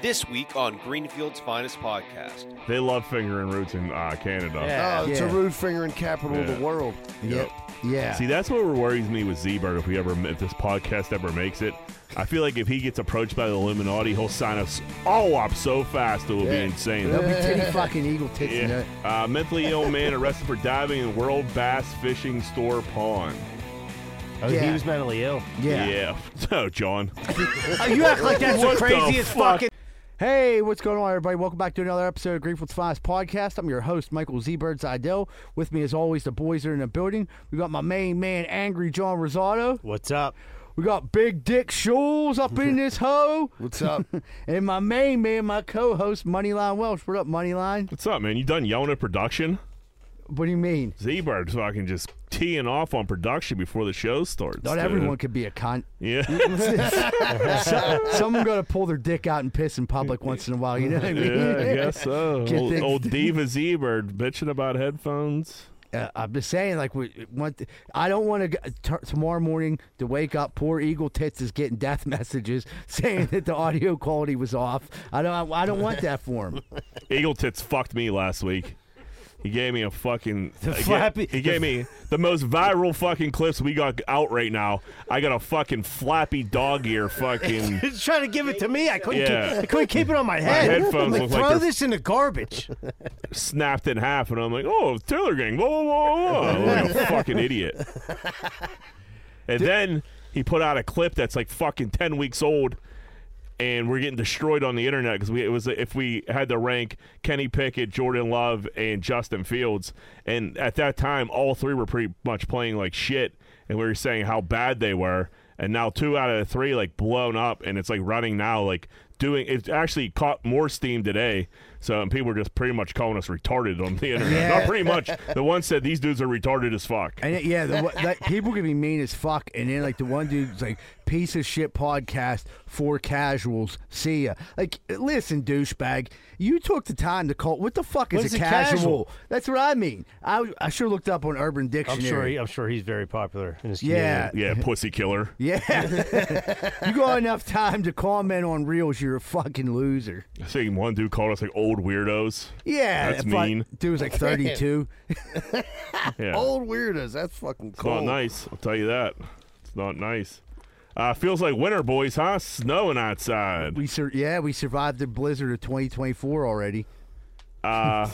this week on Greenfield's Finest Podcast. They love fingering roots in uh, Canada. Yeah. Oh, it's Yeah. a rude finger and capital of Yeah. the world. Yep. Yeah. See, that's what worries me with Z-Bird if we ever, if this podcast ever makes it. I feel like if he gets approached by the Illuminati, he'll sign us all up so fast it will be Yeah. insane. There'll be titty fucking eagle tits in Yeah. that. Uh, mentally ill man arrested for diving in World Bass Fishing Store Pond. Oh, Yeah. he was mentally ill. Yeah. Oh, John. Oh, you act like that's What the craziest fuck? fucking. Hey, what's going on, everybody? Welcome back to another episode of Greenfield's Finest Podcast. I'm your host, Michael Z. Bird Zidell. With me, as always, the boys are in the building. We got my main man, Angry John Rosado. What's up? We got Big Dick Shoals up in this hoe. What's up? And my main man, my co-host, Moneyline Welsh. What up, Moneyline? What's up, man? You done yelling at production? What do you mean? Z-Bird's fucking just teeing off on production before the show starts. Not dude. everyone could be a cunt. Yeah. So, someone got to pull their dick out and piss in public once in a while. You know what I mean? Yeah, I guess so. Get Old, things- old Diva Z Bird bitching about headphones. Uh, I'm just saying, like, we want. I don't want to t- tomorrow morning to wake up. Poor Eagle Tits is getting death messages saying that the audio quality was off. I don't. I, don't want that for him. Eagle Tits fucked me last week. He gave me a fucking. The he ga- flappy- He gave me the most viral fucking clips we got out right now. I got a fucking flappy dog ear fucking. Just trying to give it to me. I couldn't. Yeah. Keep, I couldn't keep it on my head. headphones I'm look like, like throw they're- this in the garbage. snapped in half, and I'm like, oh, Taylor Gang, whoa, whoa, whoa, whoa. I'm like a fucking idiot. And then he put out a clip that's like fucking 10 weeks old, and we're getting destroyed on the internet because we, it was if we had to rank Kenny Pickett, Jordan Love, and Justin Fields. And at that time, all three were pretty much playing like shit, and we were saying how bad they were. And now two out of the three like blown up, and it's like running now like doing it actually caught more steam today. So and people are just pretty much calling us retarded on the internet. Not pretty much. The one said these dudes are retarded as fuck. And it, yeah, the, one- that, people can be mean as fuck. And then like the one dude's like piece of shit podcast for casuals. See ya. Like, listen, douchebag, you took the time to call. What the fuck is, What is a a casual? casual? That's what I mean. I I sure looked up on Urban I'm Dictionary. sure. He, I'm sure he's very popular in his Yeah. community. Yeah, pussy killer. Yeah. you got enough time to comment on reels, you're a fucking loser. I think one dude called us like old weirdos. Yeah. That's if I- mean. Dude was like 32. Yeah. Old weirdos. That's fucking It's not cool. nice. I'll tell you that. It's not nice. Uh, feels like winter, boys, huh? Snowing outside. we sur- Yeah, we survived the blizzard of 2024 already. Uh,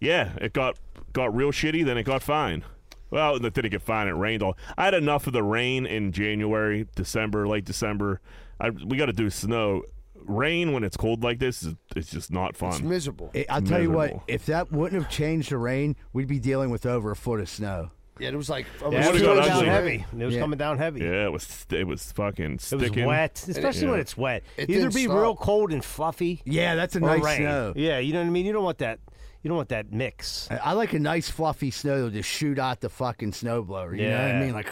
Yeah, it got got real shitty. Then it got fine. Well, it didn't get fine. It rained all. I had enough of the rain in January, December, late December. I, we got to do snow. Rain when it's cold like this is it's just not It's fun. miserable. I- Eh, I'll tell you what, Miserable. if that wouldn't have changed the rain, we'd be dealing with over a foot of snow. yeah, it was like I Yeah, it was Would've gone coming down ugly. heavy. It was Yeah. coming down heavy. Yeah, it was it was fucking It was sticking. wet, especially when it's wet. It Either didn't be stop. real cold and fluffy, Yeah, that's or a nice rain. snow. Yeah, you know what I mean. You don't want that. You don't want that mix. I I like a nice fluffy snow that'll just shoot out the fucking snowblower. You know what I Yeah. mean? Like,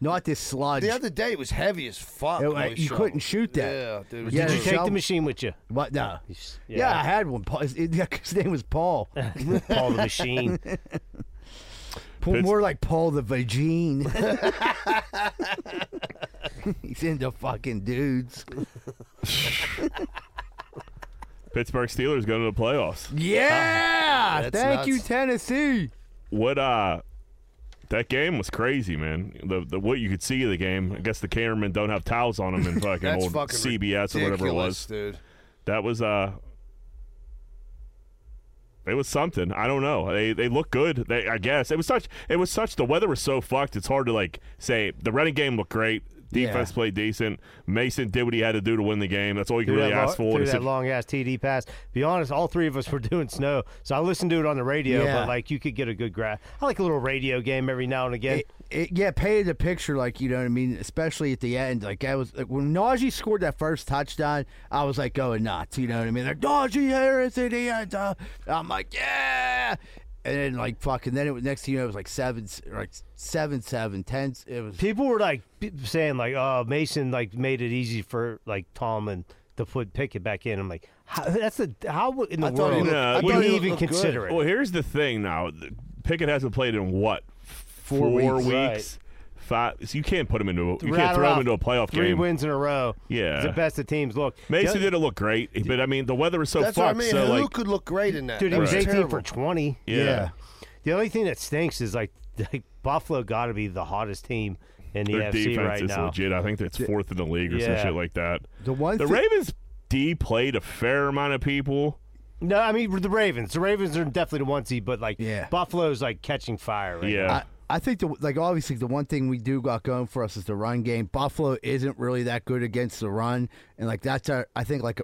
not this sludge. The other day it was heavy as fuck. Yeah, when I Oh, uh, you couldn't shoveled. shoot that. Yeah, dude. Yeah, Yeah, Did you take shovel- the machine with you? what? No. Yeah. He's- I had one. Paul, his, his name was Paul. Paul the machine. Paul, Pitts- more like Paul the Vagine. He's into fucking dudes. Pittsburgh Steelers going to the playoffs. Yeah, That's thank you, nuts. Tennessee. what uh that game was crazy, man. The, the what you could see of the game. I guess the cameramen don't have towels on them in fucking that's old fucking CBS or whatever it ridiculous, was. dude. That was uh it was something. I don't know. They they look good. They I guess it was such it was such the weather was so fucked. It's hard to like say the running game looked great. Defense Yeah. played decent. Mason did what he had to do to win the game. That's all you can through really that, ask for. in a through that situ- long ass TD pass. Be honest, all three of us were doing snow, so I listened to it on the radio. Yeah. But like, you could get a good grasp. I like a little radio game every now and again. It, it, yeah, painted a picture like you know what I mean, especially at the end. Like I was like, when Najee scored that first touchdown, I was like going nuts. You know what I mean? Like Najee Harris in the end. zone." I'm like, yeah. And then like fucking, then it was next thing you know, it was like seven, like seven, seven, ten. It was People were like b- saying like, "Oh, Mason like made it easy for like Tom and to put Pickett back in." I'm like, how, "That's the how w- in the I thought he world looked- I would thought you he even looked good. consider it?" Well, here's the thing now. Pickett hasn't played in what? Four, weeks. weeks. Right. Five. So you can't put him into. A, you can't rattle throw him off into a playoff three game. wins in a row. Yeah. It's the best the teams look. Mason The- didn't look great, but I mean the weather was so That's fucked. what I mean. So Who like, could look great in that? dude, that he was 18 terrible. for 20. Yeah. Yeah. The only thing that stinks is like, like Buffalo got to be the hottest team in the their FC defense right is now. legit. I think that's fourth in the league or some Yeah. shit like that. The one The thi- Ravens D played a fair amount of people. No, I mean the Ravens. The Ravens are definitely the one seed, but like Yeah. Buffalo's like catching fire. Right Yeah. I, I think the like obviously the one thing we do got going for us is the run game. Buffalo isn't really that good against the run, and like that's our I think like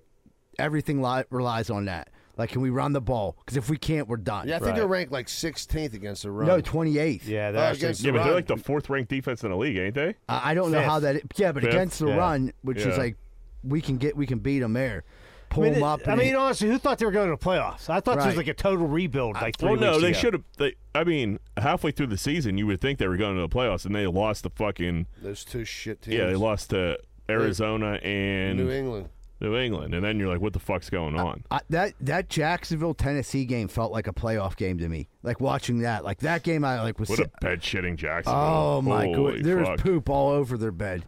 everything li- relies on that. Like, can we run the ball? Because if we can't, we're done. Yeah, I think Right. they're ranked like 16th against the run. No, twenty eighth. Yeah, Uh, they're actually against yeah, but they're Run. like the fourth ranked defense in the league, ain't they? I, I don't know how Fifth. that. yeah, but Fifth, against the yeah. run, which is Yeah. like we can get, we can beat them there, pull I mean, them it- up. I and mean, honestly, who thought they were going to the playoffs? I thought this Right. was like a total rebuild. Like, three Well, no, weeks they ago. should have. They, I mean, halfway through the season, you would think they were going to the playoffs, and they lost the fucking. Those two shit teams. Yeah, they lost to Arizona and New England. New England, and then you're like, what the fuck's going on? I, that that Jacksonville Tennessee game felt like a playoff game to me. Like watching that, like that game, I like was. What si- a bed shitting Jackson. oh my Holy god, there fuck. was poop all over their bed.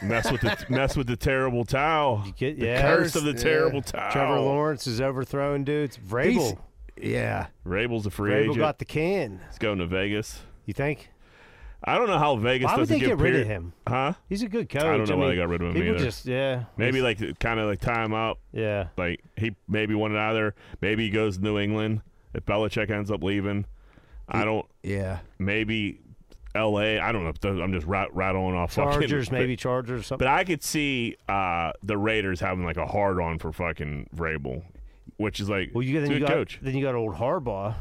mess with the mess with the terrible towel. get- the yeah. curse of the terrible towel. Trevor Lawrence is overthrowing dudes. He's- Vrabel, yeah, Rabel's a free Vrabel agent. got the can. He's going to Vegas. You think? I don't know how Vegas Why would doesn't they get give rid of Pier- him? Huh? He's a good coach. don't know why mean, they got rid of him People either. just yeah, Maybe like kind of like time out. yeah. Like he maybe wanted out of there. Maybe he goes to New England. If Belichick ends up leaving, I don't. yeah. Maybe. L.A. I don't know. I'm just rat- rattling off. fucking- Chargers, maybe Chargers, or something. But I could see uh, the Raiders having like a hard on for fucking Vrabel, which is like well, you then good you got coach. then you got old Harbaugh.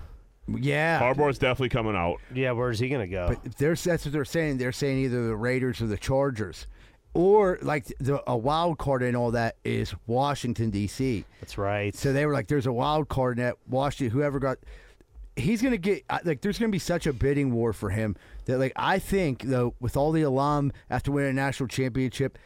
Yeah, Harbaugh's definitely coming out. Yeah, where's he gonna go? But there's that's what they're saying. They're saying either the Raiders or the Chargers, or like the a wild card and all that is Washington D.C. That's right. So they were like, "There's a wild card in that Washington. Whoever got, he's gonna get I- like. There's gonna be such a bidding war for him that like I think though with all the alum after winning a national championship,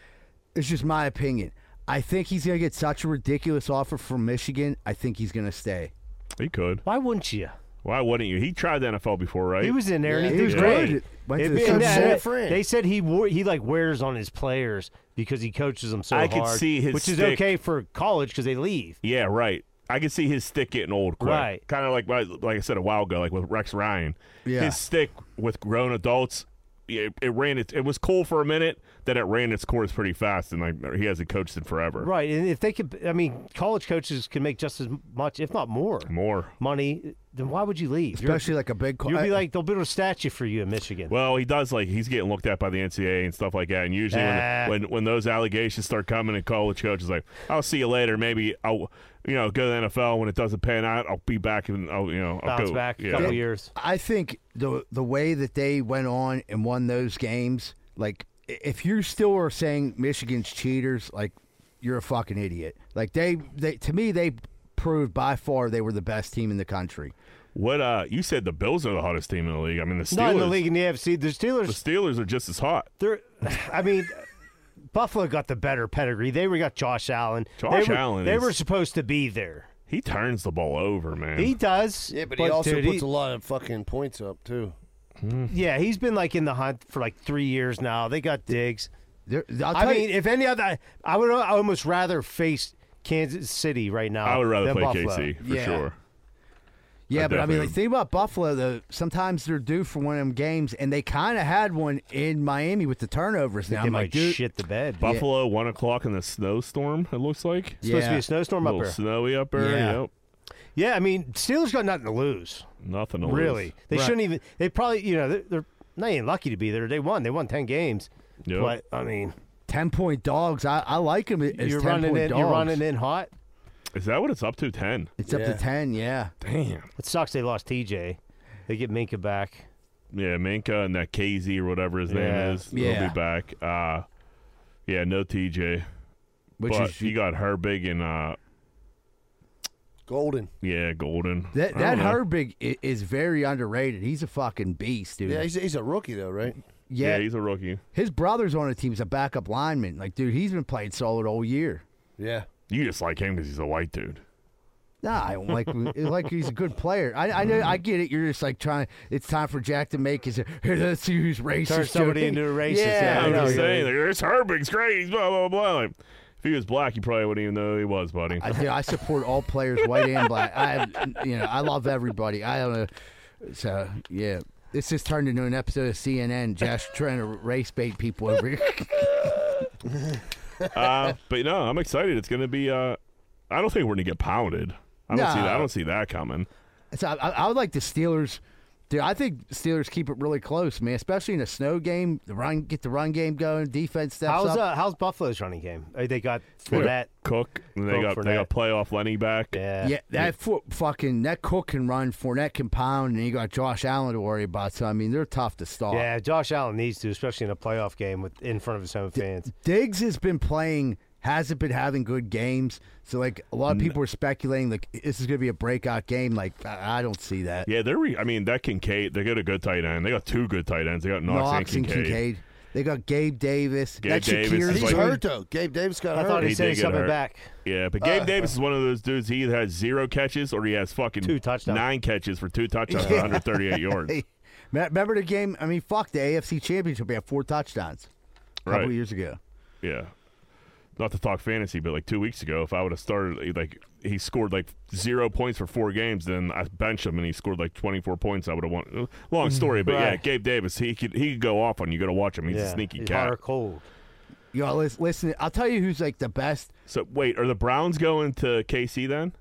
it's just my opinion. I think he's gonna get such a ridiculous offer from Michigan. I think he's gonna stay. He could. Why wouldn't you? Why wouldn't you? He tried the NFL before, right? He was in there Yeah, and he, he was was great. good. Went to It'd the be- Super yeah, Bowl. they- Friend. They said he wore, he like wears on his players because he coaches them so I could hard. see his which is stick- okay for college because they leave. yeah, right. I could see his stick getting old quick. Right. Kind of like what- like I said a while ago, like with Rex Ryan. Yeah. His stick with grown adults, it, it ran it. It was cool for a minute, then it ran its course pretty fast, and like he hasn't coached it forever. Right, and if they could, I mean, college coaches can make just as much, if not more, More. money. Then why would you leave? You're- Especially like a big. co- you'll be I- like they'll build a statue for you in Michigan. Well, he does like he's getting looked at by the NCAA and stuff like that. And usually, Ah. when, when when those allegations start coming, and college coach is like, "I'll see you later. Maybe I'll you know go to the NFL when it doesn't pan out. I'll be back and I'll you know I'll Bounce go." back a Yeah. couple years. I think the the way that they went on and won those games, like i- if you still are saying Michigan's cheaters, like you're a fucking idiot. Like they, they to me they proved by far they were the best team in the country. What uh? You said the Bills are the hottest team in the league. I mean the Steelers. Not in the league in the AFC. The The Steelers, Steelers are just as hot. they're, I mean, Buffalo got the better pedigree. They were got Josh Allen. Josh they were, Allen They is- were supposed to be there. He turns the ball over, man. He does. Yeah, but, he also dude, puts he- a lot of fucking points up too. Hmm. Yeah, he's been like in the hunt for like three years now. They got digs. They're, I'll I tell mean, you, if any other, I would I almost rather face Kansas City right now. I would rather than play Buffalo. KC for Yeah. sure. yeah, I but I mean, definitely- like, think about Buffalo though. Sometimes they're due for one of them games, and they kind of had one in Miami with the turnovers. Now They I'm might like, dude, shit the bed. It's Buffalo one o'clock in the snowstorm. It looks like supposed to be Yeah. a snowstorm up little here. snowy up there. Yeah. Yep. Yeah, I mean, Steelers got nothing to lose. Nothing to lose. Really, they Right. shouldn't even. They probably, you know, they're, they're they ain't lucky to be there. They won. They won ten games. Yep. But I mean, ten point dogs. I, I like them. As you're 10 running point in. Dogs. You're running in hot. Is that what it's up to? Ten. It's up to Yeah. ten. Yeah. Damn. It sucks they lost TJ. They get Minka back. Yeah, Minka and that KZ or whatever his Yeah. name is. He'll Yeah. be back. Uh, yeah, no TJ. Which but is you got Herbig and uh, Golden. yeah, Golden. That I don't that know. Herbig i- is very underrated. He's a fucking beast, dude. Yeah, Yeah, he's, he's a rookie though, right? Yeah, he's a rookie. his brother's on the team. He's a backup lineman. Like, dude, he's been playing solid all year. Yeah. You just like him because he's a white dude. Nah, I don't like it's like he's a good player. I, I know I get it. You're just like trying. It's time for Jack to make his. Hey, let's see who's racist. Turn somebody Joey." into a racist, Yeah, yeah, I'm I know, just yeah. saying, like, this Herbig's great. he's Blah blah blah. Like, if he was black, you probably wouldn't even know who he was, buddy. I, do. I support all players, white and black. I, you know, I love everybody. I don't know. So yeah, this has turned into an episode of CNN. Josh trying to race bait people over here. uh, but no, I'm excited. It's gonna be. Uh, I don't think we're gonna get pounded. I don't see. That, I No. don't see that coming. So I, I would like the Steelers. Dude, I think Steelers keep it really close, man. Especially in a snow game, the run get the run game going, defense steps How's up. uh, how's Buffalo's running game? Uh, They got They got Fournette. Cook. And they Cook, got they got playoff Lenny back. Yeah. Yeah, that foot fucking that Cook can run, Fournette can pound, and you got Josh Allen to worry about. So I mean, they're tough to stop. Yeah, Josh Allen needs to, especially in a playoff game with in front of his home fans. Diggs has been playing, hasn't been having good games. So like a lot of people are speculating like this is going to be a breakout game. Like uh, I I don't see that. Yeah, they're. Re- I mean, that Kincaid. They got a good tight end. They got two good tight ends. They got Knox, Knox and Kincaid. They got Gabe Davis. Gabe that Davis Shakir- is He's like- hurt though. Gabe Davis got I hurt. thought he, He said did he's get coming hurt. back. Yeah, but Uh, Gabe Davis is one of those dudes. He either has zero catches or he has fucking Two touchdowns. nine catches for two touchdowns, for 138 yards. Hey, me- remember the game? I mean, fuck the AFC Championship. We had four touchdowns a couple Right. years ago. Yeah. Not to talk fantasy, but like two weeks ago, if I would have started, like he scored like zero points for four games, then I benched him and he scored like twenty four points. I would have won. Long story, but yeah, Mm-hmm. Right. Gabe Davis, he could he could go off on you. Got to watch him. He's a Yeah, sneaky he's cat. hot or cold. Y'all listen, listen. I'll tell you who's like the best. So wait, are the Browns going to KC then,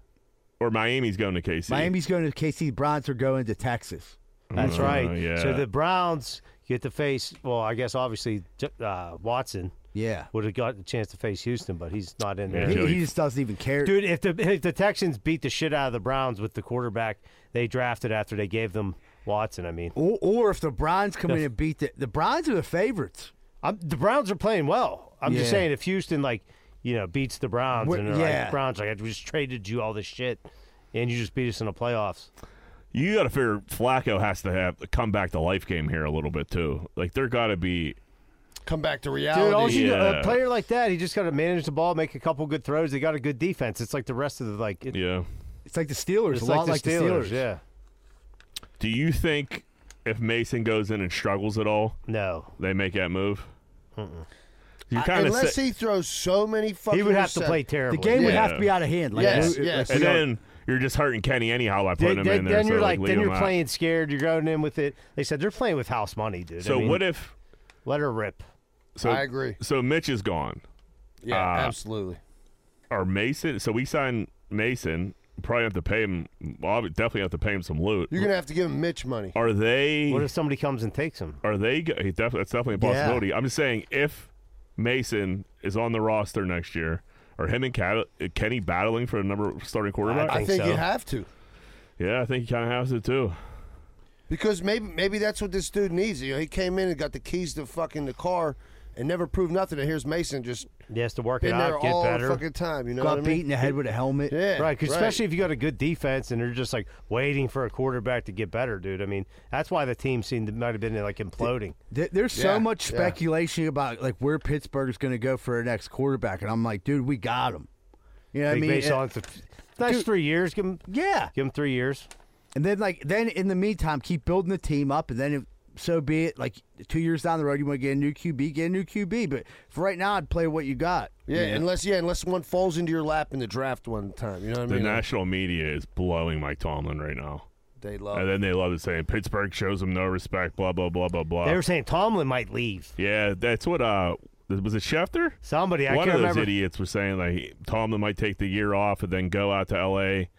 or Miami's going to KC? Miami's going to KC. Browns are going to Texas. That's Uh, right. yeah. So the Browns get to face. Well, I guess obviously J- uh, Watson Yeah, would have got the chance to face Houston, but he's not in Yeah. there. he, Joey- he just doesn't even care. Dude, if the if the Texans beat the shit out of the Browns with the quarterback they drafted after they gave them Watson, I mean, Or, or if the Browns come in and beat the the Browns are the favorites. I'm, the Browns are playing well. I'm Yeah. just saying, if Houston like you know beats the Browns We're- and they're yeah. like Browns like I just traded you all this shit, and you just beat us in the playoffs. You got to figure Flacco has to have come back to life game here a little bit too. Like there got to be Come back to Dude, all reality. you Yeah. a player like that, he just got to manage the ball, make a couple good throws. They got a good defense. It's like the rest of the like. It, yeah. It's like the Steelers, It's a like lot the like Steelers, the Steelers. yeah. Do you think if Mason goes in and struggles at all, No, they make that move? You I- kind of Unless he throws so many fucking. he would have to intercept- play The terribly. game would Yeah. have to be out of hand. Like, Yes, who- yes. like, and we are- then you're just hurting Kenny anyhow by They- putting they- him in there. then so you're like, leave then him you're out. playing scared. You're going in with it. They said they're playing with house money, dude. I So mean, what if? Let her rip. So I agree. So Mitch is gone. Yeah, Uh, absolutely. Or Mason? So we sign Mason. Probably have to pay him. Well, we definitely have to pay him some loot. You're gonna have to give him Mitch money. Are they? What if somebody comes and takes him? are they? go- he def- That's definitely a Yeah. possibility. I'm just saying if Mason is on the roster next year. Are him and Cat- Kenny battling for a number starting quarterback? I I think think so. you have to. yeah, I think he kind of has to too. Because maybe maybe that's what this dude needs. You know, he came in and got the keys to fucking the car and never proved nothing. And here's Mason just He has to work it been there out, get all better. the fucking time. You know got what I beat in mean? the head with a helmet. Yeah, Right, 'cause especially if you got a good defense and they're just like waiting for a quarterback to get better, dude. I mean, that's why the team seemed to might have been like imploding. There- There's Yeah, so much yeah. speculation about like where Pittsburgh's going to go for their next quarterback, and I'm like, dude, we got him. You know what I Like, mean? based And- on the, nice three years, give him yeah, give him three years. and then like then in the meantime, keep building the team up, and then if, so be it. Like two years down the road, you want to get a new QB, get a new QB. But for right now, I'd play what you got. Yeah, unless yeah, unless one falls into your lap in the draft one time. You know what I The mean? national media is blowing Mike Tomlin right now. they love. And then they love to say Pittsburgh shows them no respect, blah blah blah blah blah. They were saying Tomlin might leave. yeah, that's what uh was it Schefter? Somebody I One can't of those remember. idiots was saying like Tomlin might take the year off and then go out to L.A.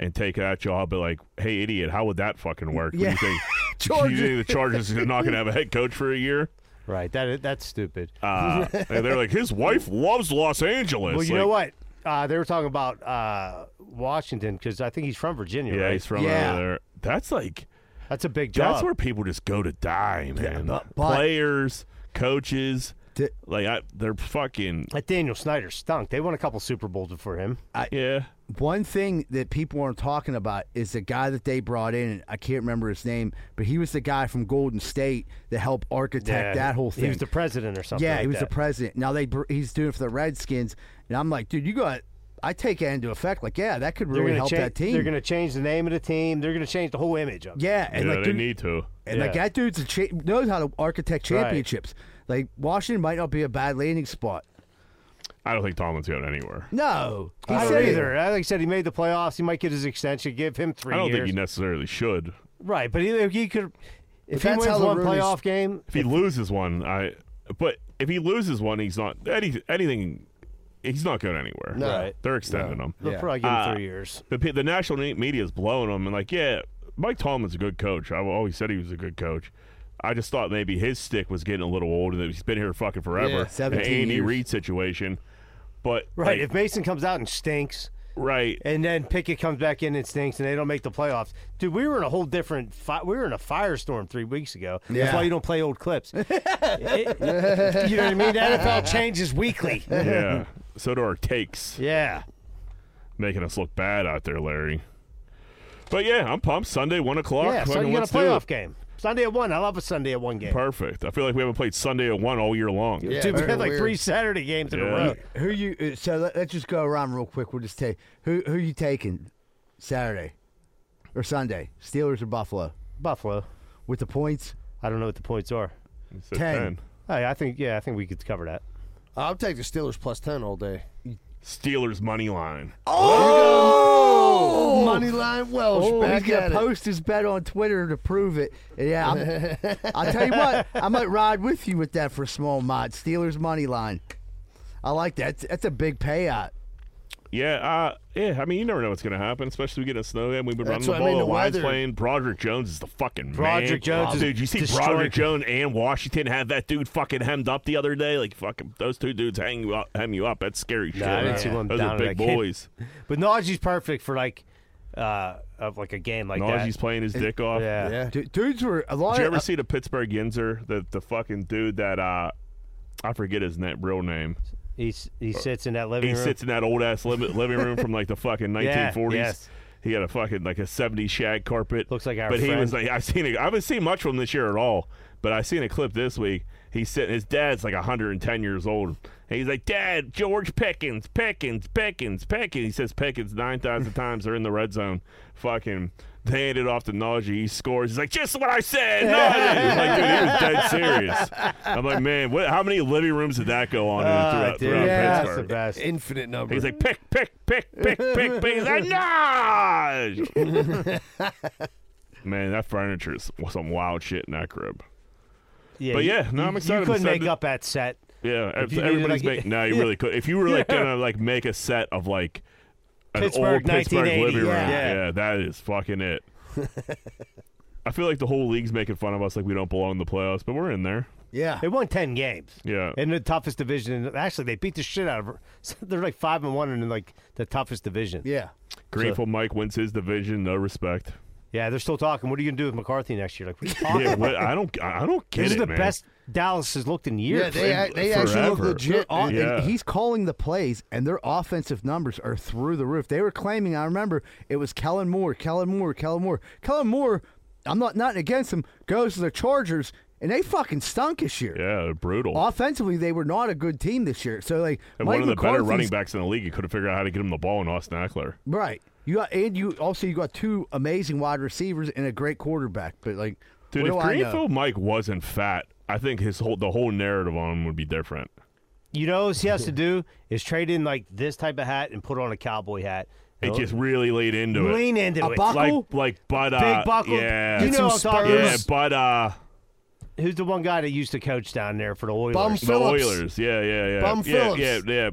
and take that job. But like, hey, idiot, how would that fucking work? What Yeah. do you think? Chargers. You think the Chargers are not going to have a head coach for a year? Right, that is- that's stupid. Uh, and they're like, his wife loves Los Angeles. well, you Like, know what? Uh, they were talking about uh, Washington because I think he's from Virginia, Yeah, right? he's from Yeah. over there. That's like that's a big job. That's where people just go to die, man. but- but- Players, coaches, Di- like I, they're fucking that Daniel Snyder stunk. They won a couple Super Bowls before him. yeah. One thing that people aren't talking about is the guy that they brought in. and I can't remember his name, but he was the guy from Golden State that helped architect that whole thing. He was the president or something. Yeah, like he was that. the president. Now they br- he's doing it for the Redskins, and I'm like, dude, you got. I take that into effect. Like, yeah, that could They're really gonna help cha- that team. They're going to change the name of the team. They're going to change the whole image of it. yeah, and yeah, like, they dude, need to. and like Yeah. that dude's a cha- knows how to architect Right. championships. Like Washington might not be a bad landing spot. I don't think Tomlin's going anywhere. No, he I said don't it. either. I like I said he made the playoffs. He might get his extension. Give him three I don't years. think he necessarily should. right, but he, he could. If, he that's wins how the one Rooney's- playoff game, If he loses one, I. But if he loses one, he's not any, anything. He's not going anywhere. No. Right. They're extending him. they'll probably give him Uh, three years. The, pe- the national ne- media is blowing him and like, yeah, Mike Tomlin's a good coach. I always said he was a good coach. I just thought maybe his stick was getting a little old and that he's been here fucking forever. Yeah, An 17 Andy years. Reid situation, but Right. like, If Mason comes out and stinks, right. and then Pickett comes back in and stinks, and they don't make the playoffs, dude, we were in a whole different. Fi- we were in a firestorm three weeks ago. That's Yeah. why you don't play old clips. It- you know what I mean? The NFL changes weekly. yeah. So do our takes, Yeah. making us look bad out there, Larry. But yeah, I'm pumped. Sunday, one o'clock. Yeah. So Fucking you got let's a do playoff it. game. Sunday at one. I love a Sunday at one game. Perfect. I feel like we haven't played Sunday at one all year long. Yeah, Dude, we very had like weird. three Saturday games in Yeah. a row. Who you? uh, So let, let's just go around real quick. We'll just take who who you taking Saturday or Sunday? Steelers or Buffalo Buffalo. with the points? I don't know what the points are. So Ten. Hey, I think yeah, I think we could cover that. I'll take the Steelers plus ten all day. Steelers money line. Oh, money line Welsh Oh, he's back gonna at it. post his bet on Twitter to prove it. And Yeah, I'm, I'll tell you what, I might ride with you with that for a small mod. Steelers money line. I like that. That's, that's a big payout. Yeah, uh, yeah. I mean, you never know what's going to happen, especially we get a snow game. We've been That's running the what I ball. mean, the the wide's weather. playing. Broderick Jones is the fucking man. Broderick Jones is dude. You see destroyed. Broderick Jones and Washington have that dude fucking hemmed up the other day. Like fucking those two dudes hang you up, hem you up. That's scary shit. I didn't see one those down are in big that game. boys. But Najee's perfect for like uh of like a game like Najee's playing his dick off. that. Yeah. Yeah. Du- dudes were a lot. Did you uh, of- ever see the Pittsburgh Yinzer, the the fucking dude that uh, I forget his net real name. Uh, He's he sits in that living He room. sits in that old ass living, living room from like the fucking 1940s. yes. He had a fucking like a 70s shag carpet. Looks like our But he friend. was like I've seen it. I haven't seen much from this year at all. But I seen a clip this week. He's sitting. His dad's like 110 years old. And he's like, Dad, George Pickens, Pickens, Pickens, Pickens. He says Pickens 9,000 times. They're in the red zone. Fucking, they hand it off to Najee. He scores. He's like, just what I said. Najee. like, dude, he was dead serious. I'm like, man, what, how many living rooms did that go on in Ah, throughout, dude, throughout yeah, that's Pittsburgh? the best. Infinite number. He's like, pick, pick, pick, pick, pick, pick. He's like, Naj! Man, that furniture is some wild shit in that crib. yeah, but yeah, no, I'm you- excited. You I'm couldn't excited. make up that set. Yeah, you needed, everybody's like- making. No, you really could. If you were like gonna like make a set of like an old Pittsburgh Pittsburgh living 1980, room, yeah. yeah. Yeah. that is fucking it. I feel like the whole league's making fun of us, like we don't belong in the playoffs, but we're in there. yeah. They won ten games. Yeah, In the toughest division, and actually, they beat the shit out of. They're like five and one in like the toughest division. Yeah. Grateful Mike wins his division. No respect. Yeah, they're still talking. What are you gonna do with McCarthy next year? Like, what are you talking Yeah, what, I don't. I don't get This it, is the man. best Dallas has looked in years. yeah, they, act- they actually look Forever. legit. Oh, and dude. Yeah. He's calling the plays, and their offensive numbers are through the roof. They were claiming, I remember, it was Kellen Moore, Kellen Moore, Kellen Moore. Kellen Moore, I'm not nothing against him, goes to the Chargers, and they fucking stunk this year. Yeah, brutal. Offensively, they were not a good team this year. So, like, And Mike one of the better McCarthy's- running backs in the league, you could have figured out how to get him the ball in Austin Eckler. Right. You got, and you also you got two amazing wide receivers and a great quarterback. But like, Dude, what do if I know? Greenfield Mike wasn't fat, I think his whole the whole narrative on him would be different. You know, what he has to do is trade in like this type of hat and put on a cowboy hat. It just really laid into it. lean into A it. buck- Like Buckle? like but uh Big buckle. Yeah. You know what I'm some talking yeah, about. but uh Who's the one guy that used to coach down there for the Oilers? Bum the Phillips. Oilers. Yeah, yeah, yeah. Bum yeah, Phillips. yeah, yeah.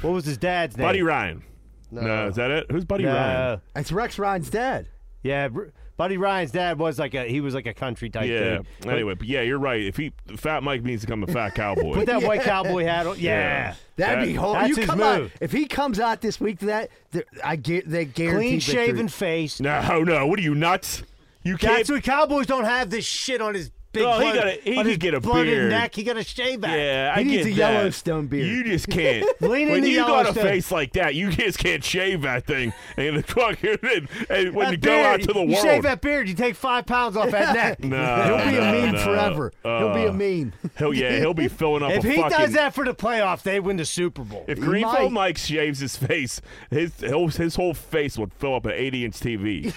What was his dad's name? Buddy Ryan. No. is that it? Who's Buddy No. Ryan? It's Rex Ryan's dad. Yeah, Br- Buddy Ryan's dad was like a he was like a country type. Yeah. dude. Anyway, but yeah, you're right. If he fat Mike needs to become a fat cowboy. Put that white cowboy hat on. Yeah. That'd That- be hard. that's you his come out- move. if he comes out this week to that, th- I get they guarantee Clean shaven victory. face. Oh, No, no. What are you nuts? You can't That's what Cowboys don't have this shit on his big No, he blood- gotta- he on could his get a blooded beard. neck. He got a shave back. Yeah, I He needs get a that. Yellowstone beard. You just can't. Lean when into you got a Yellowstone. face like that, you just can't shave that thing. And the fucking and, and when That you go out beard, to the you world, shave that beard, you take five pounds off that neck. no, He'll be a no, meme no. forever. He'll be Uh, a meme. Hell yeah, he'll be filling up. If a he fucking, does that for the playoff, they win the Super Bowl. if he Greenfield might. Mike shaves his face, his he'll- his whole face would fill up an 80 inch TV.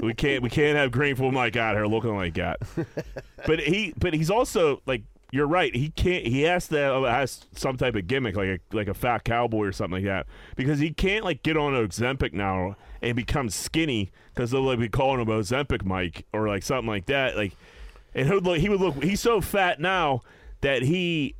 we can't we can't have Greenfield Mike out here looking like that. But he but he's also like you're right. He can't. He has to has some type of gimmick, like a like a fat cowboy or something like that, because he can't like get on Ozempic now and become skinny because they'll like be calling him Ozempic Mike or like something like that. Like, and he would look. He would look. He's so fat now that he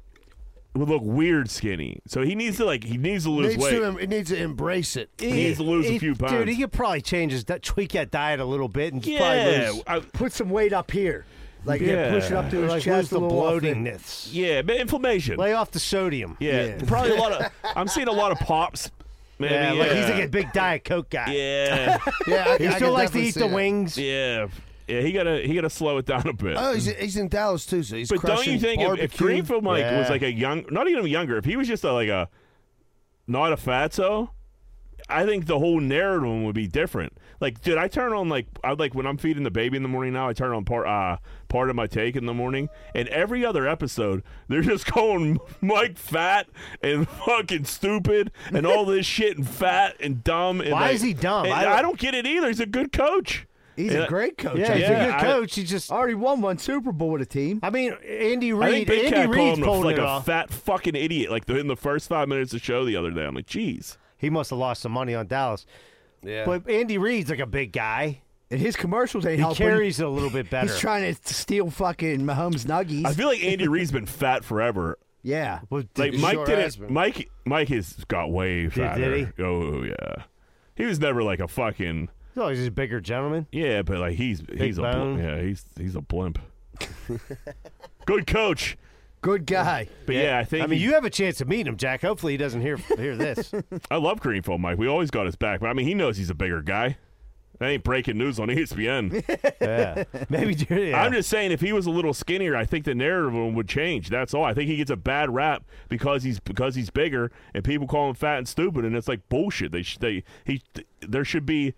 would look weird skinny. So he needs to like he needs to lose needs weight. to, em- it needs to embrace it. he needs to lose a He- few pounds. Dude, he could probably change his that tweak that diet a little bit and just yeah, probably lose, I- Put some weight up here. Like, yeah, push it up to his like, lose chest. the a little off there. bloatingness. yeah, but inflammation. Lay off the sodium. Yeah, Yeah. probably a lot of. I'm seeing a lot of pops. Maybe, Yeah, like he's yeah. like a big diet Coke guy. Yeah, Yeah, I, He I still can likes to definitely eat see the that. wings. yeah, yeah. He gotta he gotta slow it down a bit. Oh, he's, he's in Dallas too, so he's but don't crushing you think if, if barbecue. Greenfield Mike was Yeah. like a young, not even younger, if he was just a, like a not a fatso, I think the whole narrative would be different. Like, dude, I turn on like I like when I'm feeding the baby in the morning now. I turn on part uh part of my take in the morning, and every other episode they're just calling Mike fat and fucking stupid and all this shit and fat and dumb. And Why like- is he dumb? and I I don't, don't- get it either. He's a good coach. He's Yeah. a great coach. Yeah, I he's think. a good I- coach. He just, Already won one Super Bowl with a team. I mean, Andy I think Reid. Big Cat Andy called Reid's him a, pulling like it a off. fat fucking idiot. Like the, in the first five minutes of the show the other day, I'm like, jeez. He must have lost some money on Dallas. Yeah. But Andy Reid's like a big guy. And his commercials ain't He helping. carries it a little bit better. He's trying to steal fucking Mahomes nuggies. I feel like Andy Reid's been fat forever. yeah. Well, Like He Mike sure has didn't. been. Mike Mike has got way fatter. he? Oh yeah, he was never like a fucking oh, he's just a bigger gentleman. yeah, but like he's he's a blimp. bone. yeah he's he's a blimp. Good coach, Good guy. but yeah, I think I mean, he- you have a chance of meeting him, Jack. Hopefully, he doesn't hear hear this. I love Greenfield Mike. We always got his back, but I mean he knows he's a bigger guy. That ain't breaking news on E ESPN. yeah, maybe. dude, Yeah. I'm just saying, if he was a little skinnier, I think the narrative would change. That's all. I think he gets a bad rap because he's because he's bigger, and people call him fat and stupid, and it's like bullshit. They sh- they he th- there should be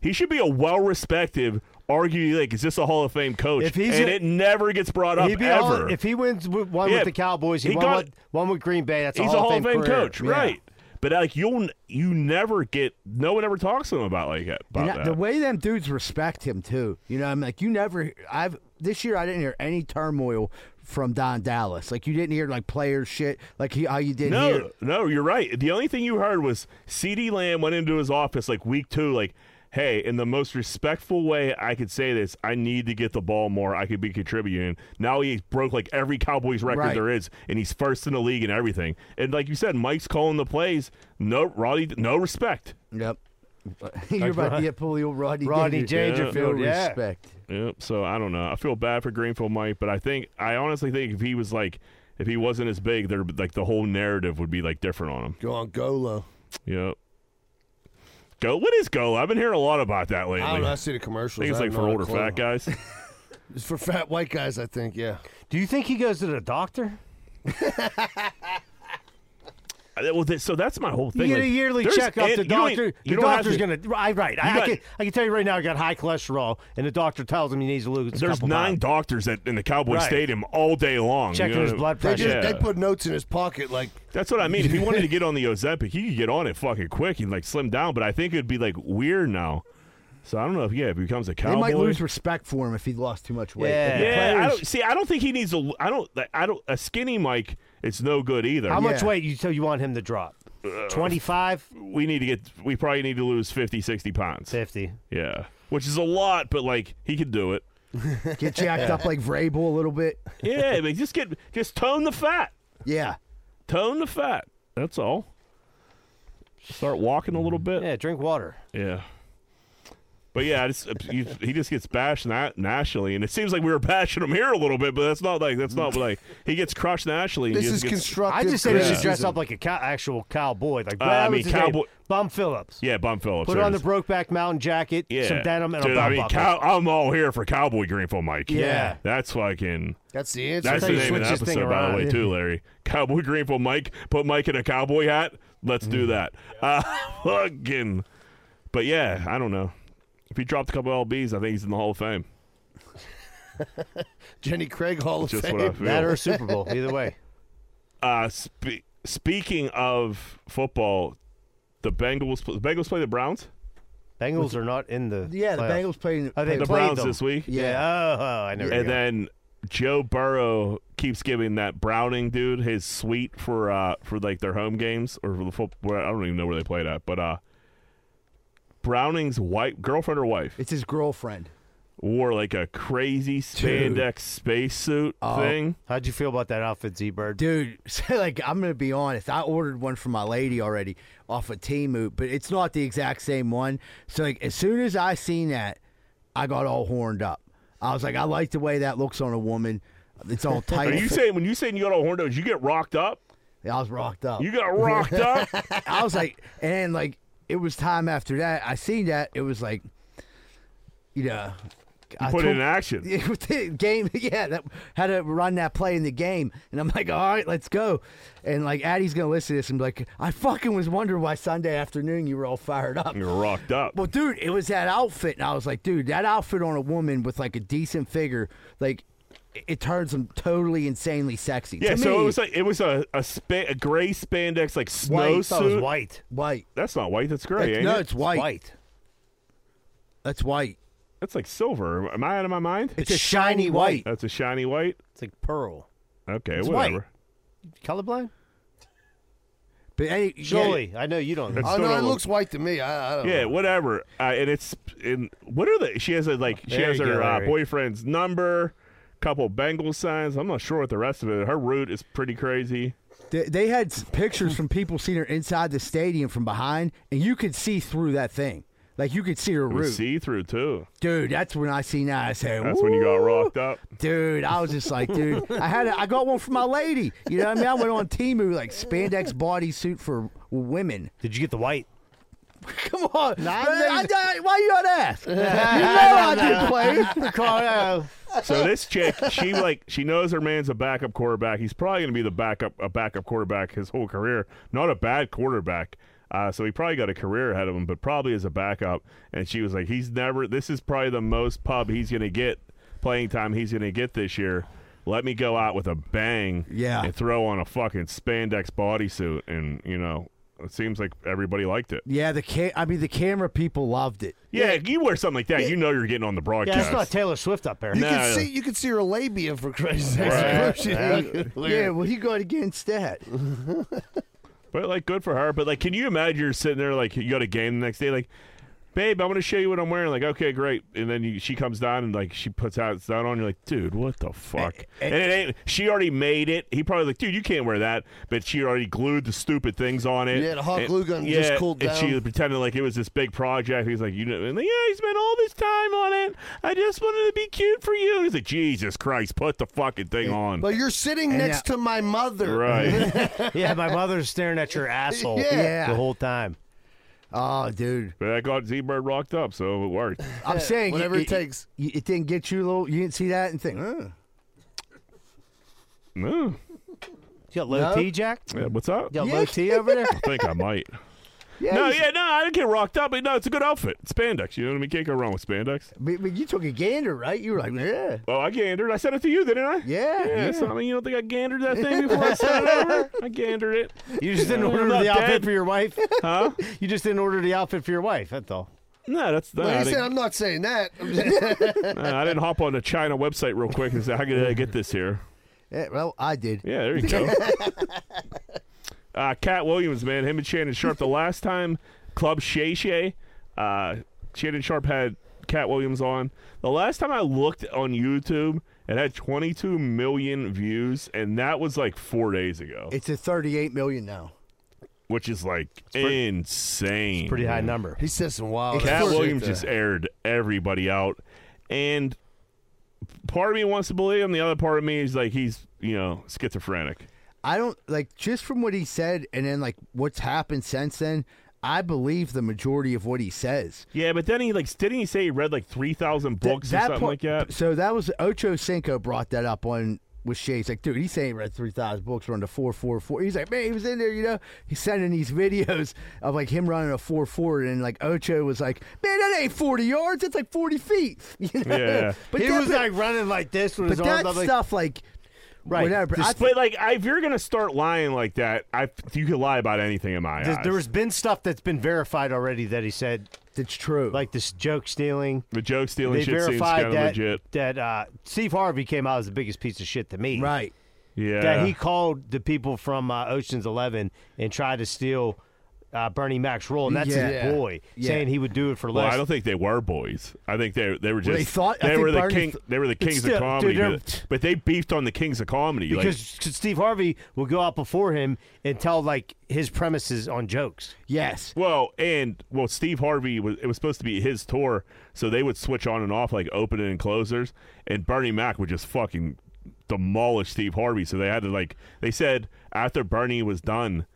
he should be a well respected. Arguably, like is this a Hall of Fame coach? If he's and a- it never gets brought up He'd be ever. all- if he wins with one Yeah, with the Cowboys, he, he won got- with, one with Green Bay. That's he's a Hall of Fame, career. coach, Yeah. right? But like you'll n- you never get no one ever talks to him about like that. About And I- that. the way them dudes respect him too. You know, I'm like you never. I've this year I didn't hear any turmoil from Don Dallas. Like you didn't hear like players shit. Like he, how you didn't No, hear. no, you're right. The only thing you heard was C.D. Lamb went into his office like week two, like, hey, in the most respectful way I could say this, I need to get the ball more. I could be contributing. Now he broke like every Cowboys record Right. there is, and he's first in the league and everything. And like you said, Mike's calling the plays. No, Roddy, no respect. Yep. You're about to get pulled, old Rodney. Rodney Dangerfield, No yeah. respect. Yep. So I don't know. I feel bad for Greenfield Mike, but I think I honestly think if he was like. If he wasn't as big, there like the whole narrative would be like different on him. Go on, Golo. Yep. Go. What is go? I've been hearing a lot about that lately. I I, don't know. I see the commercials. think it's I like have for no older clue. fat guys. It's for fat white guys, I think. Yeah. Do you think he goes to the doctor? I- well, th- so that's my whole You thing. get like, a yearly there's checkup. an- The you don't e- doctor, you the don't have doctor's to- gonna. I right. You I, got- I can I can tell you right now. I got high cholesterol, and the doctor tells him he needs to lose. a There's couple nine pounds. doctors at in the Cowboy Right. Stadium all day long. you checking know? his blood They pressure. just Yeah. they put notes in his pocket like That's what I mean. If he wanted to get on the Ozempic, he could get on it fucking quick and like slim down. But I think it'd be like weird now. So I don't know if yeah, if he becomes a They cowboy. might lose respect for him if he lost too much weight. Yeah. yeah, I players. don't see. I don't think he needs a. I don't. like, I don't. A skinny Mike, it's no good either. Uh, How much Yeah. weight you so you want him to drop? 25, we need to get. We probably need to lose 50, 60 pounds. 50. Yeah, which is a lot, but like he could do it. Get jacked up like Vrabel a little bit. Yeah, I mean, just get just tone the fat, Yeah. tone the fat. That's all. Start walking a little bit. Yeah, drink water. Yeah. But yeah, it's, he, he just gets bashed na- nationally, and it seems like we were bashing him here a little bit, but that's not like that's not like he gets crushed nationally. and This he is just gets- constructive. I just said he should criticism. dress up like a cow, actual cowboy. Like, Uh, what I was mean, his name? cowboy- Bum Phillips. yeah, Bum Phillips. Put there on it the is. Brokeback Mountain jacket, yeah. some denim, and Dude, a belt I mean, buckle. cow- I'm all here for cowboy Greenfield Mike. Yeah. that's fucking. That's the answer. That's how the you name of switch the this thing episode, by the around. way, too, Larry. Cowboy Greenfield Mike. Put Mike in a cowboy hat. Let's do Mm-hmm. that. Uh, fucking. But yeah, I don't know. If he dropped a couple lbs, I think he's in the Hall of Fame. Jenny Craig Hall of Just Fame. what I feel. that or a Super Bowl, either way. Uh, spe- speaking of football, the Bengals. The Bengals play the Browns. Bengals are not in the. Yeah, the playoffs. Bengals playing. Oh, they The played Browns them. this week, Yeah. Yeah. Oh, oh, I know. and then Joe Burrow keeps giving that Browning dude his suite for uh for like their home games or for the football. I don't even know where they played at, but uh, Browning's wife, girlfriend or wife, It's his girlfriend. wore like a crazy spandex spacesuit thing. How'd you feel about that outfit, Z Bird? Oh. Dude, so like I'm gonna be honest. I ordered one for my lady already off of Timu, but it's not the exact same one. So like as soon as I seen that, I got all horned up. I was like, I like the way that looks on a woman. It's all tight. Are you saying when you saying you got all horned up, did you get rocked up? I was rocked up. You got rocked up. I was like, and like it was time after that. I seen that it was like, you know, I Put it told- in action. the game, yeah, that had to run that play in the game, and I'm like, all right, let's go, and like Addie's gonna listen to this and be like, I fucking was wondering why Sunday afternoon you were all fired up. You're rocked up. Well, dude, it was that outfit, and I was like, dude, that outfit on a woman with like a decent figure, like it, it turns them totally insanely sexy. Yeah, to so me, it was like it was a a, spa- a gray spandex like White. snow I thought it was suit. white. white. That's not white. That's gray. ain't no, it? it's white. That's white. That's like silver. Am I out of my mind? It's, a shiny white. That's a shiny white. It's like pearl. Okay, It's whatever. white. Colorblind? But any, Surely. I know you don't. That's- Oh Still no, it don't- looks white to me. I, I Oh. don't Yeah, know. whatever. Uh, and it's in what are they? She has a like she There has you her go, uh, Larry. boyfriend's number, couple Bengal signs. I'm not sure what the rest of it. Her route is pretty crazy. They, they had s- pictures from people seeing her inside the stadium from behind, and you could see through that thing. Like you could see her root, See through too. dude. That's when I seen that. I said, That's when you got "Woo." rocked up. dude. I was just like, dude. I had, a, I got one for my lady. You know what I mean? I went on Timu like spandex bodysuit for women. Did you get the white? Come on, Nah, man, I'm- I- I- why you on ass? you know I did play. So this chick, she like she knows her man's a backup quarterback. He's probably gonna be the backup a backup quarterback his whole career. Not a bad quarterback. Uh, so he probably got a career ahead of him, but probably as a backup. And she was like, he's never. This is probably the most pub he's gonna get playing time he's gonna get this year. Let me go out with a bang. Yeah. And throw on a fucking spandex bodysuit, and you know. It seems like everybody liked it. Yeah, the ca- I mean, the camera people loved it. Yeah, you wear something like that, you know you're getting on the Yeah, broadcast. it's not Taylor Swift up there. You No, no. can see you can see her labia for Christ's sake. Right. She- Yeah, well, he got against that. But like, good for her. But like, can you imagine you're sitting there like you got a game the next day, like, babe, I want to show you what I'm wearing. Like, okay, great. And then you, she comes down and like she puts out it's not on. You're like, dude, what the fuck? and it ain't. She already made it. He probably like, dude, you can't wear that. But she already glued the stupid things on it. Yeah, the hot And- glue gun just cooled and she down. pretended like it was this big project. He's like, you know, and like, yeah, he spent all this time on it. I just wanted to be cute for you. He's like, Jesus Christ, put the fucking thing on. But you're sitting next to my mother. right. yeah, my mother's staring at your asshole Yeah. the whole time. Oh, dude. but I got Z Bird rocked up, so it worked. I'm saying whatever it takes. It, it didn't get you a little. You didn't see that and think, "Huh." Mm. You got low No. T, Jack? You Yeah, what's up? got low T over there? I think I might. yeah, No, you- yeah, no, I didn't get rocked up, but no, it's a good outfit. Spandex, you know what I mean? Can't go wrong with spandex. But, but you took a gander, right? You were like, yeah, Oh, I gandered. I sent it to you, didn't I? yeah, Yeah, so I mean, you don't think I gandered that thing before I sent it over? I gandered it. You just didn't I'm order not the outfit dead. for your wife? Huh? You just didn't order the outfit for your wife, that's all. No, that's not. Well, I, he said, didn't, I'm not saying that. no, I didn't hop on the China website real quick and say, how did I get this here? Yeah, Well, I did. Yeah, there you go. uh, Cat Williams, man, him and Shannon Sharp. The last time Club Shay Shay, uh, Shannon Sharp had Cat Williams on. The last time I looked on YouTube, it had 22 million views, and that was like four days ago. It's a 38 million now. which is like pretty- insane. Pretty high number. He said some wild. Cat ass shit Williams there. just aired everybody out, and part of me wants to believe him. The other part of me is like he's you know schizophrenic. I don't like just from what he said and then like what's happened since then. I believe the majority of what he says. Yeah, but then he like didn't he say he read like three thousand Th- books or something part- like that? So that was Ocho Cinco brought that up on with Shay. He's like, dude, he's saying he read three thousand books, run to four four four. He's like, man, he was in there, you know. He's sending these videos of like him running a four four, and like Ocho was like, man, that ain't forty yards, it's like forty feet. You know? Yeah. but he that, was but, like running like this with but his that arms up. Like, stuff like. Right. Whatever. I But like, I- if you're gonna start lying like that, I you can lie about anything in my Th- eyes. there's been stuff that's been verified already that he said, It's true. like this joke stealing. the joke stealing They shit seems kind verified of that legit. that uh, Steve Harvey came out as the biggest piece of shit to me. right. Yeah, That he called the people from uh, Ocean's Eleven and tried to steal uh, Bernie Mac's role, and that's Yeah. his boy, Yeah. saying he would do it for Well, less. I don't think they were boys. I think they they were just they thought- I they think were the Barney king. th- they were the kings still, of comedy, dude, they're- but, but they beefed on the kings of comedy. because like, 'cause Steve Harvey will go out before him and tell like his premises on jokes. Yes. well, and well, Steve Harvey was it was supposed to be his tour, so they would switch on and off like opening and closers, and Bernie Mac would just fucking demolish Steve Harvey. So they had to like they said after Bernie was done,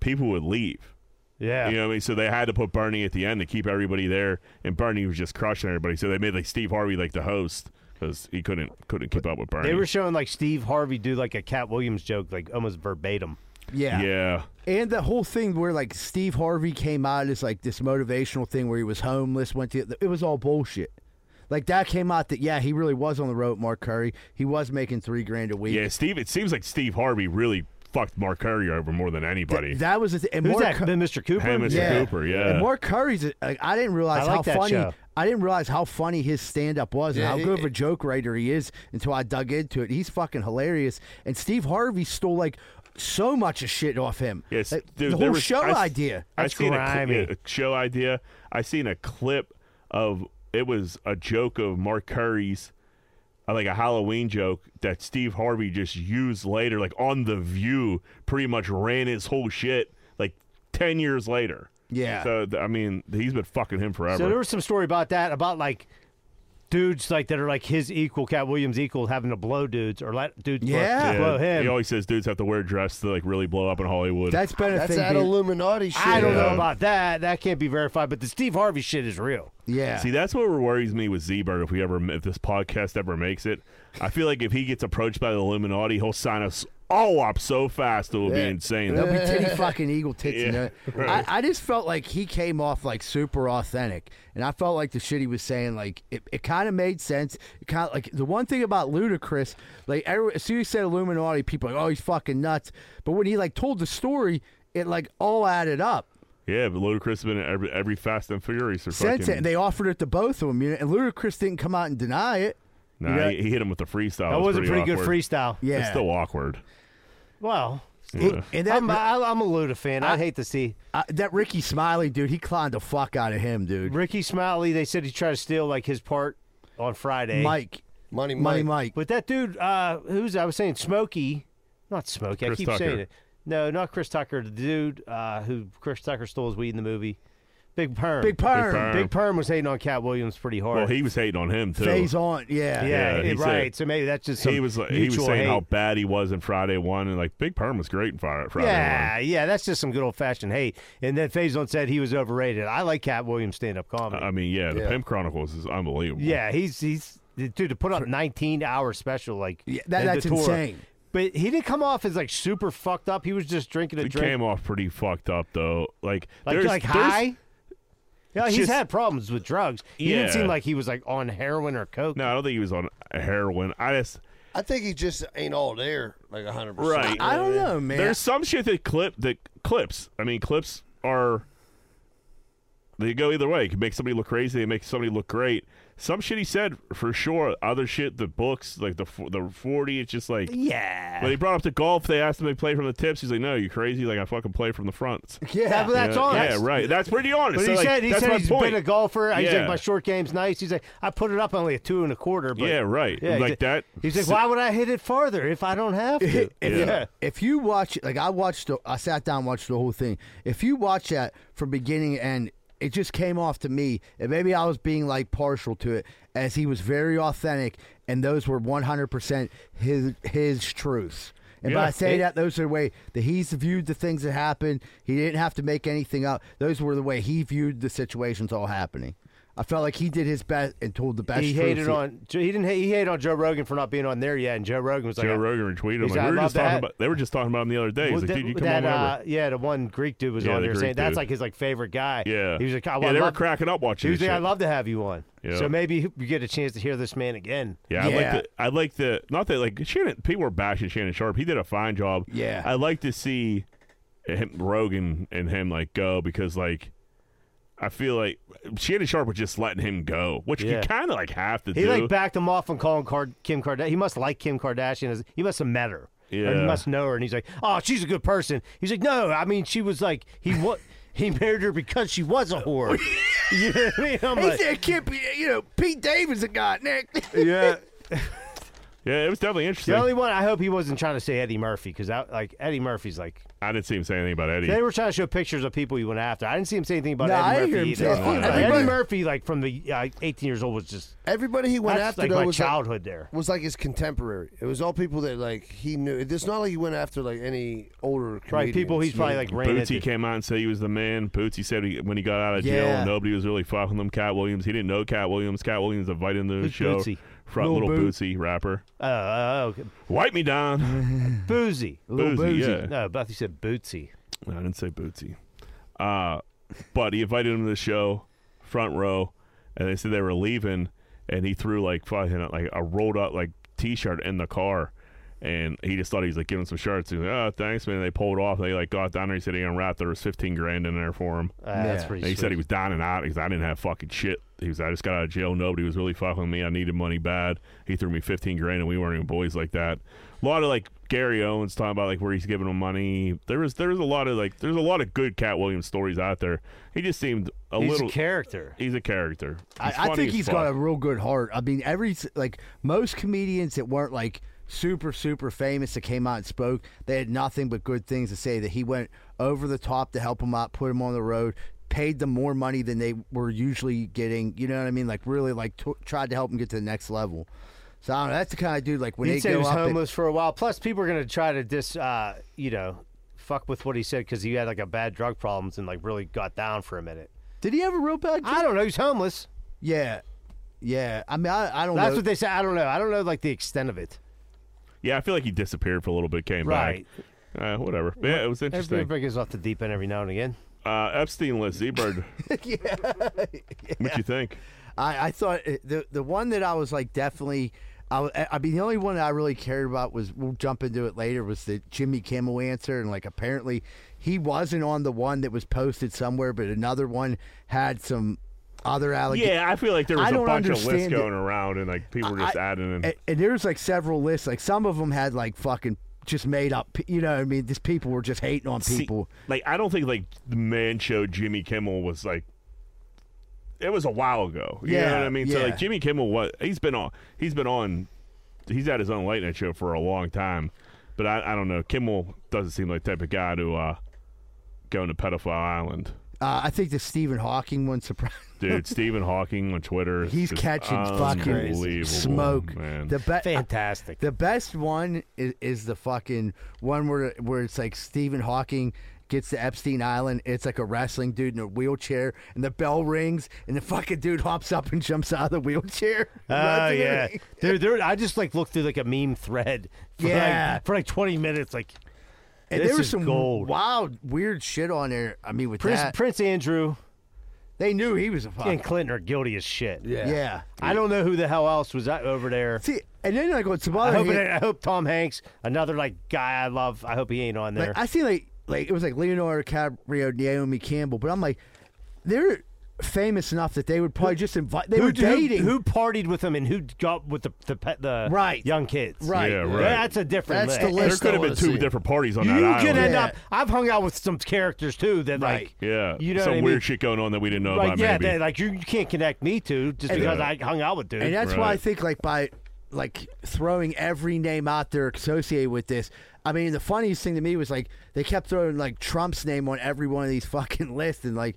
people would leave. Yeah, You know what I mean? So they had to put Bernie at the end to keep everybody there, and Bernie was just crushing everybody. So they made like Steve Harvey like the host because he couldn't couldn't keep up with Bernie. they were showing like Steve Harvey do like a Cat Williams joke, like almost verbatim. Yeah. yeah, And the whole thing where like Steve Harvey came out as like this motivational thing where he was homeless, went to it was all bullshit. Like that came out that yeah, he really was on the road, Mark Curry. He was making three grand a week. yeah. Steve, it seems like Steve Harvey really fucked Mark Curry over more than anybody. That was the th- and Who's Mark that? Cur- Mr. Cooper. Him, Mr. Yeah. Cooper, yeah. And Mark Curry's a- like I didn't realize I like how that funny show. I didn't realize how funny his stand up was Yeah, and how he- good of a joke writer he is until I dug into it. He's fucking hilarious. And Steve Harvey stole like so much of shit off him. Yes, Like, dude, the there whole was- show I s- idea. I That's seen a, cli- grimy. yeah, a show idea. I seen a clip of it was a joke of Mark Curry's, uh, like a Halloween joke that Steve Harvey just used later, like on the View. Pretty much ran his whole shit like ten years later. Yeah. So th- I mean, he's been fucking him forever. So there was some story about that, about like dudes like that are like his equal, Cat Williams equal, having to blow dudes or let dudes blow- Yeah. blow, him. He always says dudes have to wear dress to like really blow up in Hollywood. That's been a That's thing. that being- Illuminati shit. I don't Yeah. know about that. That can't be verified, but the Steve Harvey shit is real. yeah. See, that's what worries me with Z-Bird if we ever if this podcast ever makes it. I feel like if he gets approached by the Illuminati, he'll sign us all up so fast it will be insane. There'll be titty fucking eagle tits in Yeah, it. I, I just felt like he came off like super authentic, and I felt like the shit he was saying, like it, it kind of made sense. It kind of like the one thing about Ludacris, like every, as soon as he said Illuminati, people are like, oh, he's fucking nuts. But when he like told the story, it like all added up. Yeah, but Ludacris has been in every, every Fast and Furious or Sense it, fucking. and they offered it to both of them. You know, and Ludacris didn't come out and deny it. nah, Yeah. he, he hit him with the freestyle. That It was, a pretty awkward. good freestyle. Yeah, It's still awkward. Well, It- and that I'm, I, I'm a Luda fan. I, hate to see uh, that Ricky Smiley dude, he climbed the fuck out of him, dude. Ricky Smiley. They said he tried to steal like his part on Friday. Mike, Money, Money Mike. Mike. But that dude, uh, who's I was saying, Smokey, not Smokey. I Chris keep Tucker. saying it. No, not Chris Tucker. The dude uh, who Chris Tucker stole his weed in the movie, Big Perm. Big Perm. Perm. Big Perm was hating on Cat Williams pretty hard. Well, he was hating on him too. Phase on, yeah. yeah, Yeah, he it- right. said- so maybe that's just some he was like, he mutual was saying hate. how bad he was in Friday One, and like Big Perm was great in Fri- Friday One. yeah, yeah, that's just some good old fashioned hate. And then Faison said he was overrated. I like Cat Williams stand up comedy. I mean, yeah, the Yeah. Pimp Chronicles is unbelievable. yeah, he's he's dude to put up 19 hour special like Yeah, that- and the that's tour. insane. But he didn't come off as like super fucked up. He was just drinking a It drink. came off pretty fucked up though. Like, like there's, like there's- high. Yeah, he's just- had problems with drugs. He didn't Yeah. seem like he was like on heroin or coke. No, I don't think he was on heroin. I just I think he just ain't all there, like hundred percent. Right. I don't know, man. There's some shit that clip that clips. I mean, clips are They go either way. It can make somebody look crazy. They make somebody look great. Some shit he said for sure. Other shit, the books, like the fo- the forty. It's just like Yeah. when he brought up the golf. They asked him to play from the tips. He's like, "No, you crazy? Like I fucking play from the fronts." Yeah, That- that's yeah, all. Yeah, That's- right. That's pretty honest. But So, he like, said he that's said my he's point. been a golfer. He's Yeah. like my short game's nice. He's like I put it up only a two and a quarter. But Yeah, right. he's Like like- that- He's like, why would I hit it farther if I don't have to? Yeah. If you watch, like I watched, the, I sat down and watched the whole thing. If you watch that from beginning to end, it just came off to me, and maybe I was being like partial to it, as he was very authentic, and those were one hundred percent his his truths. And Yeah. by saying It- that, those are the way that he's viewed the things that happened. He didn't have to make anything up. Those were the way he viewed the situations all happening. I felt like he did his best and told the best. He truths hated on he didn't hate, he hated on Joe Rogan for not being on there yet, and Joe Rogan was like, Joe uh, Rogan retweeted him. Like, he's like, I we were love just talking that. about. They were just talking about him the other day. He's Well, like, that- dude, you come that, on over. uh, yeah, the one Greek dude was Yeah, on the there Greek saying dude. that's like his like favorite guy. yeah. he was like, oh, yeah, I they were love- cracking up watching. He was this like, I shit. love to have you on. Yeah. So maybe you get a chance to hear this man again. Yeah, I like Yeah. the I like the not that like Shannon people were bashing Shannon Sharp. He did a fine job. Yeah. I like to see him Rogan and him like go because like I feel like Shannon Sharp was just letting him go, which Yeah. you kind of like have to He do. like backed him off on calling Card- Kim Kardashian. He must like Kim Kardashian. as- He must have met her. Or Yeah. he must know her. And he's like, oh, she's a good person. He's like, no, I mean, she was like, he what? He married her because she was a whore. you know what I mean? I'm He like, said, "Can't be, you know, Pete Davis a guy, Nick." yeah. yeah, it was definitely interesting. The only one I hope he wasn't trying to say Eddie Murphy because like Eddie Murphy's like I didn't see him say anything about Eddie. they were trying to show pictures of people he went after. I didn't see him say anything about No, I Eddie didn't Murphy hear him either. say Like, anything. Eddie Everybody- Murphy like from the uh, 18 years old was just Everybody he went that's after like though my was like, childhood there. was like his contemporary. It was all people that like he knew. It's not like he went after like any older Right, people he's comedians. probably like ran Bootsy into. came out and said he was the man. Bootsy said he, when he got out of Yeah. jail, nobody was really fucking him. Cat Williams, he didn't know Cat Williams. Cat Williams invited him to the Who's show. Bootsy? Front Lil little Boot. Bootsy rapper. Oh, oh, okay. Wipe me down. Boozy. Bootsy, Bootsy. yeah. No, Beth, you said Bootsy. No, I didn't say Bootsy. Uh, but he invited him to the show, front row, and they said they were leaving, and he threw like fucking like a rolled up like t-shirt in the car, and he just thought he was like giving some shirts. He was like, oh, thanks, man. And they pulled off. They like got down there. He said he unwrapped. There was fifteen grand in there for him. Uh, That's Yeah. pretty. And he said sweet. he was down and out because I didn't have fucking shit. He was I just got out of jail. Nobody was really fucking with me. I needed money bad. He threw me fifteen grand, and we weren't even boys like that. A lot of like Gary Owens talking about like where he's giving him money. There was there was a lot of like there's a lot of good Cat Williams stories out there. He just seemed a He's little. a character. he's a character. I, He's I funny think as he's fuck. got a real good heart. I mean, every s- like most comedians that weren't like super super famous that came out and spoke, they had nothing but good things to say. That he went over the top to help them out, put them on the road, paid them more money than they were usually getting. You know what I mean? Like really, like t- tried to help them get to the next level. So I don't know. That's the kind of dude like when He they said he go was up. they- homeless for a while. Plus, people are going to try to dis, uh, you know, fuck with what he said because he had like a bad drug problems and like really got down for a minute. did he have a real bad? I don't know. He's homeless. yeah, yeah. I mean, I, I don't That's know. what they said. I don't know. I don't know like the extent of it. Yeah, I feel like he disappeared for a little bit, came Right. back. Uh, whatever. Yeah, it was interesting. Everybody goes off the deep end every now and again. Uh, Epstein list, Z-Bird. What you think? I, I thought it- the the one that I was like definitely. I, w- I mean, the only one I really cared about was we'll jump into it later was the Jimmy Kimmel answer, and like apparently he wasn't on the one that was posted somewhere, but another one had some other allegations. yeah, I feel like there I was a don't bunch of lists understand it. going around, and like people were just I- eh, adding in. and, and there was like several lists. Like some of them had like fucking just made up. p- You know, what I mean, just people were just hating on See, people. like I don't think like the man show Jimmy Kimmel was like it was a while ago. You know Yeah, what I mean? So yeah. like Jimmy Kimmel was he's been on he's been on he's had his own late night show for a long time. But I, I don't know. Kimmel doesn't seem like the type of guy to uh go into pedophile island. Uh, I think the Stephen Hawking one surprised. Dude, Stephen Hawking on Twitter is He's just catching fucking unbelievable, smoke. Man. The be- Fantastic. The best one is, is the fucking one where where it's like Stephen Hawking gets to Epstein Island. It's like a wrestling dude in a wheelchair, and the bell rings, and the fucking dude hops up and jumps out of the wheelchair. Oh Runs in the yeah, ring. dude. There, I just like looked through like a meme thread. For Yeah. like, for like twenty minutes. Like And This there was is some gold. wild, weird shit on there. I mean, with Prince, that, Prince Andrew they knew he was a fucking and Clinton are guilty as shit. yeah. I don't know who the hell else was that over there. See, and then like what's I hope, bothering it, I hope Tom Hanks, another like guy I love. I hope he ain't on there. Like, I see like like it was like Leonardo DiCaprio, Naomi Campbell, but I'm like, they're famous enough that they would probably just invite. They who, were dating. Who, who partied with them and who dropped with the the, pet, the Right. young kids? Right. Yeah, right. That's a different. list. That's the There list I could have been wanna two see. different parties on You that island. can end Yeah. up. I've hung out with some characters too that Right. like yeah, You know some what I weird mean? shit going on that we didn't know like about. yeah, maybe. that, like you, you can't connect me to just because Yeah. I hung out with dude. and that's why I Right. think like by like throwing every name out there associated with this. I mean, the funniest thing to me was like they kept throwing like Trump's name on every one of these fucking lists, and like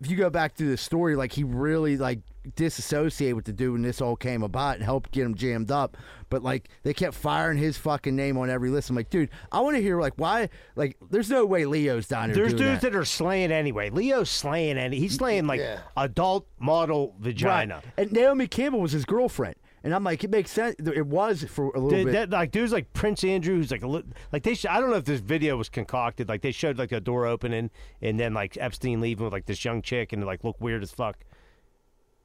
if you go back through the story, like he really like disassociated with the dude when this all came about and helped get him jammed up. But like they kept firing his fucking name on every list. I'm like, dude, I want to hear like why like there's no way Leo's down here. There's doing dudes that. that. are slaying anyway. Leo's slaying and he's slaying like Yeah. adult model vagina. Right. And Naomi Campbell was his girlfriend. And I'm like, it makes sense. It was for a little Dude, bit. that, like dudes like Prince Andrew, who's like a lit- like they. Sh- I don't know if this video was concocted. Like they showed like a door opening and then like Epstein leaving with like this young chick and it like looked weird as fuck.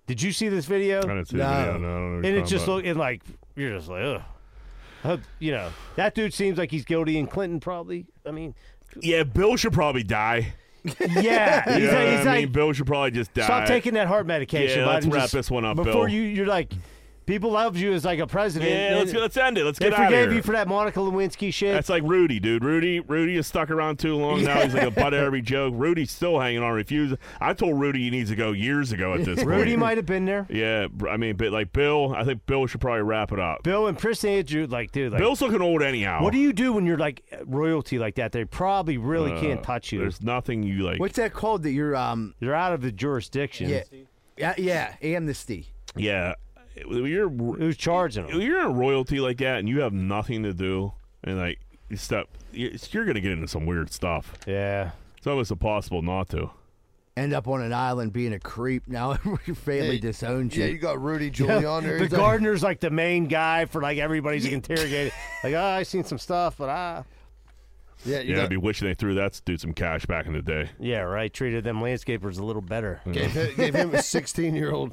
Did you see this video? I didn't see No. the video. No, I don't know what and you're it talking just about. look and like you're just like, ugh. Hope- You know that dude seems like he's guilty, and Clinton probably. I mean, Yeah, Bill should probably die. yeah, he's yeah, like, I he's mean, like Bill should probably just die. stop taking that heart medication. Yeah, let's Biden. wrap Just- this one up, before Bill. you. You're like, people loved you as like a president. Yeah, and let's let's end it. Let's They get out of forgave here. you for that Monica Lewinsky shit. That's like Rudy, dude. Rudy, Rudy is stuck around too long now. He's like a butt at every joke. Rudy's still hanging on. Refuse. I told Rudy he needs to go years ago at this point. Rudy might have been there. Yeah, br- I mean, but like Bill, I think Bill should probably wrap it up. Bill and Prince Andrew, like, dude, like, Bill's looking old anyhow. Uh, what do you do when you're like royalty like that? They probably really can't touch you. There's nothing you like. What's that called that you're um You're out of the jurisdiction. yeah yeah, yeah amnesty. Yeah, you're Who's charging them? you're in royalty like that, and you have nothing to do, and like you step, you're, you're gonna get into some weird stuff. Yeah. It's almost impossible not to. End up on an island being a creep. Now your family Yeah, disowns you. Yeah, you got Uh, Rudy Giuliani. The gardener's like the main guy for like everybody's interrogated. Like, oh, I seen some stuff, but ah." I. Yeah, you Yeah, I'd got, be wishing they threw that dude some cash back in the day. Mm-hmm. Yeah, right. Treated them landscapers a little better. gave, him, gave him a 16 year old.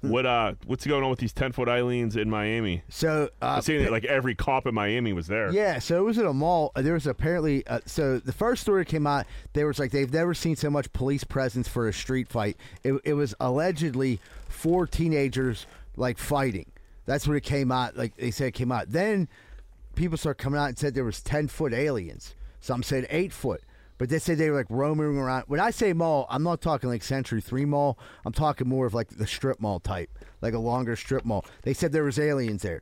Hmm. What uh, what's going on with these ten foot Eileens in Miami? So uh, I've seen that like every cop in Miami was there. Yeah, so it was at a mall. There was apparently uh, so the first story came out. There was like they've never seen so much police presence for a street fight. It, it was allegedly four teenagers like fighting. That's what it came out. Like they said, it came out. Then people started coming out and said there was ten foot aliens. Some said eight foot. But they said they were like roaming around. When I say mall, I'm not talking like Century Three Mall. I'm talking more of like the strip mall type, like a longer strip mall. They said there was aliens there.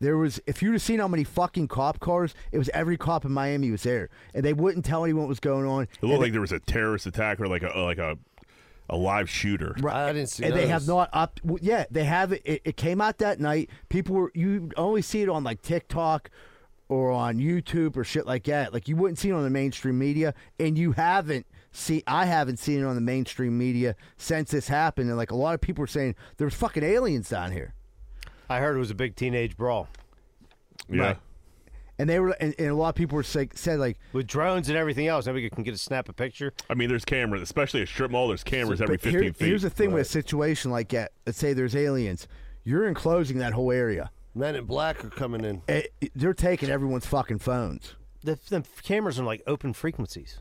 There was, if you'd have seen how many fucking cop cars, it was every cop in Miami was there, and they wouldn't tell anyone what was going on. It looked like there was a terrorist attack or like a uh, like a a live shooter. I didn't see And they have those. not up. well, Yeah, they have it. It, it came out that night. People were you only see it on like TikTok or on YouTube or shit like that. Like you wouldn't see it on the mainstream media, and you haven't see. I haven't seen it on the mainstream media since this happened. And like a lot of people were saying, there's fucking aliens down here. I heard it was a big teenage brawl Yeah. Right. And they were, and, and a lot of people were say, said like, with drones and everything else. Nobody can get a snap a picture. I mean, there's cameras, especially a strip mall. There's cameras every But here- 15 feet. Here's the thing with a situation like that. Let's say there's aliens. You're enclosing that whole area. Men in black are coming in. It- it- they're taking everyone's fucking phones. The, the cameras are like open frequencies.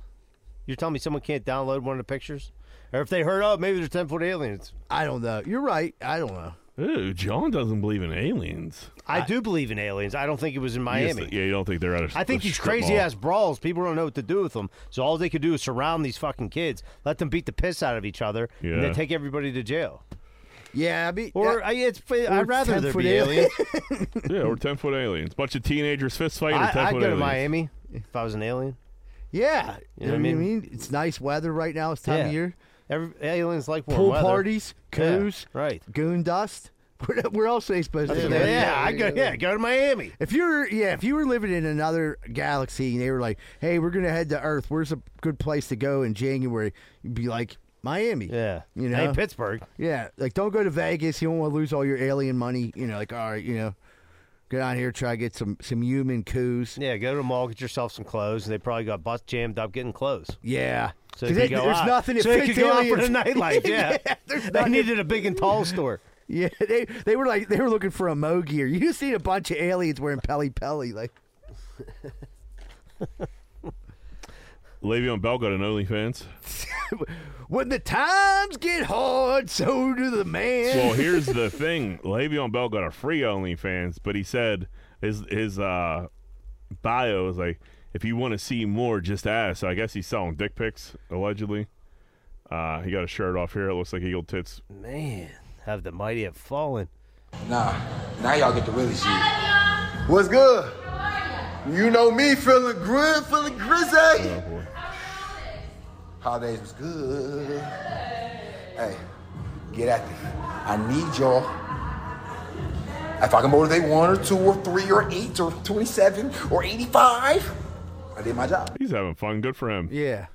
You're telling me someone can't download one of the pictures, or if they heard, oh, maybe there's ten foot aliens. I don't know. You're right. I don't know. Ooh, John doesn't believe in aliens. I, do believe in aliens. I don't think it was in You Miami. just- yeah, you don't think they're out of I think these crazy ass brawls, people don't know what to do with them. So all they could do is surround these fucking kids, let them beat the piss out of each other, and Yeah. then take everybody to jail. Yeah, I mean, Or yeah, I, it's, I'd rather there 10-foot be aliens. aliens. Yeah, or 10 foot aliens. Bunch of teenagers fist fighting. I, or 10 I'd foot go aliens. to Miami if I was an alien. yeah. You know what I mean? It's nice weather right now. It's time Yeah. of year. Every, aliens like warm Pool weather. parties, Yeah, coos, right? goon dust. Where, where else are they supposed to Yeah, go? I go. Yeah, go to Miami. If you're yeah, if you were living in another galaxy and they were like, "Hey, we're gonna head to Earth. Where's a good place to go in January?" You'd be like, "Miami." Yeah, You hey know? Pittsburgh. Yeah, like don't go to Vegas. You don't want to lose all your alien money. You know, like all right, you know, go down here try to get some some human coos. Yeah, go to the mall, get yourself some clothes, and they probably got bus jammed up getting clothes. Yeah, So 'Cause they they- could go there's out. nothing that so they fits could go out for the aliens. nightlife. Yeah, there's they nothing. needed a big and tall store. yeah, they they were like they were looking for a mo gear. You just see a bunch of aliens wearing peli peli. Like Le'Veon Bell got an OnlyFans. When the times get hard, so do the man. Well, here's the thing: Le'Veon Bell got a free OnlyFans, but he said his his uh, bio is like, if you want to see more, just ask. So I guess he's selling dick pics allegedly. Uh, he got a shirt off here. It looks like eagle tits. Man, have the mighty have fallen. Nah, now y'all get to really see. it. What's good? You know me, feeling good, feeling grizzy. Oh boy. Holidays was good. Hey, get at me. I need y'all. If I can motivate one or two or three or eight or 27 or 85, I did my job. He's having fun. Good for him. yeah.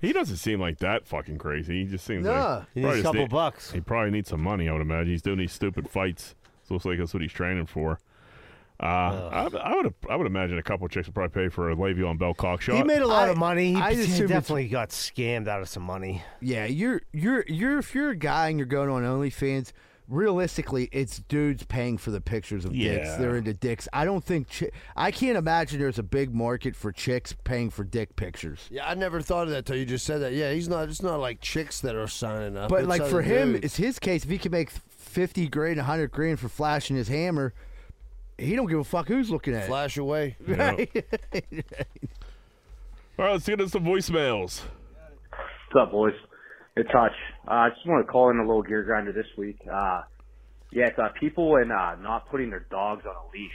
He doesn't seem like that fucking crazy. He just seems No, like he probably needs a just couple bucks. He probably needs some money, I would imagine. He's doing these stupid fights. So looks like that's what he's training for. Uh, I, I would I would imagine a couple chicks would probably pay for a Le'Veon Bell cock shot. He made a lot I- of money. He I he assume it's- definitely got scammed out of some money. Yeah, you're you're you're if you're a guy and you're going on OnlyFans, realistically, it's dudes paying for the pictures of dicks. Yeah. They're into dicks. I don't think chi- I can't imagine there's a big market for chicks paying for dick pictures. Yeah, I never thought of that till you just said that. Yeah, he's not. It's not like chicks that are signing up. But It's like other for him, dudes. it's his case. If he can make fifty grand, hundred grand for flashing his hammer, he don't give a fuck who's looking at flash away. Yeah. All right, let's get into some voicemails. What's up, boys? It's Hutch. Uh, I just want to call in a little gear grinder this week. Uh, yeah, it's uh, people and uh, not putting their dogs on a leash,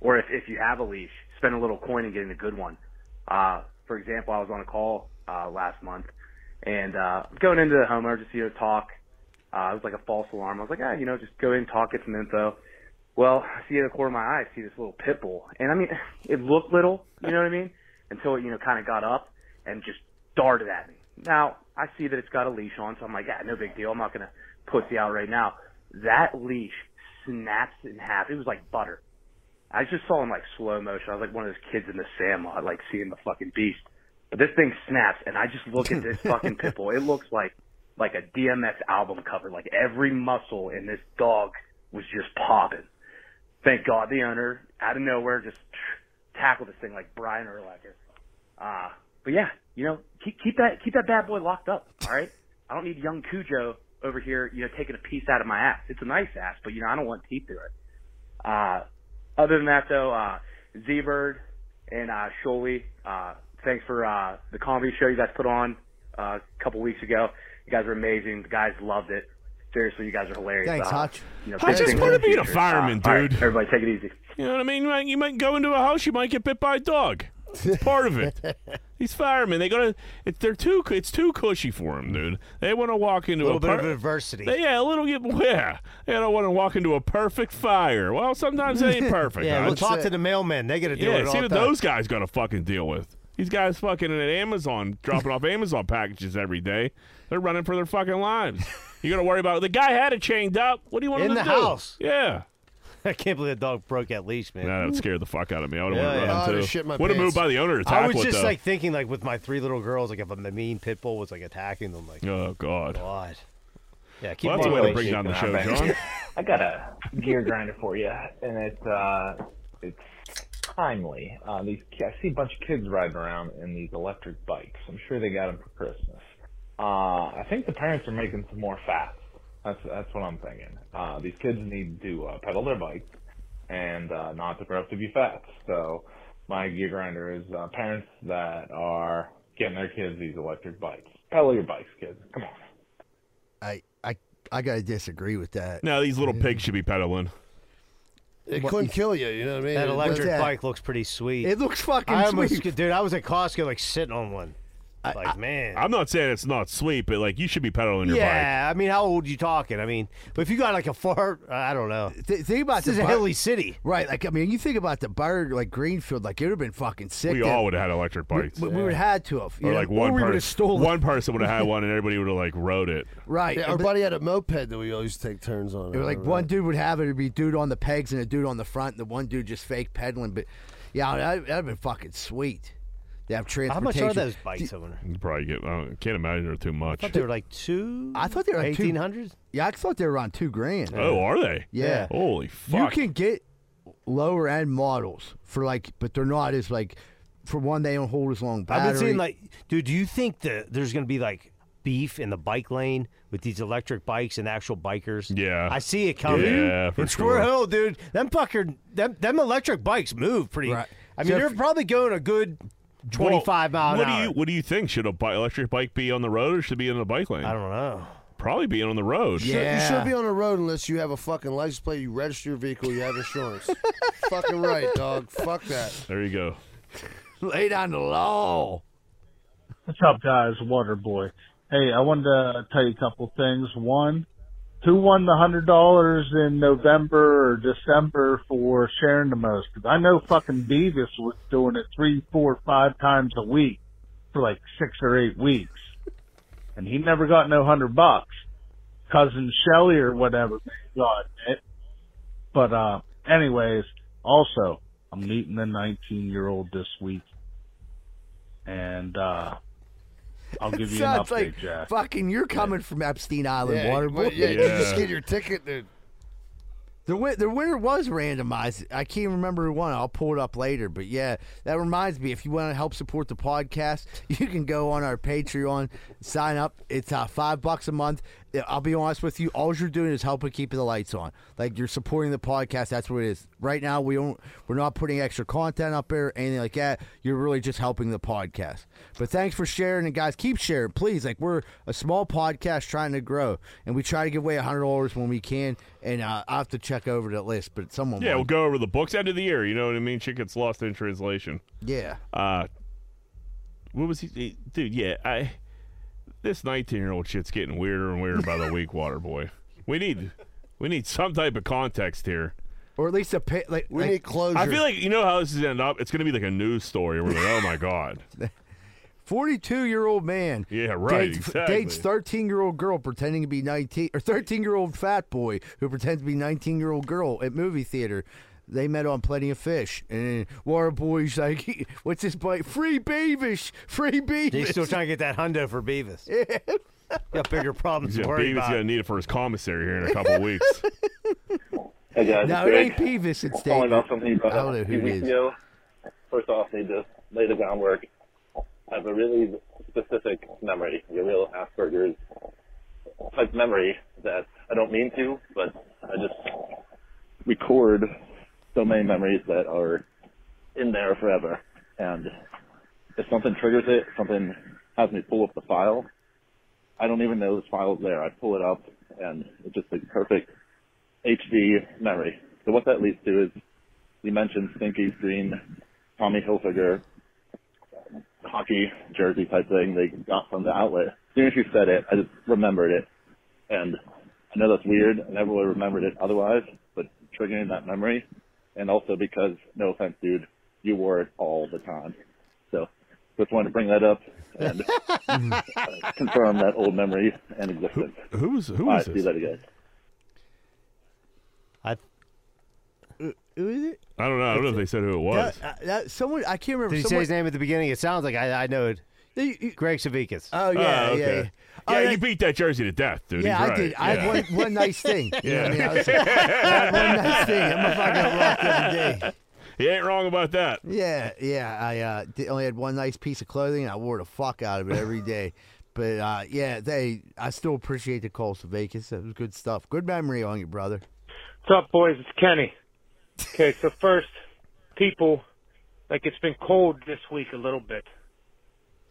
or if, if you have a leash, spend a little coin and getting a good one. Uh, for example, I was on a call uh, last month, and uh, going into the home emergency to talk. Uh, it was like a false alarm. I was like, ah, you know, just go in, talk, get some info. Well, I see in the corner of my eye, I see this little pit bull. And I mean, it looked little, you know what I mean? Until it, you know, kind of got up and just darted at me. Now, I see that it's got a leash on, so I'm like, yeah, no big deal. I'm not going to pussy out right now. That leash snaps in half. It was like butter. I just saw him like slow motion. I was like one of those kids in the sandlot, like seeing the fucking beast. But this thing snaps, and I just look at this fucking pit bull. It looks like like a DMX album cover. Like every muscle in this dog was just popping. Thank God the owner out of nowhere just tackled this thing like Brian Urlacher. Uh, but yeah, you know, keep keep that keep that bad boy locked up. All right, I don't need young Cujo over here, you know, taking a piece out of my ass. It's a nice ass, but you know, I don't want teeth through it. Uh, other than that, though, uh, Z Bird and uh, Sholey, uh, thanks for uh, the comedy show you guys put on uh, a couple weeks ago. You guys were amazing. The guys loved it. Seriously, you guys are hilarious. Thanks, uh, Hutch. You know, Hutch, big just things wanna in the be a future. fireman, all right, dude. everybody, take it easy. You know what I mean? Like, you might go into a house, you might get bit by a dog. It's part of it. These firemen, they gotta. It, they're too. It's too cushy for them, dude. They want to walk into A little bit par- of adversity. They- yeah, a little bit. Yeah, they don't want to walk into a perfect fire. Well, sometimes they ain't perfect. yeah, huh? we'll talk to the mailmen. They got to deal Yeah, with it see all what the time. those guys got to fucking deal with. These guys fucking at Amazon dropping off Amazon packages every day. They're running for their fucking lives. You got to worry about the guy had it chained up. What do you want In him to the do? house. Yeah. I can't believe the dog broke that leash, man. Nah, that would scare the fuck out of me. I would have Yeah, yeah, yeah. I run would've too. shit my Would have moved pants. by the owner to I tackle was it, just though. like thinking, like with my three little girls, like if a mean pit bull was like attacking them, like oh god. God. Yeah, keep Well, that's a them way away. to bring down the show, John. I got a gear grinder for you, and it's uh, it's timely. Uh, these ki- I see a bunch of kids riding around in these electric bikes. I'm sure they got them for Christmas. Uh, I think the parents are making some more fats. That's that's what I'm thinking. Uh, these kids need to uh, pedal their bikes and uh, not to grow up to be fat. So my gear grinder is uh, parents that are getting their kids these electric bikes. Pedal your bikes, kids. Come on. I I I gotta disagree with that. No, these little pigs should be peddling. It couldn't kill you. You know what I mean? That It electric that? bike looks pretty sweet. It looks fucking I sweet. almost, dude, I was at Costco like sitting on one. Like man, I'm not saying it's not sweet, but like you should be pedaling your bike. yeah. I mean, how old you talking? I mean, but if you got like a fart, uh, I don't know. Th- think about This is the a bu- hilly city. right? Like I mean, you think about the bird like Greenfield, like it would have been fucking sick. We to- all would have had electric bikes. We, we would have had to have, you or know, like one or we would person, have stolen, one person would have had one, and everybody would have like rode it. right? Yeah, our buddy had a moped that we always take turns on. It Uh. was like one dude would have it. It'd be dude on the pegs and a dude on the front, and the one dude just fake pedaling. But yeah, that would have been fucking sweet. They have How transportation. much are those bikes? I wonder. I You probably get. I don't- can't imagine they're too much. thought they were like two. I thought they were like two- eighteen hundreds. Yeah, I thought they were on two grand. oh, are they? Yeah. Holy you fuck! can get lower end models for like, but they're not as like for one, they don't hold as long. Battery. I've been seeing like, dude, do you think that there's going to be like beef in the bike lane with these electric bikes and actual bikers? Yeah. I see it coming. Yeah, for in Squirrel sure. Hill, dude, them fucker, them, them electric bikes move pretty. Right. I mean, So they're if- probably going a good Well, twenty-five mile What an hour. do you What do you think? Should a bi- electric bike be on the road or should it be in the bike lane? I don't know. Probably be on the road. Yeah. Should- You should be on the road unless you have a fucking license plate, you register your vehicle, you have insurance. fucking right, dog. Fuck that. There you go. lay down the law. What's up, guys? Water boy. Hey, I wanted to tell you a couple things. One, who won the hundred dollars in November or December for sharing the most? 'Cause I know fucking Beavis was doing it three, four, five times a week for like six or eight weeks, and he never got no hundred bucks. Cousin Shelly or whatever got it. But uh, anyways, also I'm meeting a 19 year old this week, and uh, I'll give you an Sounds update, like Jack. fucking you're coming from Epstein Island, Yeah, water boy. but yeah, you Yeah. just get your ticket, dude. The win- the winner was randomized. I can't remember who won. I'll pull it up later. But yeah, that reminds me. If you want to help support the podcast, you can go on our Patreon, sign up. It's uh, five bucks a month. Yeah, I'll be honest with you. All you're doing is helping keep the lights on. Like you're supporting the podcast. That's what it is. Right now, we don't. We're not putting extra content up there, or anything like that. You're really just helping the podcast. But thanks for sharing, and guys, keep sharing, please. Like we're a small podcast trying to grow, and we try to give away hundred dollars when we can. And uh, I have to check over that list, but someone, Yeah, won. we'll go over the books end of the year. You know what I mean? Shit gets lost in translation. yeah, Uh, what was he, he- dude? Yeah, I. This nineteen-year-old shit's getting weirder and weirder by the week, water boy. We need, we need some type of context here. or at least a pay, like, We like- need closure. I feel like you know how this is gonna end up. It's gonna be like a news story. Where we're like, oh my god, 42 year old man. Yeah, right, Dates, exactly. 13 year old girl pretending to be 19, or 13 year old fat boy who pretends to be 19 year old girl at movie theater. They met on Plenty of Fish. And Water Boy's like, what's his bite? Free Beavish! Free They Beavish! still trying to get that hundo for Beavis. Got bigger problems yeah, to worry Beavis about. gonna need it for his commissary here in a couple weeks. Hey guys, no, it's Greg. it ain't Beavis, Calling it's David. about something you brought I don't up know a who few it weeks is. ago. First off, need to lay the groundwork. I have a really specific memory, a real Asperger's type memory that I don't mean to, but I just record so many memories that are in there forever. And if something triggers it, something has me pull up the file. I don't even know this file's there. I pull it up, and it's just like perfect HD memory. So what that leads to is you mentioned Stinky Green, Tommy Hilfiger, hockey jersey type thing they got from the outlet. As soon as you said it, I just remembered it. And I know that's weird. I never would have remembered it otherwise, but triggering that memory. And also because, no offense, dude, you wore it all the time. So just wanted to bring that up and uh, confirm that old memory and existence. who was who All right, was see you this? later, guys. I, Uh, Who is it? I don't know. I don't know if they said who it was. That, uh, that, someone, I can't remember. did he say someone, his name at the beginning? It sounds like I, I know it. They- you- Greg Savikas. oh, yeah, Oh, yeah, okay. yeah. Oh, Yeah, that- you beat that jersey to death, dude. Yeah, He's I right. did. I Yeah. had one, one nice thing. You know what I mean? I was like, yeah, one nice thing. I'm a fucking rock every day. you ain't wrong about that. Yeah, yeah. I uh, di- only had one nice piece of clothing, and I wore the fuck out of it every day. but uh, yeah, they. I still appreciate the calls to Vegas. That was good stuff. Good memory on you, brother. What's up, boys? It's Kenny. Okay, so first, people, like it's been cold this week a little bit.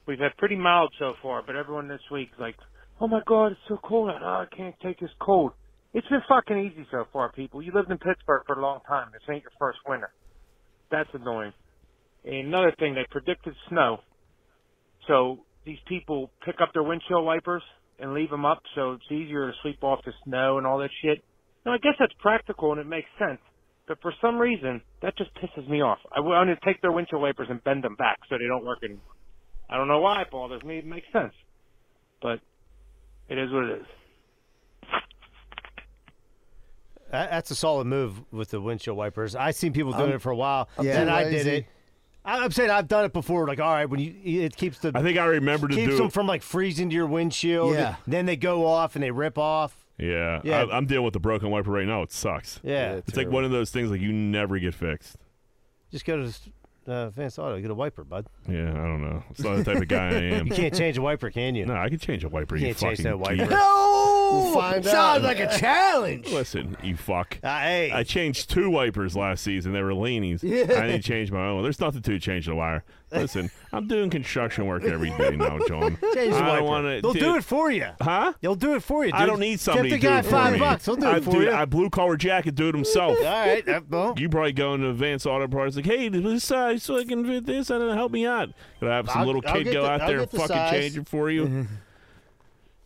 We've had pretty mild so far, but everyone this week is like, oh my god, it's so cold out. Oh, I can't take this cold. It's been fucking easy so far, people. You lived in Pittsburgh for a long time. This ain't your first winter. That's annoying. And another thing, they predicted snow. So these people pick up their windshield wipers and leave them up so it's easier to sweep off the snow and all that shit. Now, I guess that's practical and it makes sense, but for some reason, that just pisses me off. I want to take their windshield wipers and bend them back so they don't work anymore. I don't know why it bothers me. It makes sense. But it is what it is. That- That's a solid move with the windshield wipers. I've seen people doing it for a while, yeah. and I did lazy. it. I- I'm saying I've done it before. Like, all right, when you it keeps the I think I remember to keeps do. them from like freezing to your windshield. Yeah. Then they go off and they rip off. yeah, Yeah. I, I'm dealing with the broken wiper right now. It sucks. Yeah. it's like one of those things like you never get fixed. Just go to s- uh, Advanced Auto. Get a wiper, bud. Yeah, I don't know. It's not the type of guy I am. You can't change a wiper, can you? No, I can change a wiper. You You can't change fucking that wiper. geek. No, find sounds out. like a challenge. Uh, Listen, you fuck. hey. I changed two wipers last season. They were leanies. Yeah. I didn't change my own. There's nothing to change the wire. Listen, I'm doing construction work every day now, John. Change the I wiper. don't wanna, They'll do it for you. Huh? They'll do it for you. Dude. I don't need somebody Get to the guy do it for five me. bucks. He'll do I it for do- you. I blue collar jack could do it himself. All right, uh, well, You probably go into Advanced Auto Parts like, hey, this size, so I can fit this. I don't know, help me out. Could I have some I'll- little I'll kid get go the- out I'll there and get the fucking size. change it for you?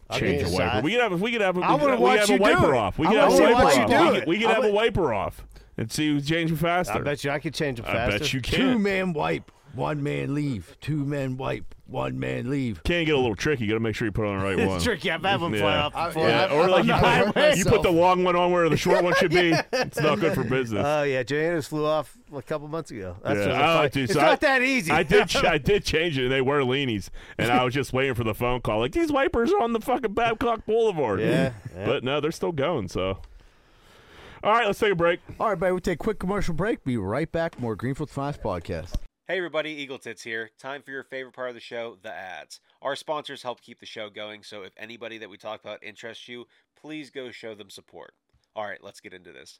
I'll change get a the wiper. size. We could have. We could have. I we wanna could- watch we could you have a do wiper it. off. We I could have a wanna see wiper what you off. do We it. could, we could I have a bet- wiper off and see who change it faster. I bet you I could change him I faster. bet you can. Two man wipe, one man leave. Two men wipe, one man leave. Can get a little tricky. You got to make sure you put on the right It's one. tricky. I've had one fly off Yeah. before. Yeah, I've- Or I've like not you, hurt put, you put myself. the long one on where the short one should be. It's not good for business. Oh yeah, Joanna's flew off a couple months ago. That's Yeah. what Oh, I like. dude, It's so not I- that easy. I did. ch- I did change it. and They were leanies, and I was just waiting for the phone call. Like these wipers are on the fucking Babcock Boulevard. Yeah, yeah. But no, they're still going. So. All right, let's take a break. All right, buddy, we'll take a quick commercial break. Be right back. More Greenfield Finance Podcast. Hey everybody, Eagle Tits here. Time for your favorite part of the show, the ads. Our sponsors help keep the show going, so if anybody that we talk about interests you, please go show them support. All right, let's get into this.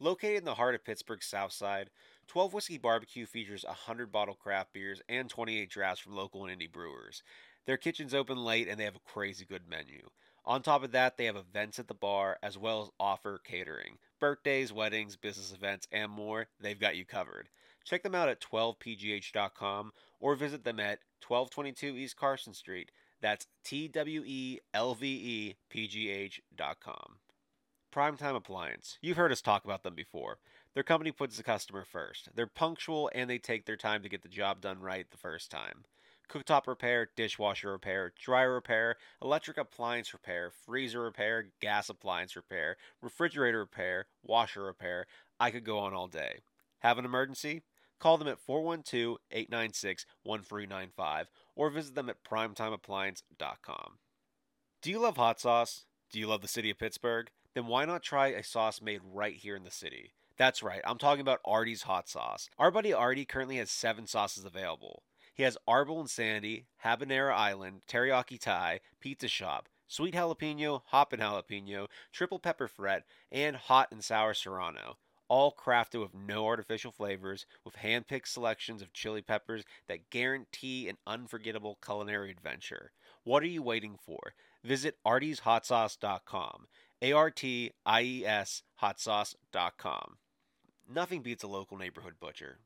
Located in the heart of Pittsburgh's South Side, 12 Whiskey Barbecue features 100 bottle craft beers and 28 drafts from local and indie brewers. Their kitchen's open late and they have a crazy good menu. On top of that, they have events at the bar as well as offer catering. Birthdays, weddings, business events, and more, they've got you covered. Check them out at 12pgh.com or visit them at 1222 East Carson Street. That's T W E L V E P G H dot com. Primetime Appliance. You've heard us talk about them before. Their company puts the customer first. They're punctual and they take their time to get the job done right the first time. Cooktop repair, dishwasher repair, dryer repair, electric appliance repair, freezer repair, gas appliance repair, refrigerator repair, washer repair. I could go on all day. Have an emergency? Call them at 412 896 1395 or visit them at primetimeappliance.com. Do you love hot sauce? Do you love the city of Pittsburgh? Then why not try a sauce made right here in the city? That's right, I'm talking about Artie's hot sauce. Our buddy Artie currently has seven sauces available. He has Arbol and Sandy, Habanero Island, Teriyaki Thai, Pizza Shop, Sweet Jalapeno, Hop and Jalapeno, Triple Pepper Fret, and Hot and Sour Serrano. All crafted with no artificial flavors, with hand picked selections of chili peppers that guarantee an unforgettable culinary adventure. What are you waiting for? Visit artieshotsauce.com. A R T I E S hotsauce.com. Nothing beats a local neighborhood butcher.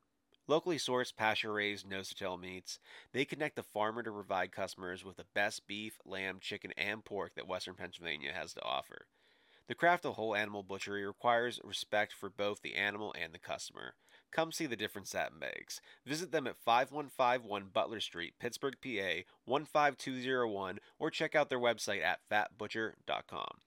Locally sourced, pasture raised, no satel meats, they connect the farmer to provide customers with the best beef, lamb, chicken, and pork that Western Pennsylvania has to offer. The craft of whole animal butchery requires respect for both the animal and the customer. Come see the difference that makes. Visit them at 5151 Butler Street, Pittsburgh, PA 15201 or check out their website at fatbutcher.com.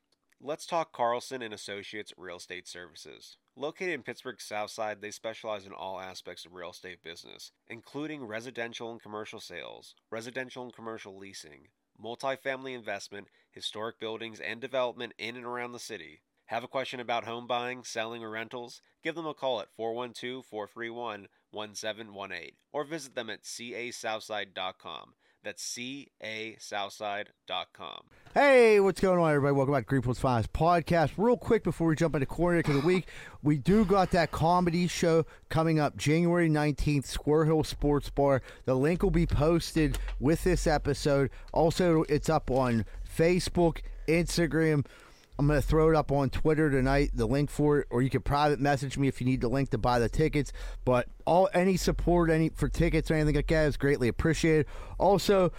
Let's talk Carlson and Associates Real Estate Services. Located in Pittsburgh's South Side, they specialize in all aspects of real estate business, including residential and commercial sales, residential and commercial leasing, multifamily investment, historic buildings and development in and around the city. Have a question about home buying, selling, or rentals? Give them a call at 412 431 1718 or visit them at casouthside.com. That's casouthside.com. Hey, what's going on, everybody? Welcome back to Greenfield's Finest Podcast. Real quick before we jump into Corner of the Week, we do got that comedy show coming up January 19th, Square Hill Sports Bar. The link will be posted with this episode. Also, it's up on Facebook, Instagram. I'm going to throw it up on Twitter tonight, the link for it, or you can private message me if you need the link to buy the tickets. But all any support any for tickets or anything like that is greatly appreciated. Also,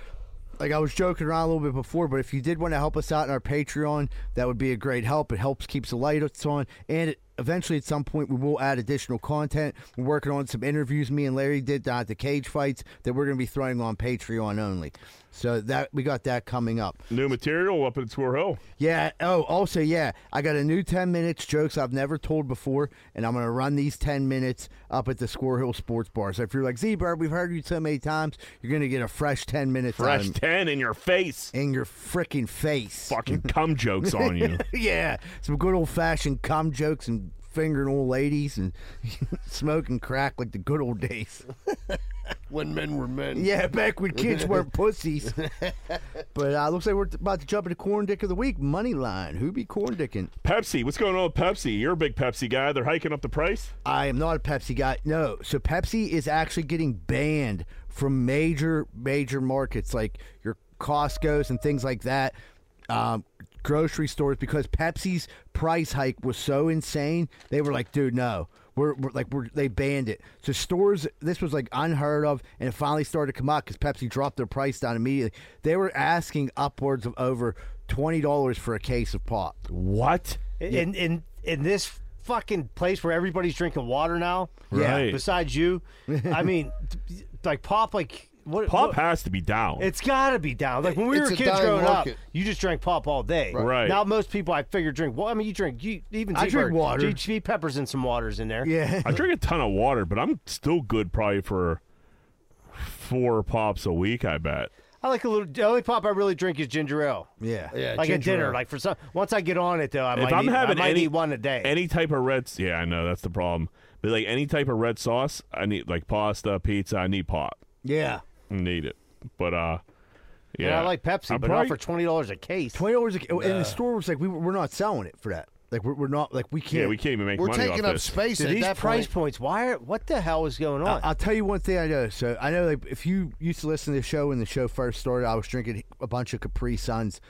like I was joking around a little bit before, but if you did want to help us out in our Patreon, that would be a great help. It helps keeps the lights on, and it, eventually at some point we will add additional content. We're working on some interviews me and Larry did down at the cage fights that we're going to be throwing on Patreon only. So that we got that coming up. New material up at Square Hill. Yeah. Oh, also, yeah, I got a new 10 minutes jokes I've never told before, and I'm going to run these 10 minutes up at the Square Hill Sports Bar. So if you're like, Z Bird, we've heard you so many times, you're going to get a fresh 10 minutes out Fresh of me. ten in your face. in your freaking face. Fucking cum jokes on you. yeah. Some good old fashioned cum jokes and fingering old ladies and smoking crack like the good old days. when men were men. Yeah, back when kids weren't pussies. But uh, looks like we're about to jump into corn dick of the week money line. Who be corn dicking? Pepsi, what's going on with Pepsi? You're a big Pepsi guy. They're hiking up the price. I am not a Pepsi guy. No. So Pepsi is actually getting banned from major, major markets like your Costco's and things like that, um, grocery stores, because Pepsi's price hike was so insane. They were like, dude, no. We're, we're like we're, they banned it. So stores, this was like unheard of, and it finally started to come out because Pepsi dropped their price down immediately. They were asking upwards of over twenty dollars for a case of pop. What? In in in this fucking place where everybody's drinking water now. Yeah. Right. Besides you, I mean, like pop, like what? Pop what- has to be down. It's got to be down. Like when we It's were a kids dying growing market. up, you just drank pop all day. Right. Right. Now most people, I figure, drink. Well, I mean, you drink. You even I drink T-Bird, water. GHB peppers and some waters in there. I drink a ton of water, but I'm still good probably for four pops a week, I bet. I like a little. The only pop I really drink is ginger ale. Yeah. Yeah, Like at ginger dinner, ale. like for some. Once I get on it though, I if might. I'm eat, having I might any eat one a day. any type of red, yeah, I know that's the problem. But like any type of red sauce, I need like pasta, pizza. I need pop. Yeah. I need it. But uh, yeah, Yeah, I like Pepsi, I'm but probably- not for twenty dollars a case. Twenty dollars, and Yeah. the store was like, we, "We're not selling it for that. Like, we're, we're not like we can't. we can't even make Dude, these price points. Why? Are, what the hell is going on? I- I'll tell you one thing I know. So I know like, if you used to listen to the show when the show first started, I was drinking a bunch of Capri Suns.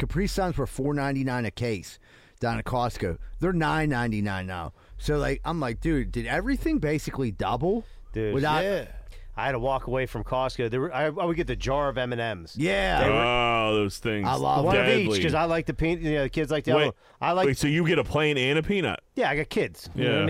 Capri Suns were four ninety nine a case down at Costco. They're nine ninety nine now. So like I'm like, dude, did everything basically double? Dude, Without- I had to walk away from Costco. There were, I, I would get the jar of M and M's. Yeah. Oh, those things. one deadly. of each because I like the peanut. You know, the kids like the. Wait, other- I like. Wait, so you get a plain and a peanut? yeah, I got kids. You yeah, know what I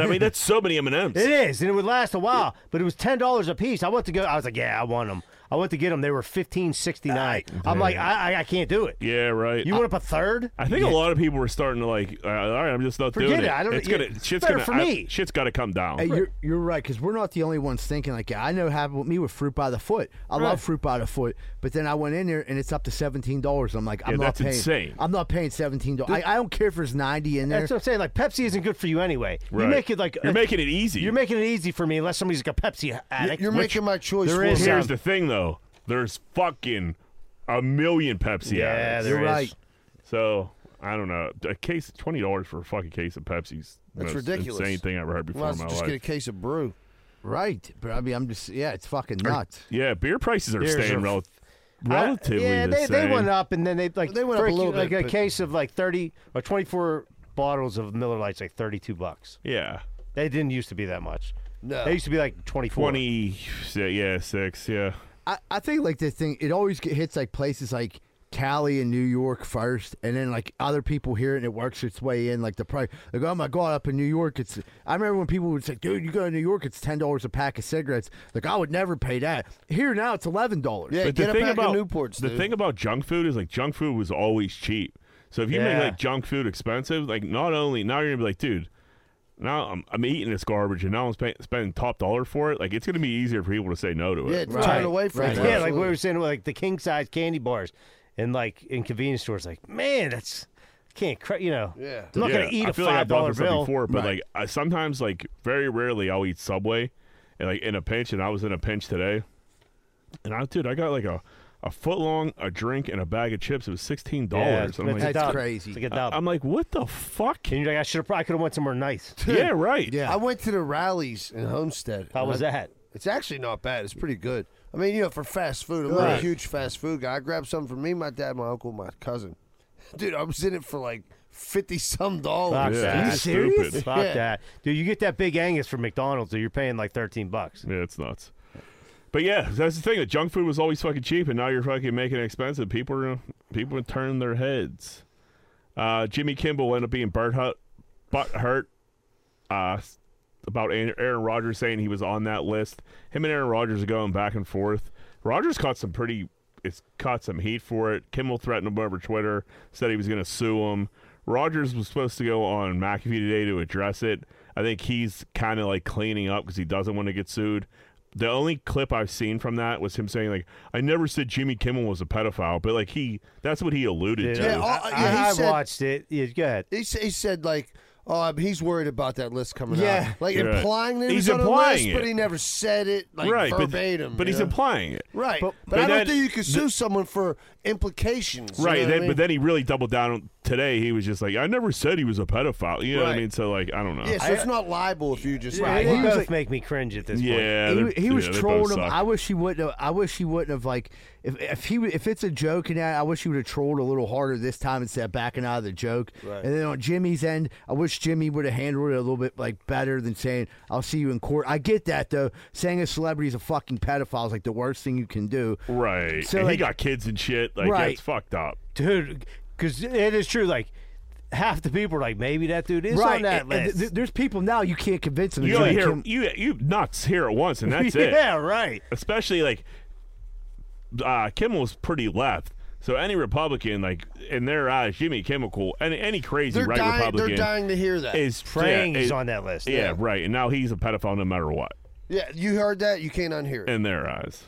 I mean that's so many M and M's. It is, and it would last a while, but it was ten dollars a piece. I went to go. I was like, yeah, I want them. I went to get them. They were fifteen sixty nine. I'm like, I, I, I can't do it. Yeah, right. You want up a third? I think Yeah. a lot of people were starting to like. Uh, all right, I'm just not Forget doing it. it, I don't- It's yeah, gonna. it's Shit's better gonna. for I- me. shit's gotta come down. Hey, you're, you're right because we're not the only ones thinking like that. I know it happened with me with fruit by the foot. I Right. love fruit by the foot, but then I went in there and it's up to seventeen dollars. I'm like, I'm Yeah, not that's paying. insane. I'm not paying seventeen dollars. I, I don't care if it's ninety in there. That's what I'm saying. Like Pepsi isn't good for you anyway. Right. You make it like You're making it easy. You're making it easy for me unless somebody's like a Pepsi addict. Which- There is Here's some. the thing, though. There's fucking a million Pepsi. Yeah, addicts. there You're is. right. So I don't know. A case twenty dollars for a fucking case of Pepsi's. the That's most ridiculous. Insane thing I've ever heard before Might in as my well life. just get a case of brew. Right, but I mean, I'm just yeah, it's fucking nuts. Yeah, beer prices are Beers staying are- rel- I- relatively yeah, the they, same. they went up and then they like They went up for a little like bit, a but- case of like thirty or twenty four bottles of Miller Lights like thirty two bucks. Yeah, they didn't used to be that much. No. they used to be like twenty four. Twenty. Yeah, six. Yeah. I, I think like the thing it always get, hits like places like Cali and New York first, and then like other people hear it and it works its way in. Like the price, like oh my god, up in New York, it's. I remember when people would say, "Dude, you go to New York, it's ten dollars a pack of cigarettes." Like I would never pay that. Here now, it's eleven dollars. But the thing about the thing about junk food is like junk food was always cheap. So if you Yeah. make like junk food expensive, like not only now you're gonna be like, dude, now I'm, I'm eating this garbage and now I'm sp- spending top dollar for it. Like it's gonna be easier for people to say no to it. Yeah, like we were saying, like the king size candy bars, and like in convenience stores, like man, that's I can't, cra- you know, yeah. I'm not Yeah, gonna eat I a feel like five I've gone dollar through bill. something before, but like I, sometimes, like very rarely, I'll eat Subway, and like in a pinch. And I was in a pinch today, and I, dude, I got like a a foot long, a drink, and a bag of chips. It was sixteen dollars. it's- it's a dub. It's like a dub. I'm like, what the fuck? And you're like, I should have, I could have went somewhere nice. yeah, right. I went to the rallies in Homestead. How was that? It's actually not bad. It's pretty good. I mean, you know, for fast food, I'm not a Right. huge fast food guy. I grabbed something for me, my dad, my uncle, my cousin. Dude, I was in it for like fifty some Fuck dollars. that. Are you serious? Fuck Oh, Yeah. that. Dude, you get that big Angus from McDonald's, dude, you're paying like 13 bucks. Yeah, it's nuts. But yeah, that's the thing. That junk food was always fucking cheap, and now you're fucking making it expensive. People are people are turning their heads. Uh, Jimmy Kimball ended up being butt hurt, butt hurt uh, s- about Aaron Aaron Rodgers saying he was on that list. Him and Aaron Rodgers are going back and forth. Rodgers caught some pretty, it's caught some heat for it. Kimball threatened him over Twitter, said he was going to sue him. Rodgers was supposed to go on McAfee today to address it. I think he's kind of like cleaning up because he doesn't want to get sued. The only clip I've seen from that was him saying like, "I never said Jimmy Kimmel was a pedophile," but like he—that's what he alluded to. Yeah, all- yeah, he I, I said- watched it. Yeah, go ahead. He, s- he said like Oh, I- he's worried about that list coming out. Yeah. like You're right. implying that He's he's on a list, implying but it. he never said it like right, but- verbatim. But, you he's know? implying it. right. But, but I don't then- think you can sue someone for implications. you Right. know what then, I mean? But then he really doubled down on today. He was just like, I never said he was a pedophile. You know what I Right. mean? So, like, I don't know. yeah, so it's not libel if you just Right, Well, they that's- both make me cringe at this point. Yeah, he, they're- w- he was yeah, they both trolling him. suck. I wish he wouldn't. Have, I wish he wouldn't have like if if he w- if it's a joke and that I wish he would have trolled a little harder this time instead of backing out of the joke. Right. And then on Jimmy's end, I wish Jimmy would have handled it a little bit like better than saying "I'll see you in court." I get that though. Saying a celebrity's a fucking pedophile is like the worst thing you can do. Right. So, and he like- got kids and shit. Like, Right. that's fucked up. dude. Because it is true. Like half the people are like, maybe that dude is on that and- and list. th- there's people now you can't convince them. You that only you hear, can- you, you nuts hear it once, and that's it. yeah, right. especially like uh, Kimmel's pretty left. So any Republican, like in their eyes, Jimmy Kimmel, cool, any any crazy They're right dying. They're Republican dying to hear that. is Praying yeah, is is- on that list. Yeah, right. And now he's a pedophile no matter what yeah, you heard that. You can't unhear it. in their eyes.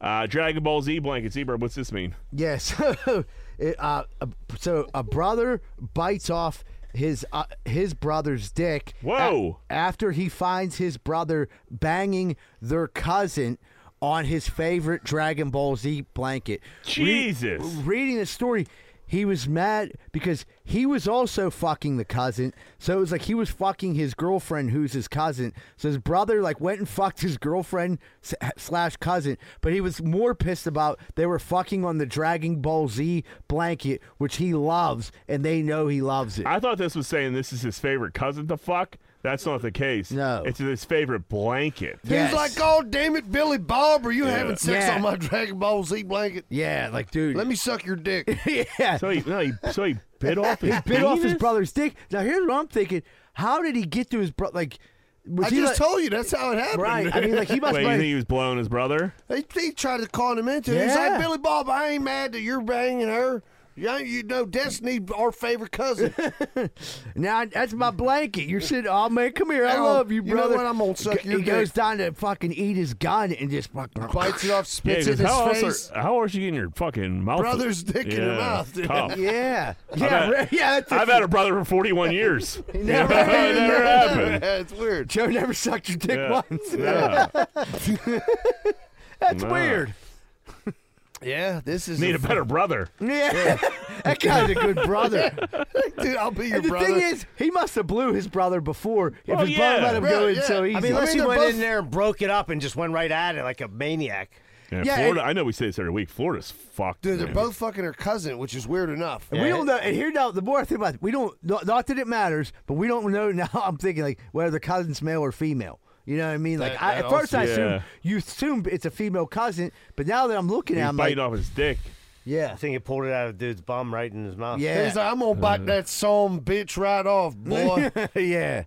Uh, Dragon Ball Z blanket zebra. What's this mean? Yeah, so, it, uh, a- so a brother bites off his uh, his brother's dick. a- Whoa. after he finds his brother banging their cousin on his favorite Dragon Ball Z blanket. Re- Jesus. reading the story, he was mad because he was also fucking the cousin. So it was like he was fucking his girlfriend, who's his cousin. So his brother like went and fucked his girlfriend s- slash cousin, but he was more pissed about they were fucking on the Dragon Ball Z blanket, which he loves, and they know he loves it. I thought this was saying this is his favorite cousin to fuck. That's not the case. No. it's his favorite blanket. Yes. He's like, oh damn it, Billy Bob, are you having sex Yeah. on my Dragon Ball Z blanket? yeah, like dude, Let me suck your dick. yeah. So he, no, he so he bit off his he bit off his penis? brother's dick. Now here's what I'm thinking: How did he get to his brother? Like, was I he just like, told you that's how it happened. right? I mean, like he must. Wait, you like, think he was blowing his brother? They, they tried to con him into it. He's Yeah. like, Billy Bob, I ain't mad that you're banging her. Yeah, you know, Destiny, our favorite cousin. now that's my blanket. You're sitting. Oh man, come here. I Now, love you, you know brother. what? I'm gonna suck He your goes dick. down to fucking eat his gun and just fucking Bites it off, Yeah, spits 'cause in his how face. else are, how else you getting your fucking mouth? Brother's dick in your mouth, dude. tough. Yeah, I've yeah, had- right, yeah. That's I've it. had a brother for 41 years. Never Yeah, happened. it never happened. Yeah, it's weird. Joe never sucked your dick Yeah. once. Yeah. That's Nah. weird. Yeah, this is. Need a better brother. Yeah, that guy's a good brother. dude, I'll be your and the brother. thing is, he must have blew his brother before. If Oh, his yeah. brother let him go Right, in yeah. so easy, I I mean, unless mean, he they're went both- in there and broke it up and just went right at it like a maniac. Yeah, Yeah, Florida, and- I know we say this every week. Florida's fucked. dude, they're man. both fucking her cousin, which is weird enough. And We don't know. And here now, the more I think about it, we don't. Not, not that it matters, but we don't know now. I'm thinking like whether the cousin's male or female. You know what I mean? Like That- I, that at first, I also- assume Yeah. you assume it's a female cousin, but now that I'm looking He's at, it, I'm like, biting off his dick. I yeah, think he pulled it out of dude's bum right in his mouth. Yeah. He's like, I'm gonna Uh, bite that some bitch right off, boy. yeah.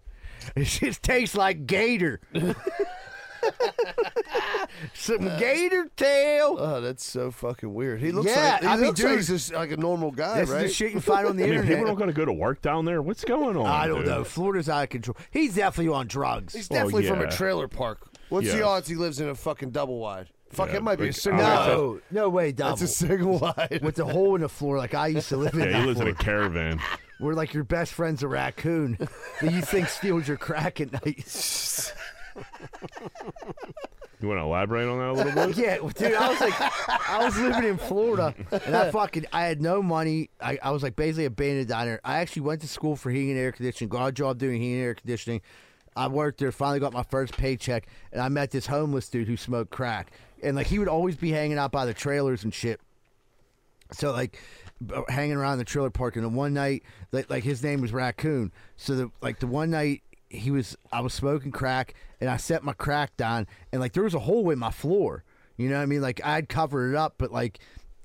It just tastes like gator. Some gator tail. Uh, oh, that's so fucking weird. He looks Yeah, like he I mean, looks like dude, he's just like a normal guy, This right? is the shit you find on the I mean, internet. people don't got to go to work down there. What's going on? I don't dude? know. Florida's out of control. He's definitely on drugs. He's Oh, definitely from yeah. a trailer park. What's the Yeah. odds he lives in a fucking double wide? Fuck, Yeah, it might be a like, single I wide. don't no, no way, double. That's a single wide. with the hole in the floor like I used to live in. Yeah, that he lives in floor. a caravan. We're like your best friend's a raccoon that you think steals your crack at night. You want to elaborate on that a little bit? yeah, well, dude, I was like, I was living in Florida and I fucking, I had no money. I, I was like basically abandoned down there. I actually went to school for heating and air conditioning, got a job doing heating and air conditioning. I worked there, finally got my first paycheck, and I met this homeless dude who smoked crack. And like he would always be hanging out by the trailers and shit. So like b- hanging around the trailer park, and the one night, like, like his name was Raccoon. So the like the one night he was, I was smoking crack, and I set my crack down, and like there was a hole in my floor. You know what I mean? Like I'd cover it up, but like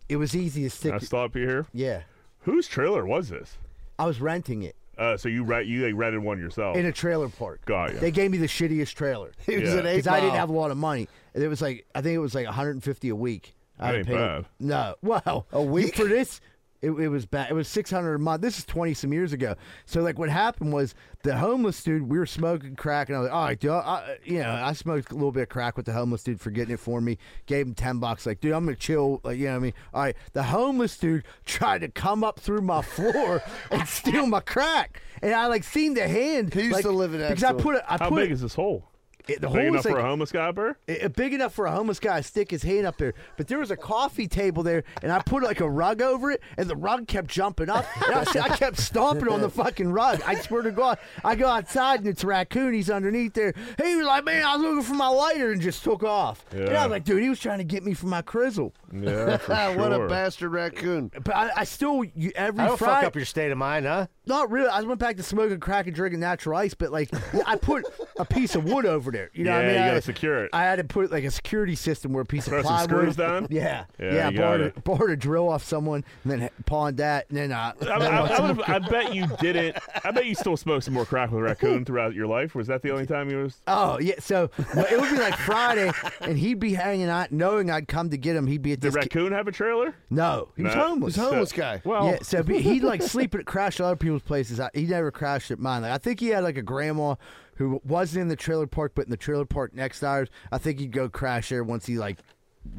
it was easy to stick. Can I stop you here? yeah, Whose trailer was this? I was renting it Uh, so you rent you like, rented one yourself? in a trailer park. Got ya. They gave me the shittiest trailer he was Oh, Yeah. an eight because I didn't mile. have a lot of money. And it was like I think it was like 150 a week. I That had ain't to pay- bad. No, wow, A week? for this. It, it was bad. It was six hundred a month. This is twenty some years ago. So like, what happened was the homeless dude. We were smoking crack, and I was like, all right, dude. I, I- you know, I smoked a little bit of crack with the homeless dude for getting it for me. Gave him ten bucks. Like, dude, I'm gonna chill. Like, you know what I mean? All right. The homeless dude tried to come up through my floor and steal my crack, and I like seen the hand. He used to live in because I put it. I How put big it- is this hole? it- big the hole enough was like- for a homeless guy, Burr? it- it big enough for a homeless guy to stick his hand up there. But there was a coffee table there, and I put like a rug over it, and the rug kept jumping up. And I, said- I kept stomping on the fucking rug. I swear to God, I go outside and it's raccoon. He's underneath there. He was like, "Man, I was looking for my lighter," and just took off. And I Yeah. was like, "Dude, he was trying to get me for my crizzle." Yeah, what a bastard raccoon! But I, I still you, every That'll fuck Friday- up your state of mind, huh? Not really. I went back to smoking crack and drinking natural ice, but like I put a piece of wood over there. You know, what Yeah, I mean, you I- gotta secure it. I had to put like a security system where a piece Throw of some plywood. screws down? Yeah, Yeah, yeah. you borrowed, gotta. a, borrowed a drill off someone, and then pawned that, and then uh, I. I, I, I would've- I bet you didn't. I bet you still smoked some more crack with raccoon throughout your life. Was that the only time you was? Oh yeah, so but it would be like Friday, and he'd be hanging out, knowing I'd come to get him. He'd be at Did this. raccoon have a trailer? No, he was No. homeless. He was a homeless guy. Well- yeah. So he- he'd like sleep at crash at other people's places. I, he never crashed at mine. Like I think he had like a grandma who wasn't in the trailer park, but in the trailer park next to ours. I think he'd go crash there once he like.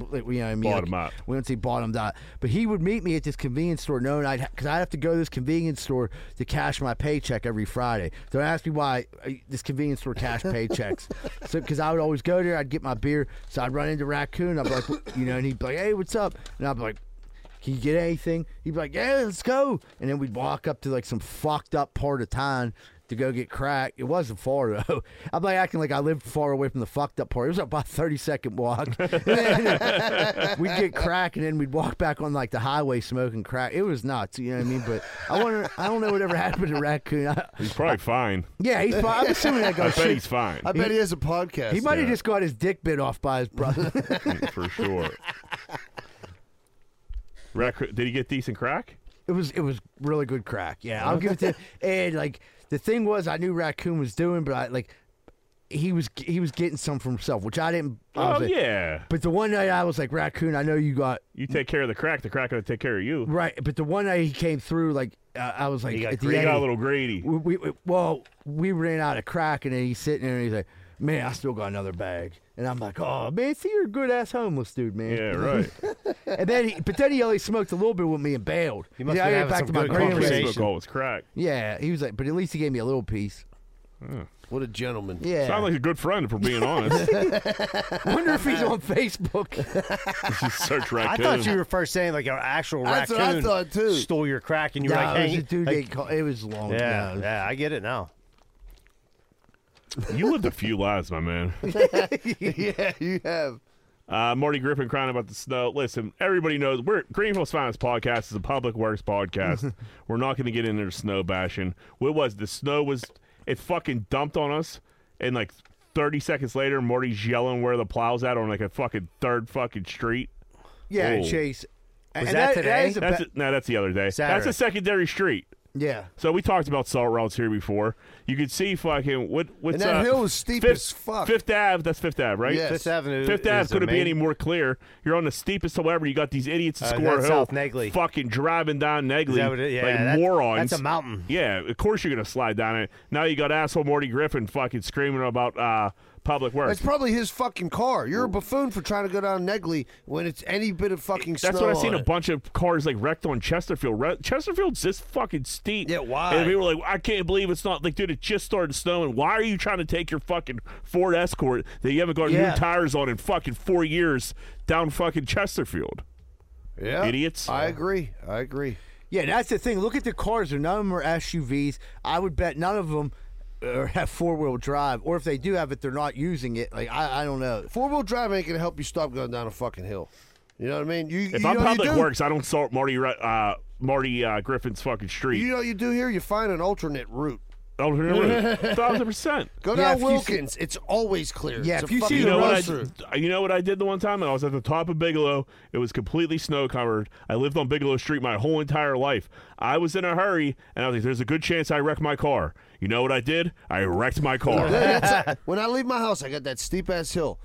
Like, you know what I mean? Bought like, him out. Once he bought him out. But he would meet me at this convenience store knowing I'd, because I'd have to go to this convenience store to cash my paycheck every Friday. Don't ask me why uh, this convenience store cash paychecks. so, because I would always go there, I'd get my beer. So I'd run into Raccoon. I'd be like, you know, and he'd be like, hey, what's up? And I'd be like, can you get anything? He'd be like, yeah, let's go. And then we'd walk up to like some fucked up part of town to go get crack. It wasn't far though. I'm like acting like I lived far away from the fucked up part. It was about a 30 second walk. we'd get crack and then we'd walk back on like the highway smoking crack. It was nuts, you know what I mean? But I wonder, I don't know whatever happened to Raccoon. I, He's probably fine. yeah, he's fine. I'm assuming that guy. I bet he's fine. I bet he has a podcast. He might have just got his dick bit off by his brother. for sure. Raccoon? Did he get decent crack? It was it was really good crack. Yeah, I'll give it to. And like the thing was, I knew Raccoon was doing, but I like he was he was getting some for himself, which I didn't. I was Oh like- yeah. But the one night I was like, Raccoon, I know you got You take care of the crack. The crack gonna take care of you. right. But the one night he came through, like uh, I was like, He at got, the greedy. end, He got a little greedy. we, we, we- well, we ran out of crack, and then he's sitting there and he's like, man, I still got another bag, and I'm like, oh man, see, you're a good ass homeless dude, man. Yeah, right. and then, he, but then he only smoked a little bit with me and bailed. You must Yeah, have I been having some get back to my good green room. conversation. Smoke all his crack. Yeah, he was like, but at least he gave me a little piece. What a gentleman! Yeah. Hmm. Sounds like a good friend, if we're being honest. Wonder if he's on Facebook. Just search I raccoon. thought you were first saying like an actual That's what raccoon I thought, too. stole your crack, and you were No, like, it was hey, a dude like- they call- it was long. yeah, no. yeah, I get it now. You lived a few lives, my man. yeah, you have. Uh, Marty Griffin crying about the snow. Listen, everybody knows we're Greenville's Finest Podcast is a public works podcast. we're not going to get into snow bashing. What was the snow was it fucking dumped on us, and like thirty seconds later, Marty's yelling where the plow's at on like a fucking third fucking street. Yeah, Whoa. Chase. and that today? is a That's ba- a, no, that's the other day. That's Saturday. a secondary street. yeah. So we talked about salt routes here before. You could see fucking what what's And that uh, hill is steep Fifth, as fuck. Fifth Ave, that's Fifth Ave, right? Yes. Fifth Avenue Fifth is Ave couldn't the be main- any more clear. You're on the steepest hill ever. You got these idiots at Uh, Square that's Hill, South Negley. fucking driving down Negley Is that what it- yeah, like that- morons. that's a mountain. Yeah, of course you're gonna slide down it. Now you got asshole Morty Griffin fucking screaming about uh, public works. That's probably his fucking car. You're a buffoon for trying to go down Negley when it's any bit of fucking snow. That's what I've seen a on it. bunch of cars like wrecked on Chesterfield. Re- Chesterfield's just fucking steep. Yeah, why? And people were like, I can't believe it's not like, dude, it just started snowing. Why are you trying to take your fucking Ford Escort that you haven't got Yeah. new tires on in fucking four years down fucking Chesterfield? yeah. idiots. I agree. I agree. Yeah, that's the thing. Look at the cars. None of them are SUVs. I would bet none of them uh, have four wheel drive, or if they do have it, they're not using it. Like I, I don't know. Four wheel drive ain't gonna help you stop going down a fucking hill. You know what I mean? You, If you I'm know what you public do? works, I don't salt Marty Ru- uh, Marty uh, Griffin's fucking street. you know what you do here. You find an alternate route. oh, really? Thousand percent. Go Yeah, down if you see- Wilkins. it's always clear. Yeah, It's a if you see fucking You know, road what I, through. d- you know what I did the one time? I was at the top of Bigelow. It was completely snow covered. I lived on Bigelow Street my whole entire life. I was in a hurry, and I was like, there's a good chance I wrecked my car. You know what I did? I wrecked my car. That's it. when I leave my house, I got that steep ass hill.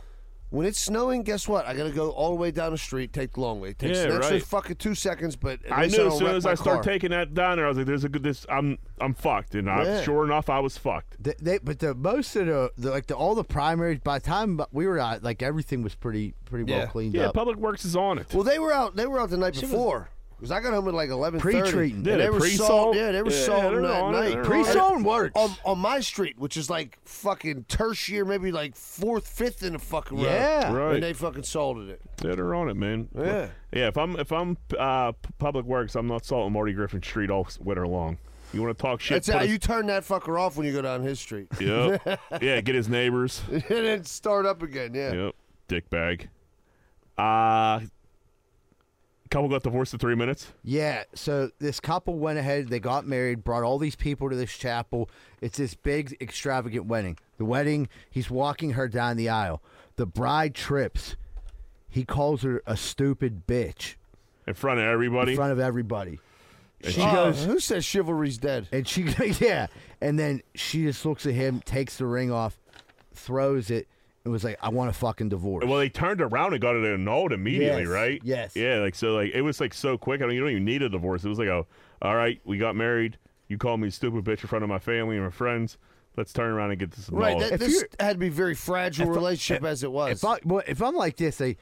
When it's snowing, guess what? I gotta go all the way down the street, take the long way. It takes Yeah, an extra right. fucking two seconds, but at I least knew don't as soon wreck as my I start car. taking that down there, I was like, "There's a good this. I'm I'm fucked." And I, Yeah. sure enough, I was fucked. They, they but the most of the, the like the all the primaries by the time we were out, like everything was pretty pretty well cleaned yeah. up. Public Works is on it. Well, they were out. They were out the night She was- before. Because I got home at like eleven Pre-treating. and Yeah, they they were pre-salt. salt. Yeah, they were Yeah, salt they're that on it, night. they're on it. Pre-salt works. on, on my street, which is like fucking tertiary, maybe like fourth, fifth in the fucking row. Yeah. Right. and they fucking salted it. Yeah, they're on it, man. Yeah. yeah. If I'm if I'm uh, p- Public Works, I'm not salting Marty Griffin Street all s- winter long. You want to talk shit? That's put how us- you turn that fucker off when you go down his street. Yep. yeah. Get his neighbors. and then start up again. Yeah. Yep. Dick bag. Uh couple got divorced in three minutes. Yeah, so this couple went ahead, they got married, brought all these people to this chapel. It's this big, extravagant wedding. The wedding, he's walking her down the aisle. The bride trips. He calls her a stupid bitch in front of everybody. In front of everybody. And She she- goes, "Who says chivalry's dead?" And she goes, "Yeah." And then she just looks at him, takes the ring off, throws it, and was like, "I want a fucking divorce." Well, they turned around and got it annulled immediately, Yes, right? yes. Yeah, like so, like it was like so quick. I mean, you don't even need a divorce. It was like, oh, all right, we got married. You called me a stupid bitch in front of my family and my friends. Let's turn around and get this Right. annulled. That, this had to be a very fragile If I- relationship as it was. If I well, if I'm like this, they,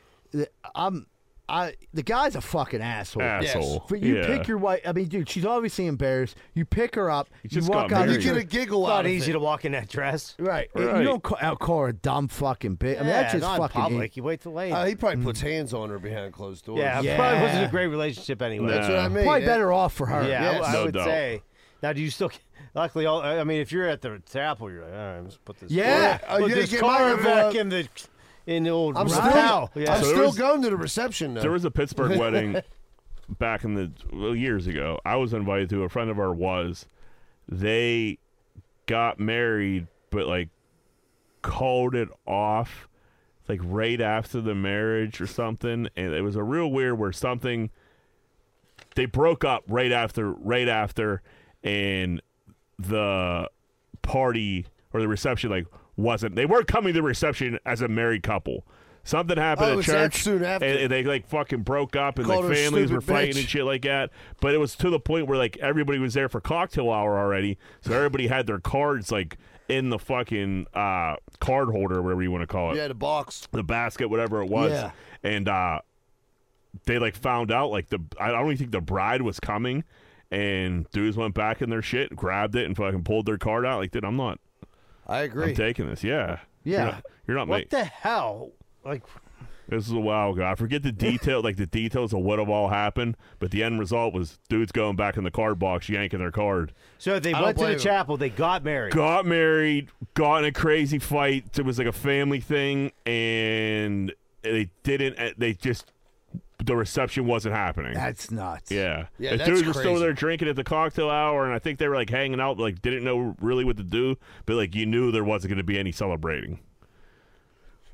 I'm I the guy's a fucking asshole. Asshole. Yes. But you Yeah. pick your wife. I mean, dude, she's obviously embarrassed. You pick her up. You, just walk got out. married. You get a giggle Not out of easy it. to walk in that dress. Right. Right. You don't call, out call her a dumb fucking bitch. I mean, that's Yeah, just not in fucking. public. You wait till later. Uh, he probably puts hands on her behind closed doors. Yeah, it probably wasn't a great relationship anyway. That's what I mean. Probably Yeah. better off for her. Yeah, I- Yes. I, No would doubt. say. Now, do you still? Luckily, all I mean, if you're at the chapel, you're like, all right, let's put this. Yeah. put Oh, you this get car my- back in the in the old I'm still, towel. Yeah. I'm So there still was- going to the reception though. There was a Pittsburgh wedding back in the well, years ago. I was invited to. A friend of ours was. They got married, but like called it off, like right after the marriage or something. And it was a real weird where something they broke up right after, right after, and the party or the reception like wasn't. They weren't coming to the reception as a married couple. Something happened Oh, it at was that church soon after. and- and they like fucking broke up, and Called her like a families stupid were fighting bitch. and shit like that. But it was to the point where like everybody was there for cocktail hour already, so everybody had their cards like in the fucking uh, card holder, whatever you want to call it, yeah, the box. the basket, whatever it was, Yeah. and uh, they like found out like the I don't even think the bride was coming, and dudes went back in their shit, grabbed it, and fucking pulled their card out. Like, dude, I'm not. I agree. I'm taking this. Yeah. Yeah. You're not, you're not what ma- the hell? Like, this is a while ago. I forget the detail, like the details of what have all happened, but the end result was dudes going back in the card box, yanking their card. so they I don't went to the blame 'em. chapel. They got married. Got married, got in a crazy fight. It was like a family thing, and they didn't. They just the reception wasn't happening. That's nuts. Yeah, Yeah, The that's dudes were still crazy. there drinking at the cocktail hour, and I think they were like hanging out, like didn't know really what to do, but like you knew there wasn't going to be any celebrating.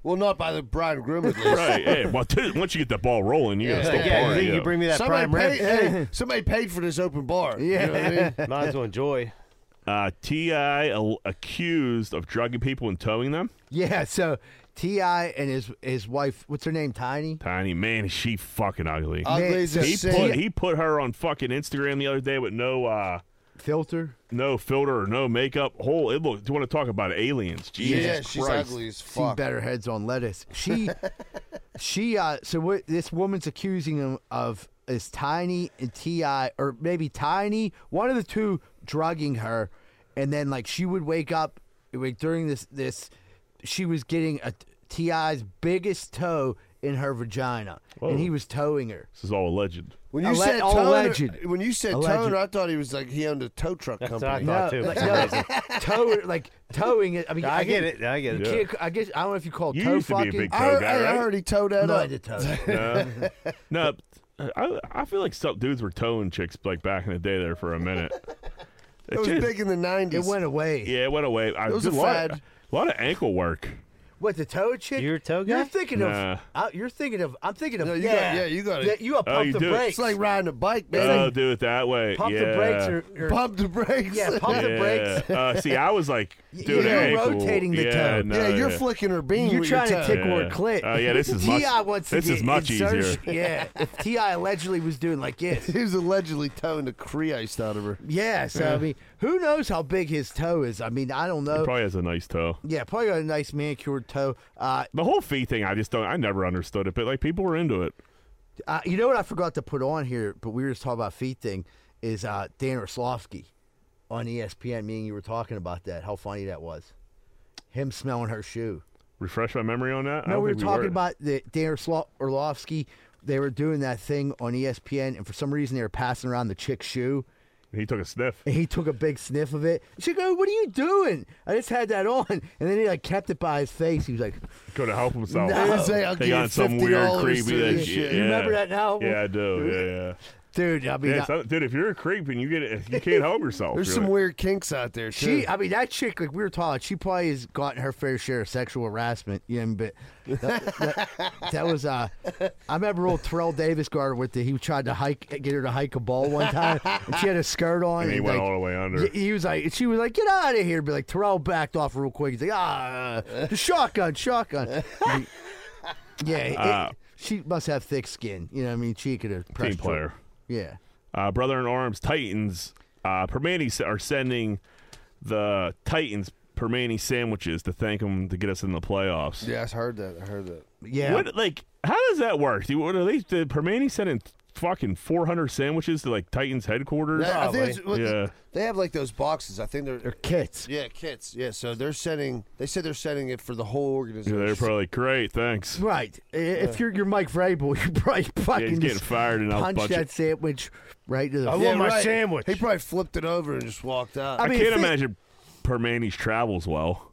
Well, not by the bride and groom. At least. right? Yeah. Well, dude, once you get that ball rolling, you gotta Yeah. still Yeah, you party, think you yeah. bring me that Somebody prime rib. paid- hey, somebody paid for this open bar. You know what I mean? Yeah. Might as well enjoy. Uh, Ti al- accused of drugging people and towing them. Yeah. So Ti and his his wife, what's her name? Tiny. Tiny man, is she fucking ugly. Ugly Man, as a he sin. put he put her on fucking Instagram the other day with no uh, filter, no filter, or no makeup. Whole it looked. Do you want to talk about aliens? Jesus Yeah, she's Christ. ugly as Seen fuck. better heads on lettuce. She, she. Uh, so what? This woman's accusing him of is Tiny and Ti, or maybe Tiny, one of the two, drugging her, and then like she would wake up like during this this, she was getting a Ti's biggest toe in her vagina, Whoa. and he was towing her. This is all alleged. When you Alle- said all toner, alleged. when you said Alleged. toner, I thought he was like he owned a tow truck That's what I company. thought, No, too. like, no, tow, like towing it. I mean, I guess- get it, I get it. Can't- I guess I don't know if you call it You toe used to be a fucking. big toe I heard- guy, hey, I right? heard he towed that no, up. I did tow. it. No, no. I, I feel like some dudes were towing chicks like back in the day there for a minute. It was big in the '90s. It went away. Yeah, it went away. I It was did a lot, fad. A lot of ankle work. What the toe chick? Your toe guy? You're thinking Nah. of. I, you're thinking of. I'm thinking of. No, you yeah, got- yeah, you got it. Yeah, you up Oh, pump you the do it. brakes. It's like riding a bike, Oh, do it that way. Pump yeah. the brakes or, or Pump the brakes. Yeah, pump the brakes. Yeah. Uh, see, I was like Y- doing you're ankle. rotating the yeah, toe. No, yeah, you're flicking her bean. You're with trying your to tick toe. more Yeah. clit. Oh, yeah, this is Ti much- wants to this is get much easier. insertion. Yeah, if Ti allegedly was doing like this. He was allegedly towing the crease out of her. Yeah, so I mean, who knows how big his toe is? I mean, I don't know. Probably has a nice toe. yeah, probably got a nice manicured toe. Uh, The whole feet thing, I just don't. I never understood it, but like people were into it. uh, you know what I forgot to put on here, but we were just talking about feet thing. Is uh, Dan Orlovsky on E ESPN? Me and you were talking about that. How funny that was. Him smelling her shoe. Refresh my memory on that. I No, don't we were think talking about the Dan Orlo- Orlovsky. They were doing that thing on E ESPN, and for some reason they were passing around the chick shoe, He took a sniff. and he took a big sniff of it. She go, "What are you doing?" I just had that on, and then he like kept it by his face. He was like, Could have helped himself. No. Didn't say, I'll they give got you some $50 weird to creepy do that this shit. shit. You remember yeah. that now? Yeah, I do. Yeah, yeah. "Dude, I mean, Yeah, I- some- dude, if you're a creep and you get it, you can't help yourself. There's really. some weird kinks out there too. She, I mean, that chick, like we were talking, she probably has gotten her fair share of sexual harassment. Yeah, but that, that- that was, uh, I remember old Terrell Davis guarded with the, he tried to hike, get her to hike a ball one time, and she had a skirt on. And he went like, all the way under. y- He was like, she was like, get out of here. Be like, Terrell backed off real quick. He's like, ah, the shotgun, shotgun. yeah, it- Ah. she must have thick skin. You know, what I mean, she could have team pressed her. player. Yeah. Uh, Brother in Arms Titans. Uh, Permani s- are sending the Titans Permani sandwiches to thank them to get us in the playoffs. yeah, I heard that. I heard that. Yeah. What like how does that work? Do what are they? Did Permani sending fucking four hundred sandwiches to like Titans headquarters? I think it's- what- Yeah. They have like those boxes. I think they're, They're kits. yeah kits. Yeah, so they're sending. They said they're sending it for the whole Yeah, organization. they're probably like, great, thanks. Right. I- If you're you're Mike Vrabel, you probably Yeah, fucking he's getting just fired and I'll punch bunch that it. sandwich right to the. I I, want my sandwich. He probably flipped it over and just walked out. I, mean, can't if it- imagine Permani's travels well.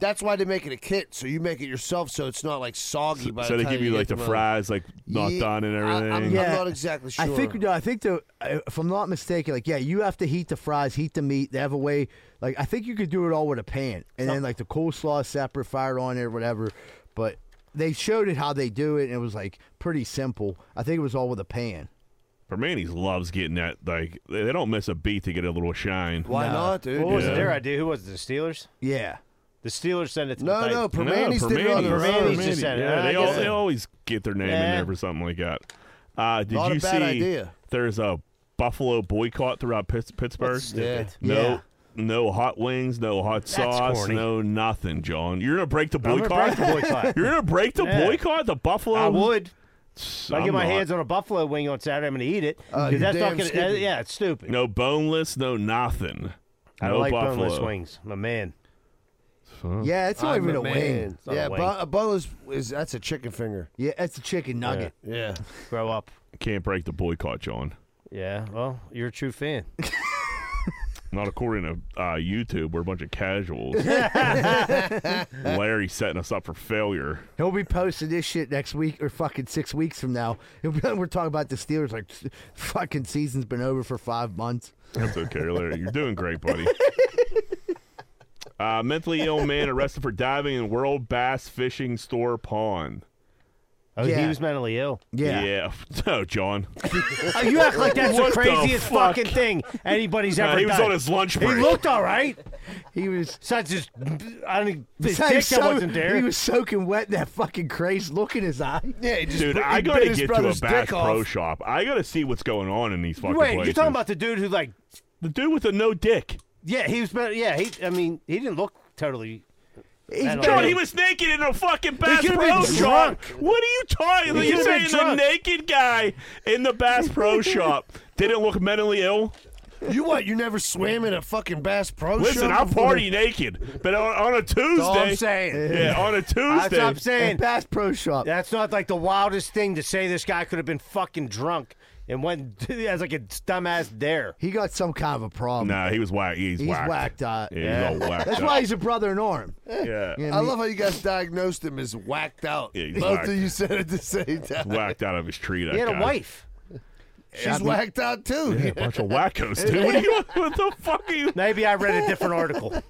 That's why they make it a kit, so you make it yourself, so it's not like soggy. by So the they time give you like the get uh, fries, like not Ye- done and I- I'm- everything. I'm, Yeah. not exactly sure. I think no. I think the uh, if I'm not mistaken, like yeah, you have to heat the fries, heat the meat. They have a way. Like I think you could do it all with a pan, and then like the coleslaw is separate, fired on it, or whatever. But they showed it how they do it, and it was like pretty simple. I think it was all with a pan. Permanis loves getting that. Like they they don't miss a beat to get a little shine. Why not, dude? What was Yeah. it their idea? Who was it? The Steelers? Yeah. The Steelers sent it to No, the no, Titans. No, Permanis did it on their Permanis. own. Permanis just said it. Yeah, Ah, I they, guess all, they so. always get their name in Yeah. there for something like that. Uh, did Not a you bad see? idea. There's a buffalo boycott throughout Pitts- Pittsburgh. Yeah. No, Yeah. no hot wings, no hot sauce, corny. no nothing, John. You're gonna break the I'm gonna boycott. break the boycott. You're gonna break the Yeah. boycott. The buffalo. I would. If If I get my hands on a buffalo wing on Saturday, I'm going to eat it. 'Cause Uh, you're that's damn not gonna, stupid. that- yeah, it's stupid. No boneless, no nothing. I no like buffalo. boneless wings. My man. Yeah, it's not I'm even a man. wing. not Yeah, a wing. bu- a bun is, is that's a chicken finger. Yeah, it's a chicken nugget. Yeah, Grow up. Can't break the boycott, John. Yeah, well, you're a true fan. Oh, Not according to uh, YouTube. We're a bunch of casuals. Larry setting us up for failure. He'll be posting this shit next week or fucking six weeks from now. He'll be, we're talking about the Steelers like fucking season's been over for five months. That's okay, Larry. You're doing great, buddy. Uh, mentally ill man arrested for diving in World Bass Fishing Store Pond. Oh, Yeah. he was mentally ill. Yeah. No, John. Oh, you act like that's What the the craziest fuck? fucking thing anybody's Nah, ever he was done. on his lunch He break. looked all right. He was. Besides his, I don't his he dick was that so- wasn't there. He was soaking wet in that fucking crazy look in his eye. yeah. He just Dude, bit- I he bit gotta his get to a brother's Bass dick off. Pro Shop. I gotta see what's going on in these fucking Wait, places. you're talking about the dude who like, the dude with the no dick? yeah, he was better. Yeah, he. I mean, he didn't look totally. He's I don't John, know. he was naked in a fucking Bass could've Pro been Shop. drunk. What are you talking? about? You're could've been saying the drunk. naked guy in the Bass Pro Shop didn't look mentally ill? You what? You never swam in a fucking Bass Pro Listen, Shop I'll before? party naked, but on, on a Tuesday. That's all I'm saying. Yeah, on a That's what I'm Tuesday. And saying. Bass Pro Shop. That's not like the wildest thing to say. This guy could have been fucking drunk and went as like a dumbass dare. He got some kind of a Um, problem. Nah, he was whack. He's, He's whacked. whacked out. Yeah, he's all whacked That's up. why he's a brother in arm. Yeah. You know I what mean? love how you guys diagnosed him as whacked out. Yeah, he's Both whacked. of you said it at the same time. Whacked out of his tree. That He had guy. a wife. She's whacked out too. Yeah, bunch of wackos, dude. What, do you, what the fuck are you? Maybe I read a different article.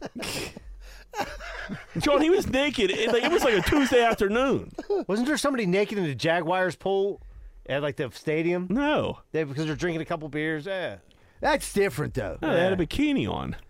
John, he was naked. It, like, it was like a Tuesday afternoon. Wasn't there somebody naked in the Jaguars pool at like the stadium? No, they, because they're drinking a couple beers. Eh. Yeah, that's different though. No, they had a bikini on.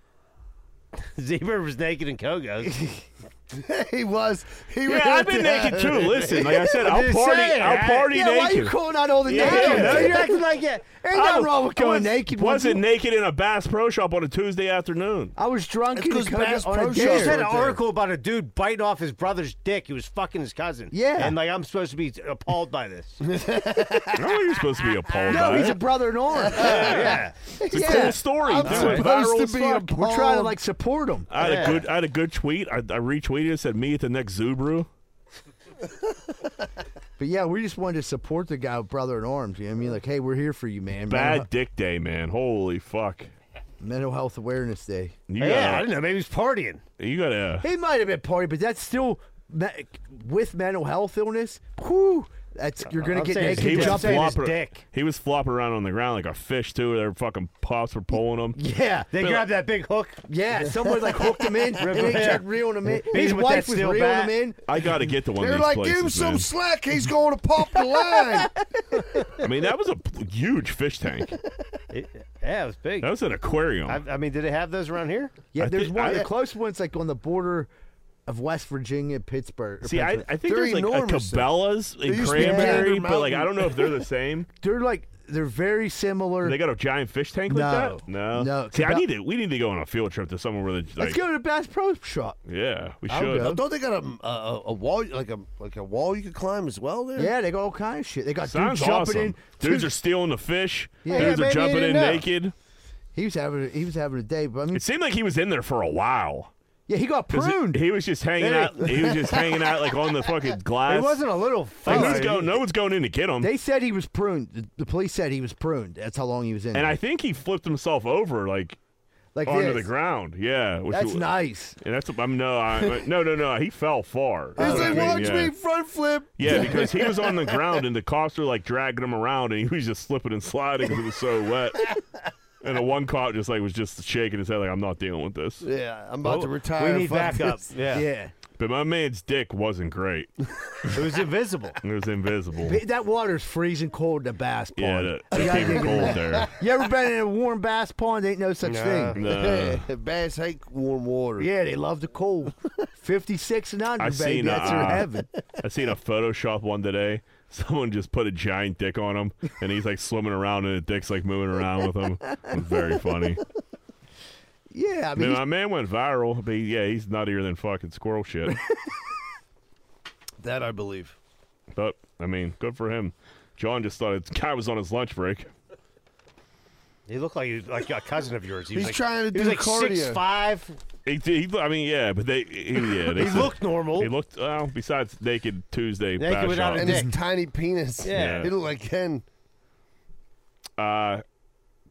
Zebra was naked in Kogos. he was. He Yeah, I've been naked too. Listen, like I said, I'll party. I'll party yeah, naked. Why you calling out all the Yeah, naked? no. You're acting like yeah. Ain't nothing I wrong with was- I going was- naked. was Wasn't you? naked in a Bass Pro Shop on a Tuesday afternoon. I was drunk It's in 'cause Dakota Bass on a Pro dare. Shop. Just had an article about a dude biting off his brother's dick. He was fucking his cousin. Yeah. and like I'm supposed to be appalled by this. No, you're supposed to be appalled No, by he's it. a brother in arms. Yeah. It's a cool story. I'm too. supposed Viral to as be fuck. appalled. We're trying to like support him. I had a good. I had a good tweet. I, I retweeted. It said, "Me at the next zoo brew." But yeah, we just wanted to support the guy with brother in arms. You know what I mean? Like, hey, we're here for you, man. Bad Mental, dick day, man. Holy fuck. Mental Health Awareness Day. You yeah, I gotta, didn't know. Maybe he's partying. you gotta. uh, He might have been party, but that's still me- with mental health illness. Whew, that's you're gonna Uh, I'm get saying naked. He He was jumped in his flopping. dick. He was flopping around on the ground like a fish too. Their fucking pops were pulling him. Yeah, They Bill- grabbed that big hook. yeah. Someone like hooked him in, and they Yeah. kept reeling him in. Beat His him with wife that was steel reeling bat. him in. I gotta get to one They're of these like, places, give him some man. slack. He's going to pop the line. I mean, that was a p- huge fish tank. It- yeah, it was big. That was an aquarium. I, I mean, did it have those around here? Yeah, I there's think- one. I- the close one's like on the border of West Virginia, and Pittsburgh. or See, I, Pennsylvania. I think They're there's like enormous. a Cabela's They in used to be Cranberry, Gander but like I don't Mountain. know if they're the same. they're like they're very similar. They got a giant fish tank like No. that. No, No, See, I Cabela- need to. We need to go on a field trip to somewhere where they Let's like. go to the Bass Pro Shop. Yeah, we I'll should. go. Don't they got a, a a wall like a Um, like a wall you could climb as well there? Yeah, they got all kinds of shit. They got Sounds dudes jumping awesome. in. Dudes dudes- are stealing the fish. Yeah, Dudes maybe are you jumping didn't in know. naked. he was having a, he was having a day, but I mean, It seemed like he was in there for a while. yeah, he got 'Cause he- pruned. He, was just hanging Hey. out. He was just hanging out like on the fucking glass. It wasn't a little. Like, fella. who's going? No one's going in to get him. they said he was pruned. The, the police said he was pruned. That's how long he was in. and there. I think he flipped himself over like Mm-hmm. like onto this. the ground. Yeah, which That's was- nice. And that's I'm no, I, no, no, no. He fell far. He's I like, mean, watch yeah. me front flip. Yeah, because he was on the ground and the cops were like dragging him around and he was just slipping and sliding because it was so wet. And the one cop just like was just shaking his head like I'm not dealing with this. Yeah, I'm Oh, about to retire. We need Fuck backup. this. Yeah. Yeah. But my man's dick wasn't great. it was invisible. It was invisible. Th- That water's freezing cold in the bass pond. Yeah, that, You that gotta came dig in cold that. there. You ever been in a warm bass pond? Ain't no such thing. No. Bass hate warm water. Yeah, they love the cold. 56 and under, I baby. seen, That's your uh, heaven. I seen a Photoshop one today. Someone just put a giant dick on him, and he's like swimming around, and the dick's like moving around with him. It was very funny. Yeah, I Man, mean, my man went viral, but he- yeah, he's nuttier than fucking squirrel shit. That I believe. But I mean, good for him. John just thought the guy was on his lunch break. He looked like he was like a cousin of yours. He was He's like, trying to he was do like cardio. six five. He, he, I mean, yeah, but they, he, yeah, they He said- looked normal. He looked well. Besides naked Tuesday, Naked bash without up. a And Dick. his tiny penis. Yeah. He looked like Ken. uh,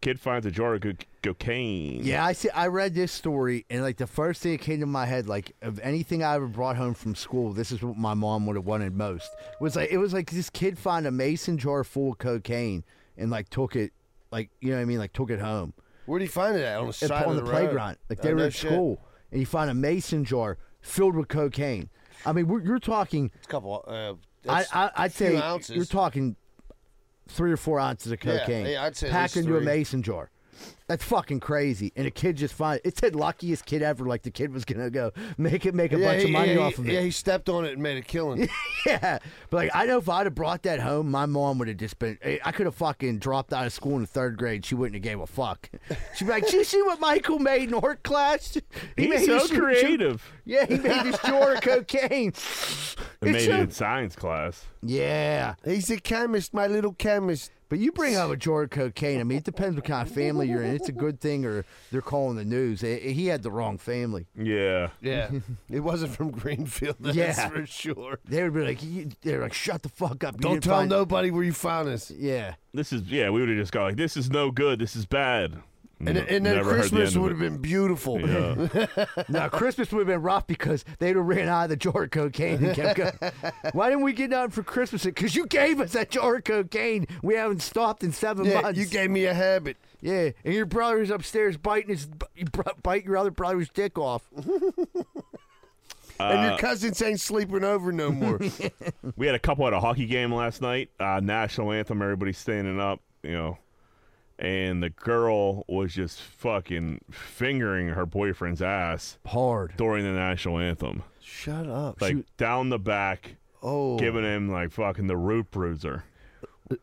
kid finds a jar of co- cocaine. yeah, I see. I read this story, and like the first thing that came to my head, like of anything I ever brought home from school, this is what my mom would have wanted most. Was like it was like this kid found a mason jar full of cocaine and like took it, like you know what I mean, like took it home. Where'd he find it at? On the and side on of the, the, road? playground. Like they Oh, were no at shit. school, and you find a mason jar filled with cocaine. I mean, we're, you're talking. It's a couple. Uh, I, that's I I'd few say ounces. you're talking three or four ounces of Yeah, cocaine yeah, I'd say at packed least into a three. mason jar. That's fucking crazy. And a kid just find it said luckiest kid ever. Like the kid was gonna go make it make a bunch of he- money yeah, off he, of it. Yeah, he stepped on it and made a killing. Yeah, but like I know if I'd have brought that home, my mom would have just been. eh, I could have fucking dropped out of school in the third grade. She wouldn't have gave a fuck. She'd be like, "Did you see what Michael made in art class? He he's made so this- creative. Yeah, he made this jar of cocaine. And made It's it so- in science class. yeah, He's a chemist, my little chemist. but you bring home a jar of cocaine. I mean, it depends what kind of family you're in. It's a good thing, or they're calling the news. Eh, eh, He had the wrong family. Yeah. Yeah. it wasn't from Greenfield, that's Yeah. for sure. They would be like, you- they're like, shut the fuck up. You Don't didn't tell find-" nobody where you found this. Yeah. This is yeah. We would have just gone like, this is no good. This is bad. And, No- and then never heard the end Christmas of would have it. been beautiful. Yeah. Now Christmas would have been rough because they'd have ran out of the jar of cocaine and kept going. Why didn't we get nothing for Christmas? Because you gave us that jar of cocaine. We haven't stopped in seven Yeah, months. you gave me a habit. yeah, and your brother was upstairs biting his, you bro- bite your other brother's dick off. and Uh, your cousins ain't sleeping over no more. we had a couple at a hockey game last night. Uh, national anthem, everybody's standing up, you know. And the girl was just fucking fingering her boyfriend's ass hard during the national anthem, Shut up. like She- down the back, oh, giving him like fucking the root bruiser.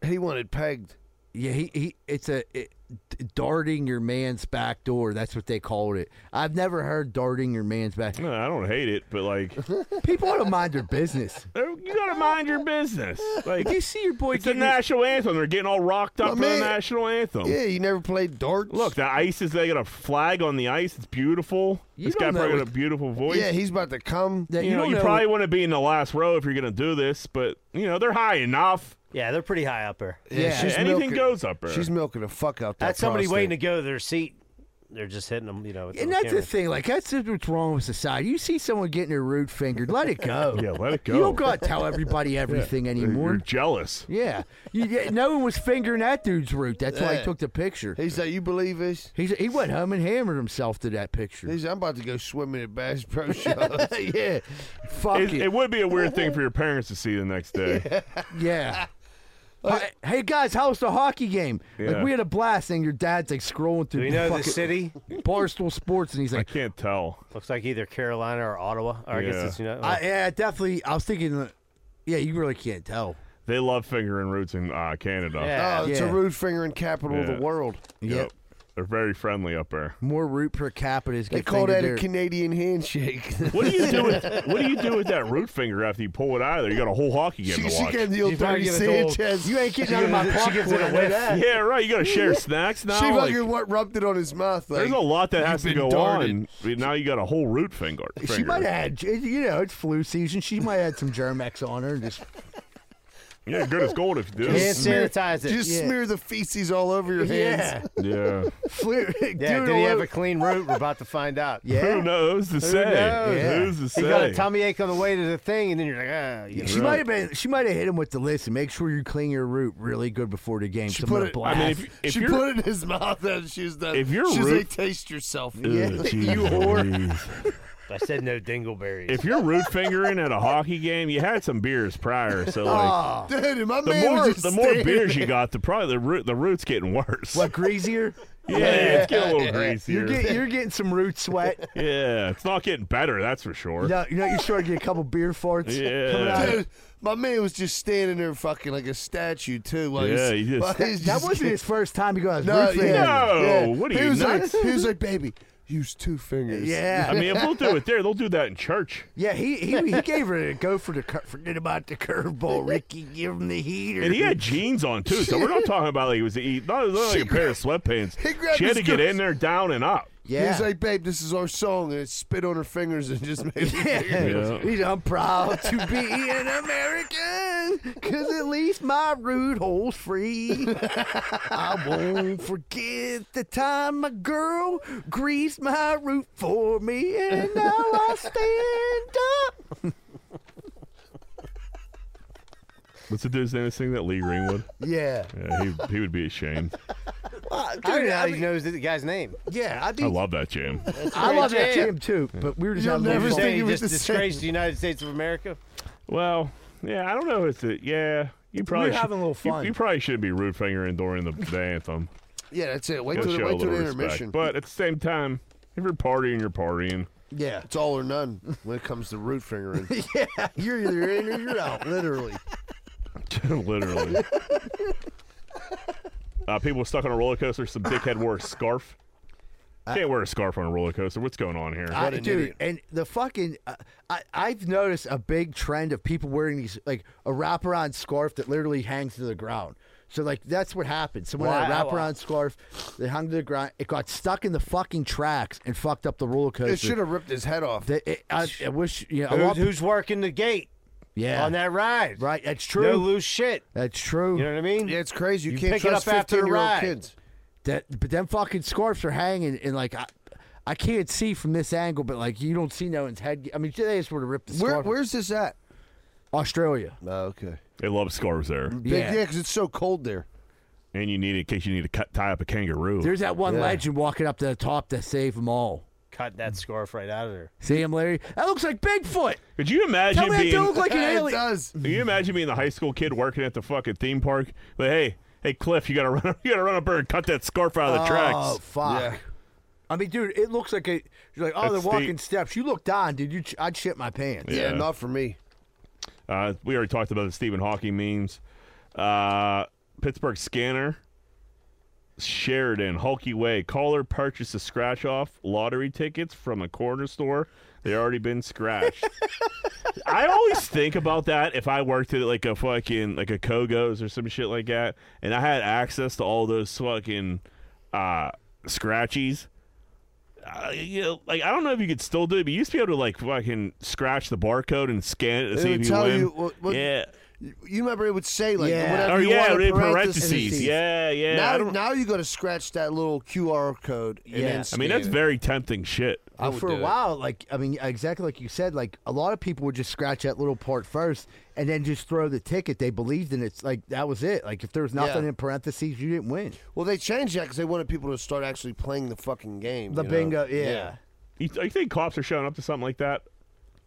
he wanted pegged. Yeah, he, he it's a it, d- darting your man's back door. That's what they called it. I've never heard darting your man's back. No, I don't hate it, but like people ought to mind their business. You gotta mind your business. Like If you see your boy it's the getting- national anthem. They're getting all rocked up My for the man- national anthem. Yeah, you never played darts. Look, the ice is they got a flag on the ice. It's beautiful. You this guy don't know probably got what- a beautiful voice. Yeah, he's about to come. you, know, you probably want to be in the last row if you're gonna do this, but you know they're high enough. Yeah, they're pretty high up there. anything goes up there. She's milking the fuck out. That That's somebody prostate. waiting to go to their seat. They're just hitting them, you know. With And those that's the cameras. thing. Like that's just what's wrong with society. You see someone getting their root fingered, let it go. yeah, let it go. You don't gotta tell everybody everything Yeah. You're anymore. jealous. Yeah. You, yeah, no one was fingering that dude's root. That's why Yeah. he took the picture. He's like, you believe this? He's, he went home and hammered himself to that picture. He's. I'm about to go swimming at Bass Pro Shops. yeah, fuck It, it. it would be a weird thing for your parents to see the next day. Yeah. Hi- hey guys, how was the hockey game? Yeah. Like we had a blast, and your dad's like scrolling through. Do you the know the fucking- city? Barstool Sports, and he's I like, can't tell. Looks like either Carolina or Ottawa. Or I guess Yeah. it's you know. I, "Yeah, definitely." I was thinking, uh, yeah, you really can't tell. They love fingering roots in uh, Canada. Yeah. Oh, it's a root fingering capital of Yeah. the world. Yep. They're very friendly up there. More root per capita is. They get call fingered that there. a Canadian handshake. What do you do with what do you do with that root finger after you pull it out of there? You got a whole hockey game she, to she watch. gave the old You probably Dirty give it the old- Sanchez. You ain't getting out of my She gives it popcorn. a I know whiff. that. yeah, right. You got to share snacks now. she like, fucking what rubbed it on his mouth. Like, there's a lot that has to "You've been go darted." on. Now you got a whole root finger. She finger. might have had, you know, it's flu season. She might have had some Germex on her. and Just Yeah, good as gold if you do. Hand sanitize it. Just Yeah. smear the feces all over your hands. yeah, Yeah. flu. yeah, dude, did he all have over- a clean root? We're about to find out. Who Yeah, knows to say? knows? Yeah. Who's to say? He got a tummy ache on the way to the thing, and then you're like, ah. you know. she might have been. She might have hit him with the list. And make sure you clean your root really good before the game. She so I'm put gonna it- I blast. mean, if, if she you're put it in his mouth and she's done. If you're she's rude- like, taste yourself. Ugh, geez you whore. Louise. I said no dingleberries. If you're root fingering at a hockey game, you had some beers prior, so like. Ah, Dude, and my the man was more just the more standing beers you got, the probably the root the root's getting worse. what greasier? Yeah, it's getting a little greasier. You're, get, you're getting some root sweat. yeah, it's not getting better, that's for sure. No, you know you're starting to get a couple beer farts. coming out. Yeah. Dude, my man was just standing there fucking like a statue too. While Yeah, he's, he just- while he's That just- wasn't his first time you guys No, root for yeah. No, yeah. what are he you, was like, nuts? he was like, baby, use two fingers. Yeah, I mean, if we'll do it there, they'll do that in church. yeah. He, he he gave her a go for the cur- forget about the curveball, Ricky. Give him the heater. And he had jeans on too, so we're not talking about like it was he, not, not like a pair of sweatpants. he grabbed She had to his get girl's- in there, down and up. He yeah. was like, babe, this is our song, and it spit on her fingers and just made. yeah. Yeah. He's, I'm proud Oh, to be an American, cause at least my root holds free. I won't forget the time my girl greased my root for me, and now I stand up. What's the dude's name? that's singing that Lee Greenwood. Yeah, Yeah, he, he would be ashamed. Well, dude, I don't know I how he mean- knows the guy's name. yeah, I I think love that jam. I love great that jam. jam too, but we were just You'll out of never You're Just saying think he it was just the same. disgraced the United States of America? Well, yeah, I don't know. If it's a, yeah. You probably were should- having a little you- fun. You, probably should be root fingering during the, the anthem. yeah, that's it. Wait Gotta till the, show a wait till little the respect. intermission. But at the same time, if you're partying, you're partying. Yeah, it's all or none when it comes to root fingering. yeah, you're either in or you're out, literally. Oh. Literally. uh, people stuck on a roller coaster. Some dickhead wore a scarf. Can't wear a scarf on a roller coaster. What's going on here? I, an dude, idiot. and the fucking, uh, I I've noticed a big trend of people wearing these like a wraparound scarf that literally hangs to the ground. So like that's what happened. Someone had a Wow. wraparound scarf, they hung to the ground. It got stuck in the fucking tracks and fucked up the roller coaster. it should have ripped his head off. They- it- I, I wish yeah, a Who- lot, who's working the gate yeah, on that ride? right. That's true. No loose shit. that's true. You know what I mean? yeah, it's crazy. You, You can't pick it trust up after the fifteen-year-old ride. kids. That but them fucking scarves are hanging and like I, I can't see from this angle, but like you don't see no one's head. I mean, they just would have ripped the Where, scarf. where's this at? Australia? Oh, okay. they love scarves there, Yeah, Yeah. because it's so cold there. and you need it in case you need to cut, tie up a kangaroo. There's that one legend walking up to the top that saved them all. cut that scarf right out of there. See him, Larry? That looks like Bigfoot. Could you imagine Tell me that being? don't look like an It alien. does. Can you imagine being the high school kid working at the fucking theme park? Like, hey, hey, Cliff, you gotta run, you gotta run a bird, cut that scarf out of the oh, tracks. fuck. I mean, dude, it looks like a. You're like, oh, That's they're walking deep. steps. You look down, dude. You, ch- I'd shit my pants. Yeah, Yeah. not for me. Uh, we already talked about the Stephen Hawking memes. Uh, Pittsburgh Scanner. Sheridan, Hulky Way. Caller purchased a scratch off lottery tickets from a corner store. They already been scratched. I always think about that if I worked at like a fucking like a Kogo's or some shit like that, and I had access to all those fucking uh scratchies. Uh, you know, like I don't know if you could still do it, but you used to be able to like fucking scratch the barcode and scan it to It see would if you tell win. you what- what- yeah, You remember it would say like Yeah. whatever Or, you yeah, want in in parentheses. parentheses. Yeah, yeah, I Now, don't- now you got to scratch that little QR code. And then I mean scan that's it. very tempting shit. I would Uh, for do a it. while, like I mean, exactly like you said, like a lot of people would just scratch that little part first and then just throw the ticket they believed in. It's like that was it. Like if there was nothing Yeah. in parentheses, you didn't win. Well, they changed that because they wanted people to start actually playing the fucking game. The you know? bingo, yeah. Yeah. You, you think cops are showing up to something like that?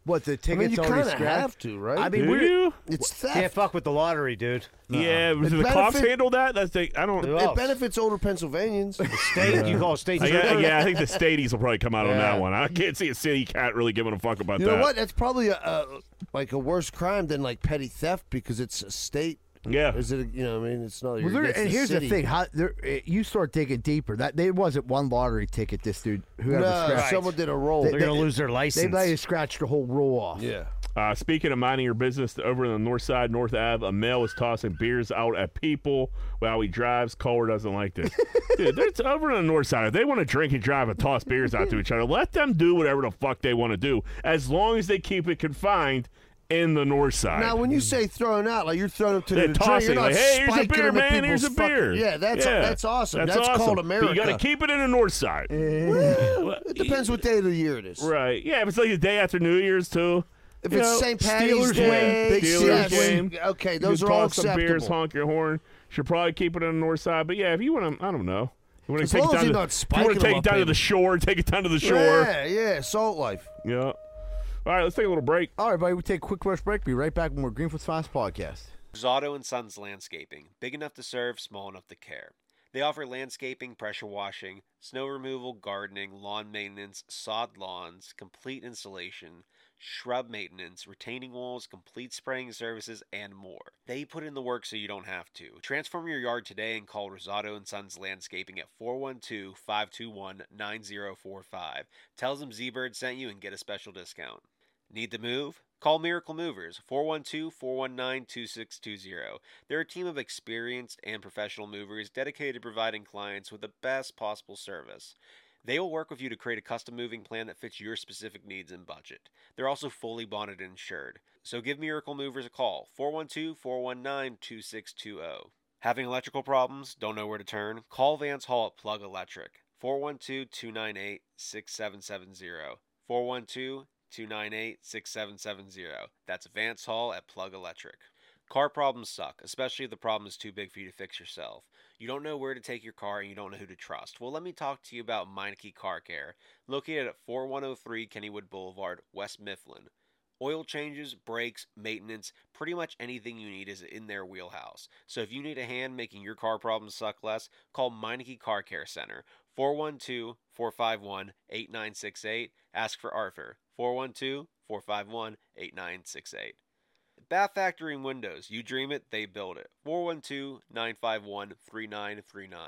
What the I tickets mean, you already kind of scratched? have to, right? I mean, Do we're, you? It's theft. Can't fuck with the lottery, dude. Yeah, Uh-uh. do the cops handle that? That's the, I don't. It benefits older Pennsylvanians. state, you call state. I gue- yeah, I think the stadies will probably come out on Yeah. that one. I can't see a city cat really giving a fuck about You that. know what? That's probably a, a like a worse crime than like petty theft because it's a state. Yeah. Is it? You know, I mean, it's not. Well, you're there, against and here's city. the thing: how, there, eh, you start digging deeper. That there wasn't one lottery ticket. This dude, whoever No, scratched, someone did a roll. They're gonna lose their They license. might have scratched the whole roll off. Yeah. Uh, speaking of minding your business, over on the north side, North Ave, a male is tossing beers out at people while he drives. Caller doesn't like this. Dude, that's over on the north side. If they want to drink and drive and toss beers out to each other, let them do whatever the fuck they want to do, as long as they keep it confined in the north side. Now, when you say throwing out, like you're throwing them to They're the tossing, You're not like, hey, here's a spiking beer, them in man, here's a people's fucking- beer. yeah, that's Yeah. that's awesome. That's That's, awesome. called But you America. Eh, gotta keep it in the north side. Well, it depends what day of the year it is. Right. Yeah, if it's like the day after New Year's too. If you it's know, St. Patty's Day, Big Steelers Steelers win. win. Okay, You those can are all toss some beers, acceptable. honk your horn. Should probably keep it on the north side. But yeah, if you want to, I don't know. You want As to take long it as down, you're to, not if you wanna spiking take them it up, down to baby. the shore, take it down to the shore. Yeah, yeah, salt life. Yeah. All right, let's take a little break. All right, buddy, we take a quick rush break. Be right back when we're Greenfoot's Finest Podcast. Zotto and Sons Landscaping, big enough to serve, small enough to care. They offer landscaping, pressure washing, snow removal, gardening, lawn maintenance, sod lawns, complete insulation, shrub maintenance, retaining walls, complete spraying services, and more. They put in the work so you don't have to. Transform your yard today and call Rosato and Sons Landscaping at 412-521-9045. Tell them Z-Bird sent you and get a special discount. Need to move? Call Miracle Movers 412 419 2620. They're a team of experienced and professional movers dedicated to providing clients with the best possible service. They will work with you to create a custom moving plan that fits your specific needs and budget. They're also fully bonded and insured. So give Miracle Movers a call 412 419 2620. Having electrical problems? Don't know where to turn? Call Vance Hall at Plug Electric 412 298 6770. 412 298 6770. That's Vance Hall at Plug Electric. Car problems suck, especially if the problem is too big for you to fix yourself. You don't know where to take your car and you don't know who to trust. Well, let me talk to you about Meineke Car Care, located at 4103 Kennywood Boulevard, West Mifflin. Oil changes, brakes, maintenance, pretty much anything you need is in their wheelhouse. So if you need a hand making your car problems suck less, call Meineke Car Care Center, 412 451 8968. Ask for Arthur, 412 451 8968. Bath Factory and Windows, you dream it, they build it. 412 951 3939.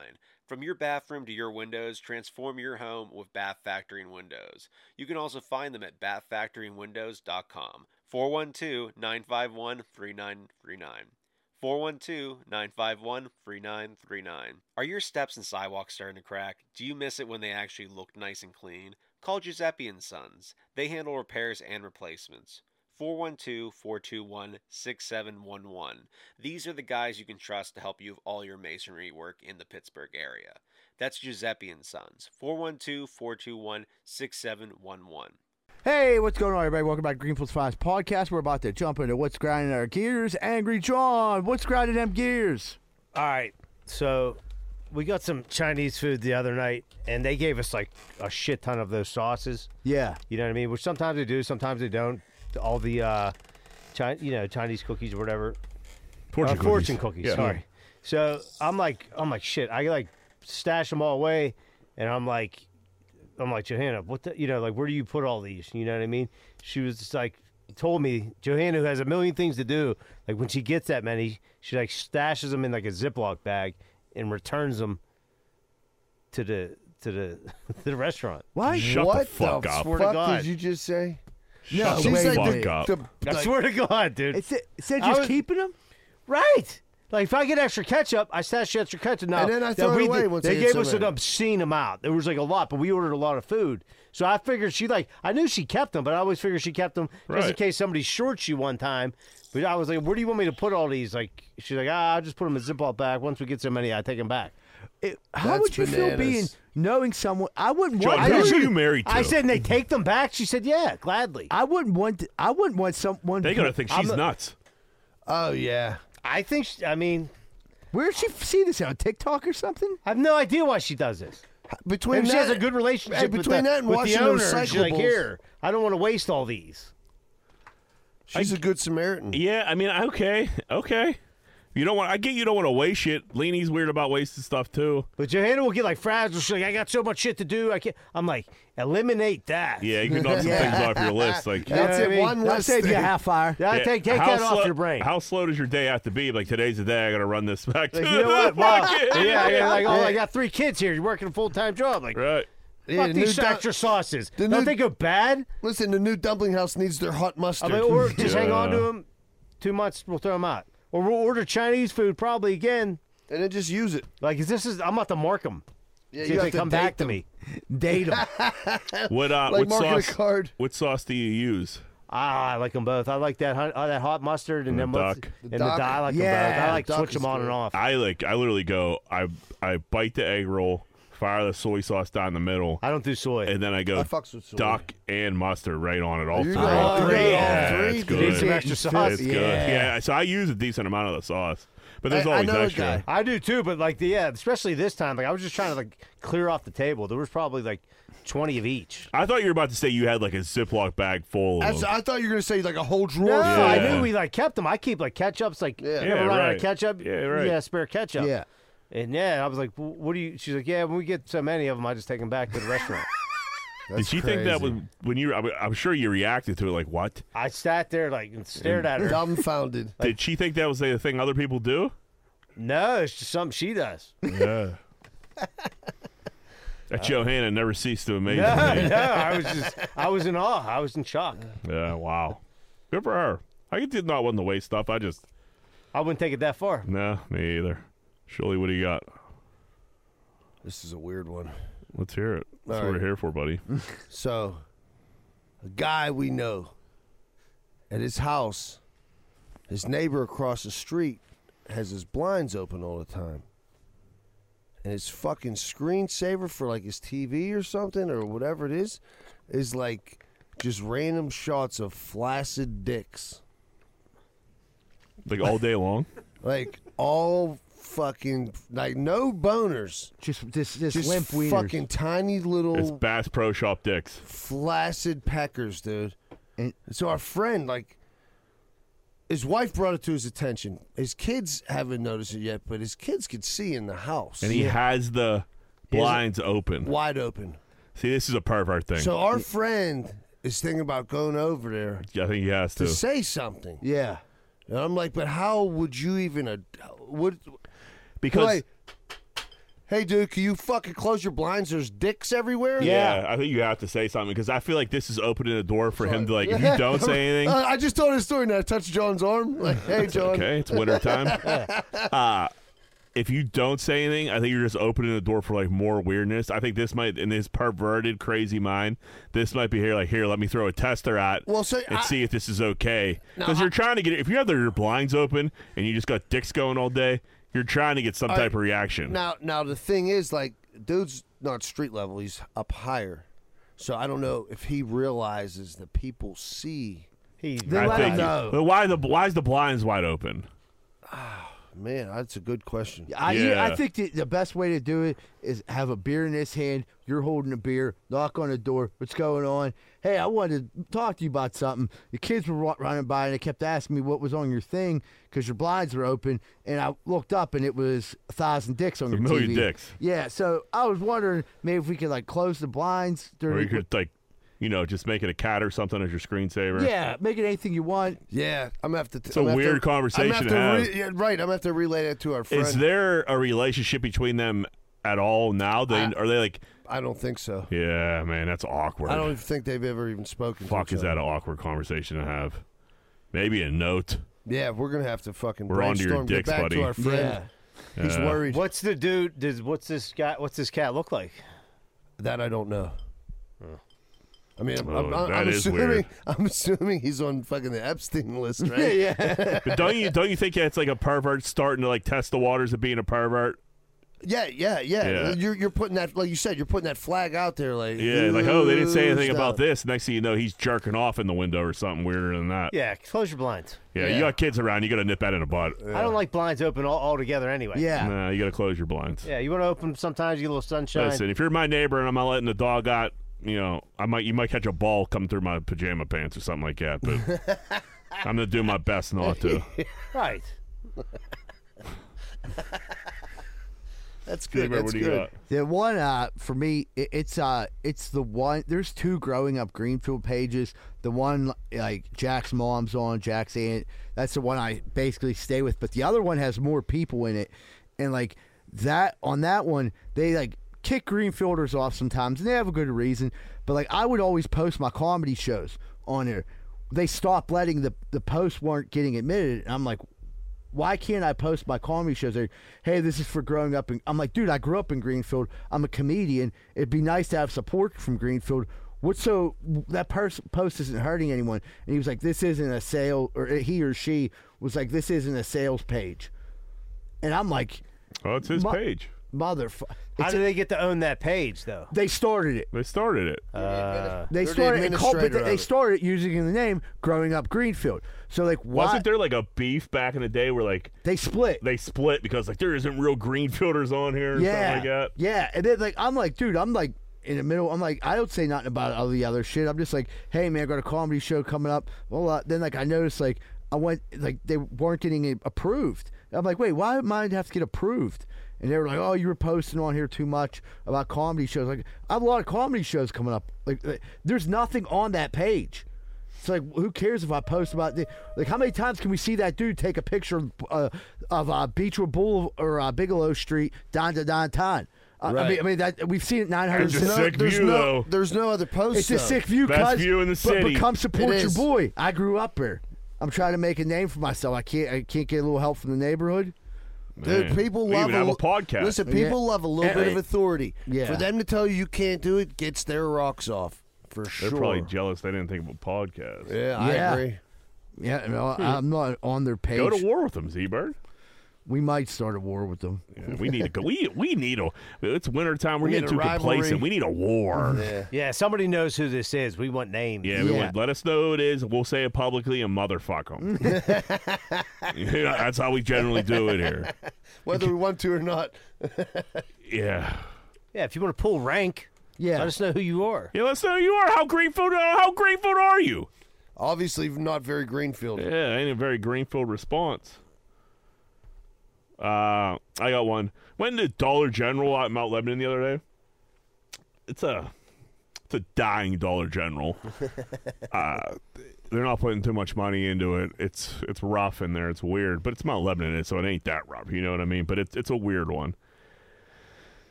From your bathroom to your windows, transform your home with Bath Factory and Windows. You can also find them at bathfactoryandwindows.com. 412 951 3939. 412 951 3939. Are your steps and sidewalks starting to crack? Do you miss it when they actually look nice and clean? Call Giuseppe and Sons. They handle repairs and replacements. 412 421 6711. These are the guys you can trust to help you with all your masonry work in the Pittsburgh area. That's Giuseppe and Sons. 412 421 6711. Hey, what's going on, everybody? Welcome back to Greenfield's Finest Podcast. We're about to jump into what's grinding our gears. Angry John, what's grinding them gears? All right. So we got some Chinese food the other night, and they gave us like a shit ton of those sauces. Yeah. You know what I mean? Which sometimes they do, sometimes they don't. All the, uh, Chi- you know, Chinese cookies or whatever. Fortune Uh, cookies. Fortune cookies. Yeah. Sorry. So I'm like, I'm like, shit. I like stash them all away, and I'm like, I'm like, Johanna, what the, you know, like, where do you put all these? You know what I mean? She was just like, told me, Johanna, who has a million things to do, like when she gets that many, she like stashes them in like a Ziploc bag and returns them to the to the to the restaurant. What? what the Swear to fuck God. did you just say? Shut the she's like fuck the, up. the- I like- swear to God, dude. It's- it said just keeping them, right? Like if I get extra ketchup, I stash the extra ketchup. Now, And then I now throw it we away did- once I they get gave so us an many. obscene amount. There was like a lot, but we ordered a lot of food, so I figured she like I knew she kept them, but I always figured she kept them just in Right. case somebody shorts you one time. But I was like, "Where do you want me to put all these?" Like she's like, "Ah, I'll just put them in Ziploc bag. Once we get so many, I take them back." How would you feel being knowing someone? I wouldn't John, want. who I are didn't- you married I to? said, and they take them back. She said, yeah, gladly. I wouldn't want. I wouldn't want someone. They gonna think she's I'm a- nuts. Oh yeah. I think. She, I mean, where did she f- see this on TikTok or something? I have no idea why she does this. Between Maybe she that- has a good relationship Hey, with between the- that and with watching the those owner. She's like, recyclables. here, I don't want to waste all these. She's a good Samaritan. Yeah, I mean, okay, okay. You don't want. I get you don't want to waste shit. Leanie's weird about wasting stuff too. But Johanna will get like frazzled. She's like, I got so much shit to do. I can't. I'm like, eliminate that. Yeah, you can knock some things off your list. Like You know what I mean? I'll save you a half hour. Yeah, take take how that slow- off your brain. How slow does your day have to be? Like today's the day I gotta run this back. To Like, the you know what? Wow. market. yeah, yeah, like, oh, I got three kids here. You're working a full time job. Like, right. fuck Yeah, the these new doc- extra sauces. the Don't new- they go bad? Listen, the new dumpling house needs their hot I mustard. mean, or just hang on to them. Two months, we'll throw them out. Or we'll order Chinese food probably again. And then just use it. Like, is this is I'm about to mark them. Yeah, See you if have they to come back date to them. me. Date them. What uh, Like what marking a sauce? What sauce do you use? Ah, I like them both. I like that hun- uh, that hot mustard And and, then the what's- duck. and the duck. I like them both. I like switch them on and off. I like. I literally go. I I bite the egg roll, fire the soy sauce down the middle. I don't do soy, and then I go I fucks with soy. duck and mustard right on it all You three. go all three, all Yeah, three, it's dude. good. Need some extra sauce. It's good. Yeah. Yeah, so I use a decent amount of the sauce, but there's I- I always know a extra. guy. I do too, but like the yeah, especially this time. Like I was just trying to like clear off the table. There was probably like twenty of each. I thought you were about to say you had like a Ziploc bag full of. That's- I thought you were gonna say like a whole drawer. No, full. I knew we like kept them. I keep like ketchups. Like Yeah. you Yeah, ever run out right. of ketchup? Yeah, right. Yeah, spare ketchup. Yeah. And yeah, I was like, "Wh- "What do you?" She's like, "Yeah, when we get so many of them, I just take them back to the restaurant." Did she think that was when you? I mean, I'm sure you reacted to it like what? I sat there like and stared at her. Dumbfounded. Did she think that was the thing other people do? No, it's just something she does. Yeah. That Johanna never ceased to amaze No, me. no, I was just, I was in awe. I was in shock. Yeah, wow. Good for her. I did not want to waste stuff. I just I wouldn't take it that far. no, me either. Shirley, what do you got? This is a weird one. Let's hear it. That's All what right. we're here for, buddy. So, a guy we know at his house, his neighbor across the street has his blinds open all the time. And his fucking screensaver for like his TV or something or whatever it is, is like just random shots of flaccid dicks. Like all day long. Like all fucking, like no boners. Just, just, just, Just limp wieners. fucking tiny little It's Bass Pro Shop dicks. flaccid peckers, dude. so our friend, like, his wife brought it to his attention. His kids haven't noticed it yet, but his kids could see in the house. And he has the blinds open. wide open. See, this is a pervert thing. So our friend is thinking about going over there I think he has to to. say something. Yeah. And I'm like, but how would you even ad- would Because- like, hey dude, can you fucking close your blinds? There's dicks everywhere. yeah, I think you have to say something because I feel like this is opening a door for him to like. If you don't say anything, Uh, I just told his story and I touched John's arm. Like, hey, It's John. okay, it's winter time. uh, if you don't say anything, I think you're just opening the door for like more weirdness. I think this might, in his perverted, crazy mind, this might be here. Like, here, let me throw a tester at Well, so and I- see if this is okay. No, Because you're trying to get. If you have your blinds open and you just got dicks going all day, you're trying to get some All type of right, reaction. Now, now the thing is, like, dude's not street level; he's up higher. So I don't know if he realizes that people see. He I think you- But why the why is the blinds wide open? Man, that's a good question. I, you- I think the, the best way to do it is have a beer in his hand. You're holding a beer. Knock on the door. What's going on? Hey, I wanted to talk to you about something. The kids were wa- running by and they kept asking me what was on your thing because your blinds were open. And I looked up and it was a thousand dicks on A your million TV. dicks. Yeah. So I was wondering maybe if we could like close the blinds during. Or you could like, you know, just make it a cat or something as your screensaver. yeah, uh, make it anything you want. Yeah, I'm gonna have to. It's a weird conversation I'm to gonna have. have to re- yeah, right, I'm gonna have to relay that to our friend. Is there a relationship between them at all now? They are they like? I don't think so. Yeah, man, that's awkward. I don't even think they've ever even spoken. to Fuck, each is that other. an awkward conversation to have? Maybe a note. Yeah, we're gonna have to fucking We're onto your brainstorm. Get dicks, back buddy. to our friend. He's Yeah. worried. What's the dude? Does what's this guy? What's this cat look like? That I don't know. I mean, I'm, Oh, I'm- I'm that is assuming weird. I'm assuming he's on fucking the Epstein list, right? but don't you don't you think it's like a pervert starting to like test the waters of being a pervert? yeah, yeah, yeah. Yeah. You're you're putting that like you said, you're putting that flag out there, like Yeah, like oh, they didn't say anything stop. about this. Next thing you know, he's jerking off in the window or something weirder than that. Yeah, close your blinds. Yeah, you got kids around, you got to nip that in the butt. I don't like blinds open all, altogether anyway. nah, you got to close your blinds. Yeah, you want to open them sometimes, you get a little sunshine. Listen, if you're my neighbor and I'm not letting the dog out, you know, I might you might catch a ball come through my pajama pants or something like that. But I'm gonna do my best not to. Right. That's good, Faber, what that's do you good. got? The one uh, for me, it, it's uh, it's the one. There's two growing up Greenfield pages. The one like Jack's mom's on, Jack's aunt. That's the one I basically stay with. But the other one has more people in it, and like that on that one, they like kick Greenfielders off sometimes, and they have a good reason. But like I would always post my comedy shows on there. They stopped letting the the posts weren't getting admitted. And I'm like, why can't I post my comedy shows? Like, hey, this is for growing up. In, I'm like, dude, I grew up in Greenfield. I'm a comedian. It'd be nice to have support from Greenfield. What's so that person post isn't hurting anyone? And he was like, this isn't a sale, or he or she was like, this isn't a sales page. And I'm like, Oh, it's his Mu- page. motherfucker. How do they get to own that page though? Uh, They started it. They started it. They They're the started it, called- but administrator they, of they it. started using the name Growing Up Greenfield. So like, why Wasn't there like a beef back in the day where like they split? they split because like there isn't real greenfielders on here or yeah, something like Yeah, and then like I'm like, dude, I'm like in the middle. I'm like, I don't say nothing about all the other shit. I'm just like, hey man, I got a comedy show coming up. Well, uh, then like I noticed like I went like they weren't getting it approved. I'm like, wait, why did mine have to get approved? And they were like, oh, you were posting on here too much about comedy shows. Like I have a lot of comedy shows coming up. Like, like there's nothing on that page. It's like, who cares if I post about the Like, how many times can we see that dude take a picture of, uh, of uh, Beechwood Boulevard or uh, Bigelow Street, down to downtown? Uh, I Right. mean, I mean that we've seen it nine It's hundred. a sick there's view, no, though. There's no other post. It's a though. sick view, Best cuz, view in the but- city. But come support It your is. boy. I grew up here. I'm trying to make a name for myself. I can't. I can't get a little help from the neighborhood. that. Dude, people we love even have a li- podcast. Listen, Yeah. people love a little And- bit of authority. Yeah. For them to tell you you can't do it gets their rocks off for They're sure. probably jealous they didn't think of a podcast. yeah, I Yeah. agree. Yeah, no, I- I'm not on their page. Hmm. Go to war with them, Z Bird. we might start a war with them. Yeah, we need to go. We we need a. It's winter time. We're We need getting too a rivalry. complacent. We need a war. Yeah. Yeah, somebody knows who this is. We want names. Yeah, we Yeah. would let us know who it is. We'll say it publicly and motherfuck them. yeah, that's how we generally do it here. Whether we want to or not. Yeah. Yeah, if you want to pull rank, Yeah, let us know who you are. Yeah, let's know who you are. How greenfield? uh, How greenfield are you? Obviously not very greenfield. Yeah, ain't a very greenfield response. Uh, I got one. Went to Dollar General out in Mount Lebanon the other day. It's a, it's a dying Dollar General. uh, they're not putting too much money into it. It's it's rough in there. It's weird, but it's Mount Lebanon, so it ain't that rough. You know what I mean? But it's it's a weird one.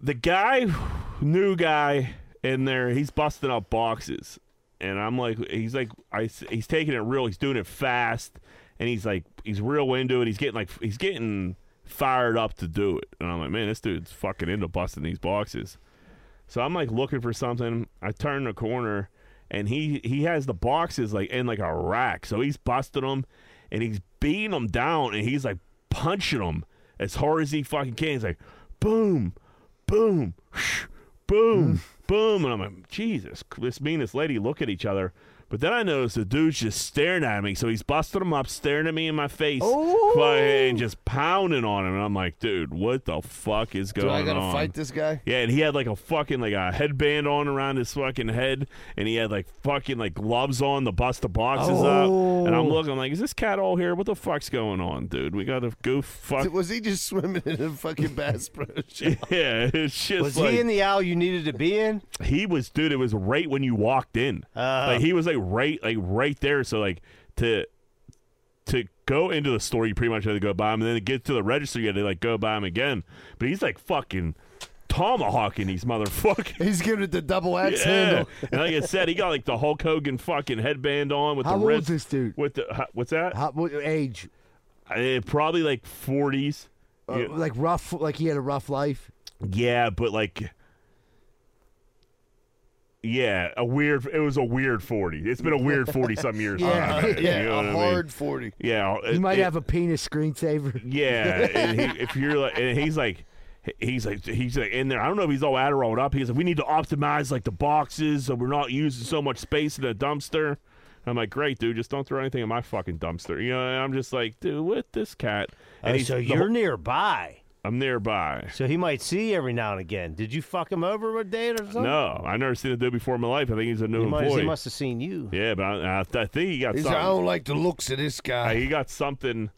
The guy, new guy in there, he's busting up boxes, and I'm like, he's like, I s- he's taking it real. He's doing it fast, and he's like, he's real into it. He's getting like, he's getting fired up to do it, and I'm like, man, this dude's fucking into busting these boxes. So I'm like looking for something. I turn the corner, and he he has the boxes like in like a rack. So he's busting them, and he's beating them down, and he's like punching them as hard as he fucking can. He's like, boom, boom, Mm. boom, boom, and I'm like, Jesus. This me and this lady look at each other. But then I noticed the dude's just staring at me. So he's busting him up, staring at me in my face, Oh. fucking- and just pounding on him. And I'm like, dude, what the fuck is going Do on? I gotta fight this guy? Yeah, and he had like a fucking like a headband on around his fucking head, and he had like fucking like gloves on to bust the boxes up. And I'm Oh. looking, I'm like, is this cat all here? What the fuck's going on, dude? We got to go fuck. Was he just swimming in a fucking Bass Pro Shop? yeah, it's just Was like- he in the aisle you needed to be in? Uh-huh. He was, dude. It was right when you walked in. like he was like right, like right there. So like to to go into the store, you pretty much had to go by him, and then to get to the register, you had to like go by him again. But he's like fucking tomahawking these motherfuckers. He's giving it the double axe Yeah. handle. and like I said, he got like the Hulk Hogan fucking headband on with How the old wrist. is this dude? With the ho- what's that? How, what age? Eh, probably like forties. Uh, Like rough? Like he had a rough life? Yeah, but like yeah, a weird. It was a weird forty. It's been a weird forty some years. for Yeah. Iron Man, Yeah, you know a what I mean? hard 40. Yeah, He it- might it- have a penis screensaver. Yeah, and he, if you're like, and he's like, he's like, he's like in there. I don't know if he's all Adderalled up. He's like, we need to optimize like the boxes, so we're not using so much space in a dumpster. I'm like, great, dude. Just don't throw anything in my fucking dumpster. You know, and I'm just like, dude, what this cat? And Oh, he's- so the you're whole- nearby. I'm nearby. So he might see you every now and again. Did you fuck him over one day or something? No, I never seen a dude before in my life. I think he's a new He must, employee. he must have seen you. Yeah, but I, I, I think he got. He's like, something. I don't like the looks of this Uh, guy. he got something.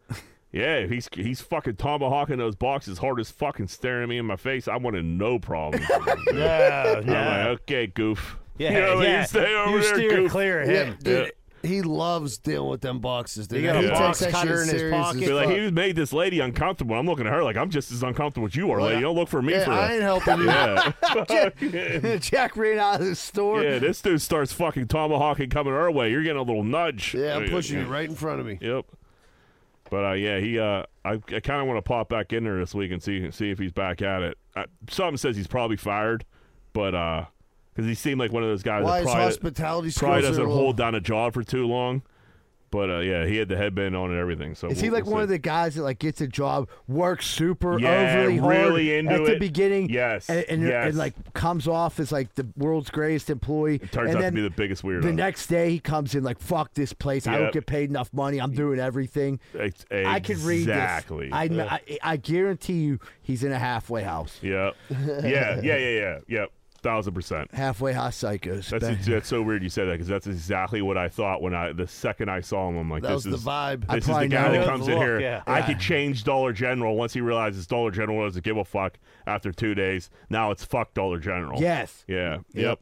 Yeah, he's he's fucking tomahawking those boxes hard as fucking staring me in my face. I wanted no problem. No, I'm like, no. okay, goof. Yeah, You know what I mean? yeah. Stay over you there, steer goof. clear of Yeah, him. dude, He loves dealing with them boxes. Dude. He got a takes box that cutter shit in his serious as pocket. Be But like, fuck. he made this lady uncomfortable. I'm looking at her like I'm just as uncomfortable as you are, lady. Don't look for me yeah, for I ain't that. helping you. Yeah. Jack ran out of the store. yeah, this dude starts fucking tomahawking coming our way. You're getting a little nudge. Yeah, I'm Like, pushing yeah. you right in front of me. Yep. But uh, yeah, he. Uh, I, I kind of want to pop back in there this week and see see if he's back at it. Uh, something says he's probably fired, but uh, because he seemed like one of those guys Why that his probably, hospitality probably skills are doesn't a little- hold down a job for too long. But uh, yeah, he had the headband on and everything. So Is he we'll- like we'll one of see. the guys that like gets a job, works super Yeah, overly hard really into at the it. beginning, Yes, and, and, yes. and, like comes off as like the world's greatest employee. turns out to and then be the biggest weirdo? the next day he comes in like, "Fuck this place! I Yep. don't get paid enough money. I'm doing everything. Ex- I could read this. exactly. I, I I guarantee you, he's in a halfway house. Yeah, yeah, yeah, yeah, yeah, yep, thousand percent. Halfway house psychos. That's But- that's so weird you said that because that's exactly what I thought when I the second I saw him. I'm like, That was this the is vibe. I This is the probably guy know. that Yeah, comes in look, here. yeah. I could change Dollar General once he realizes Dollar General doesn't give a fuck after two days. Now it's fuck Dollar General. yes. Yeah. Yep.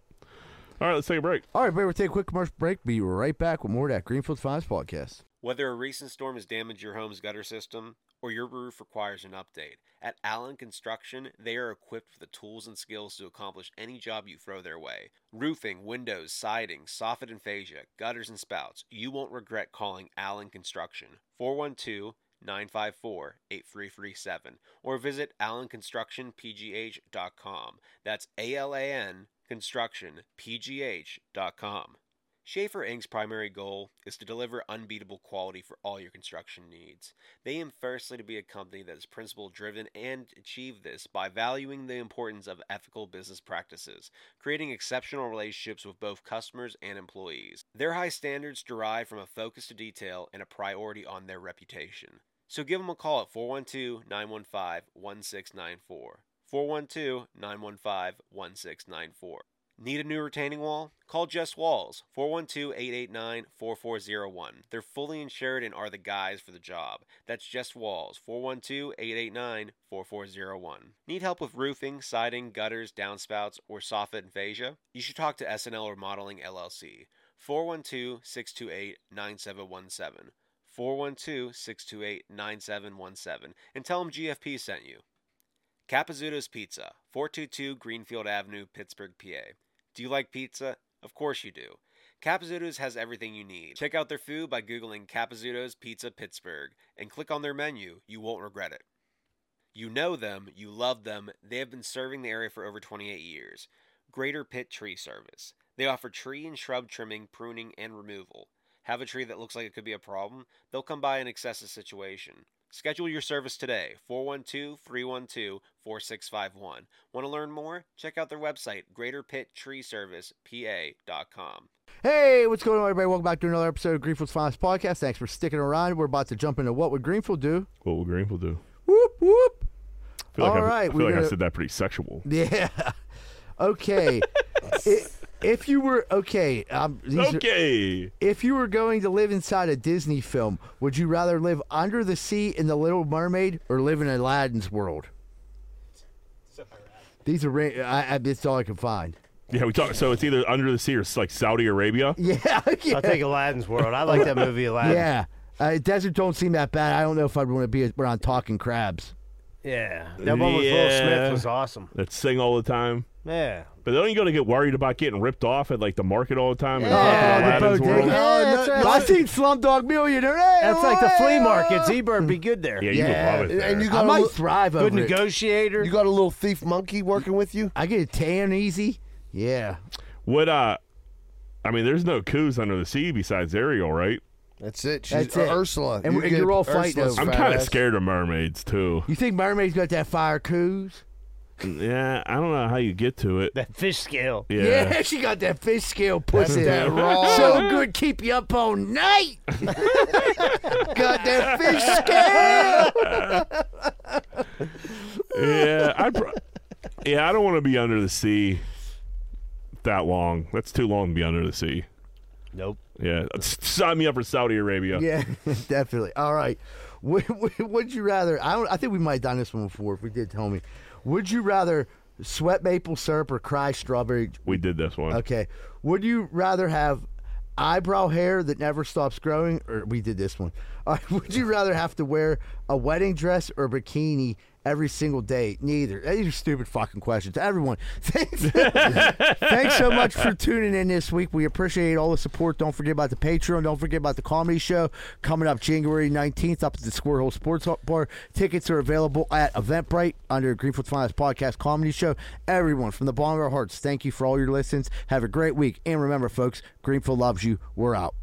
All right, let's take a break. All right, but we'll take a quick commercial break. Be right back with more of that Greenfield Finds podcast. Whether a recent storm has damaged your home's gutter system or your roof requires an update, at Allen Construction, they are equipped with the tools and skills to accomplish any job you throw their way. Roofing, windows, siding, soffit and fascia, gutters and spouts. You won't regret calling Allen Construction. 412 954 8337 or visit allenconstructionpgh.com. That's A L A N constructionpgh.com. Schaefer Inc.'s primary goal is to deliver unbeatable quality for all your construction needs. They aim firstly to be a company that is principle driven and achieve this by valuing the importance of ethical business practices, creating exceptional relationships with both customers and employees. Their high standards derive from a focus to detail and a priority on their reputation. So give them a call at 412 915 1694. 412 915 1694. Need a new retaining wall? Call Just Walls, 412 889 4401. They're fully insured and are the guys for the job. That's Just Walls, 412 889 4401. Need help with roofing, siding, gutters, downspouts, or soffit and fascia? You should talk to SNL Remodeling LLC, 412 628 9717. 412 628 9717. And tell them GFP sent you. Capizzuto's Pizza, 422 Greenfield Avenue, Pittsburgh, PA. Do you like pizza? Of course you do. Capizzuto's has everything you need. Check out their food by Googling Capizzuto's Pizza Pittsburgh and click on their menu. You won't regret it. You know them, you love them, they have been serving the area for over 28 years. Greater Pitt Tree Service. They offer tree and shrub trimming, pruning, and removal. Have a tree that looks like it could be a problem? They'll come by and assess the situation. Schedule your service today, 412 312 4651. Want to learn more? Check out their website, greaterpittreeservicepa.com. Hey, what's going on, everybody? Welcome back to another episode of Greenfield's Finest Podcast. Thanks for sticking around. We're about to jump into what would Greenfield do? What will Greenfield do? Whoop whoop. I feel like, All I, right, I, feel we're like I gonna- said that pretty sexual. Yeah. Okay. I- if you were okay, um, these are- Okay. if you were going to live inside a Disney film, would you rather live under the sea in The Little Mermaid or live in Aladdin's world? These are ra- I, I, it's all I can find. Yeah, we talk. So it's either under the sea or it's like Saudi Arabia. Yeah, yeah. I'll take Aladdin's World. I like that movie, Aladdin. Yeah, uh, desert don't seem that bad. I don't know if I'd want to be around talking crabs. Yeah. That one with Will Yeah. Smith was awesome. That sing all the time. Yeah. But don't you got to get worried about getting ripped off at like the market all the time? and Oh, fucking the Aladdin's bodega. world? Oh, Yeah, no, that's right. I've seen Slumdog Millionaire. Hey, That's like the flea hey, market. oh. Zebra would be good there. Yeah, you would love it. There. And you I got a might little, thrive Good over it. negotiator. you got a little thief monkey working with you. I get a tan easy. Yeah. What? Uh, I mean, there's no coups under the sea besides Ariel, right? That's it. She's That's it. Ursula. And You we're- get you're all fighting Ursula's I'm over fat kind of ass. scared of mermaids too. You think mermaids got that fire coos? Yeah, I don't know how you get to it. That fish scale. Yeah. she got that fish scale pussy. That's that raw- So good, keep you up all night. got that fish scale. yeah, I. Pro- yeah, I don't want to be under the sea that long. That's too long to be under the sea. Nope. Yeah, sign me up for Saudi Arabia. Yeah, definitely. All right. Would, would, would you rather? I don't. I think we might have done this one before. If we did, tell me. Would you rather sweat maple syrup or cry strawberry? We did this one. Okay. Would you rather have eyebrow hair that never stops growing, or we did this one? All right. Would you rather have to wear a wedding dress or bikini every single day? Neither. These are stupid fucking questions. Everyone, thanks, thanks so much for tuning in this week. We appreciate all the support. Don't forget about the Patreon. Don't forget about the comedy show coming up January 19th up at the Square Hole Sports Bar. Tickets are available at Eventbrite under Greenfield Finance Podcast Comedy Show. Everyone, from the bottom of our hearts, thank you for all your listens. Have a great week. And remember, folks, Greenfield loves you. We're out.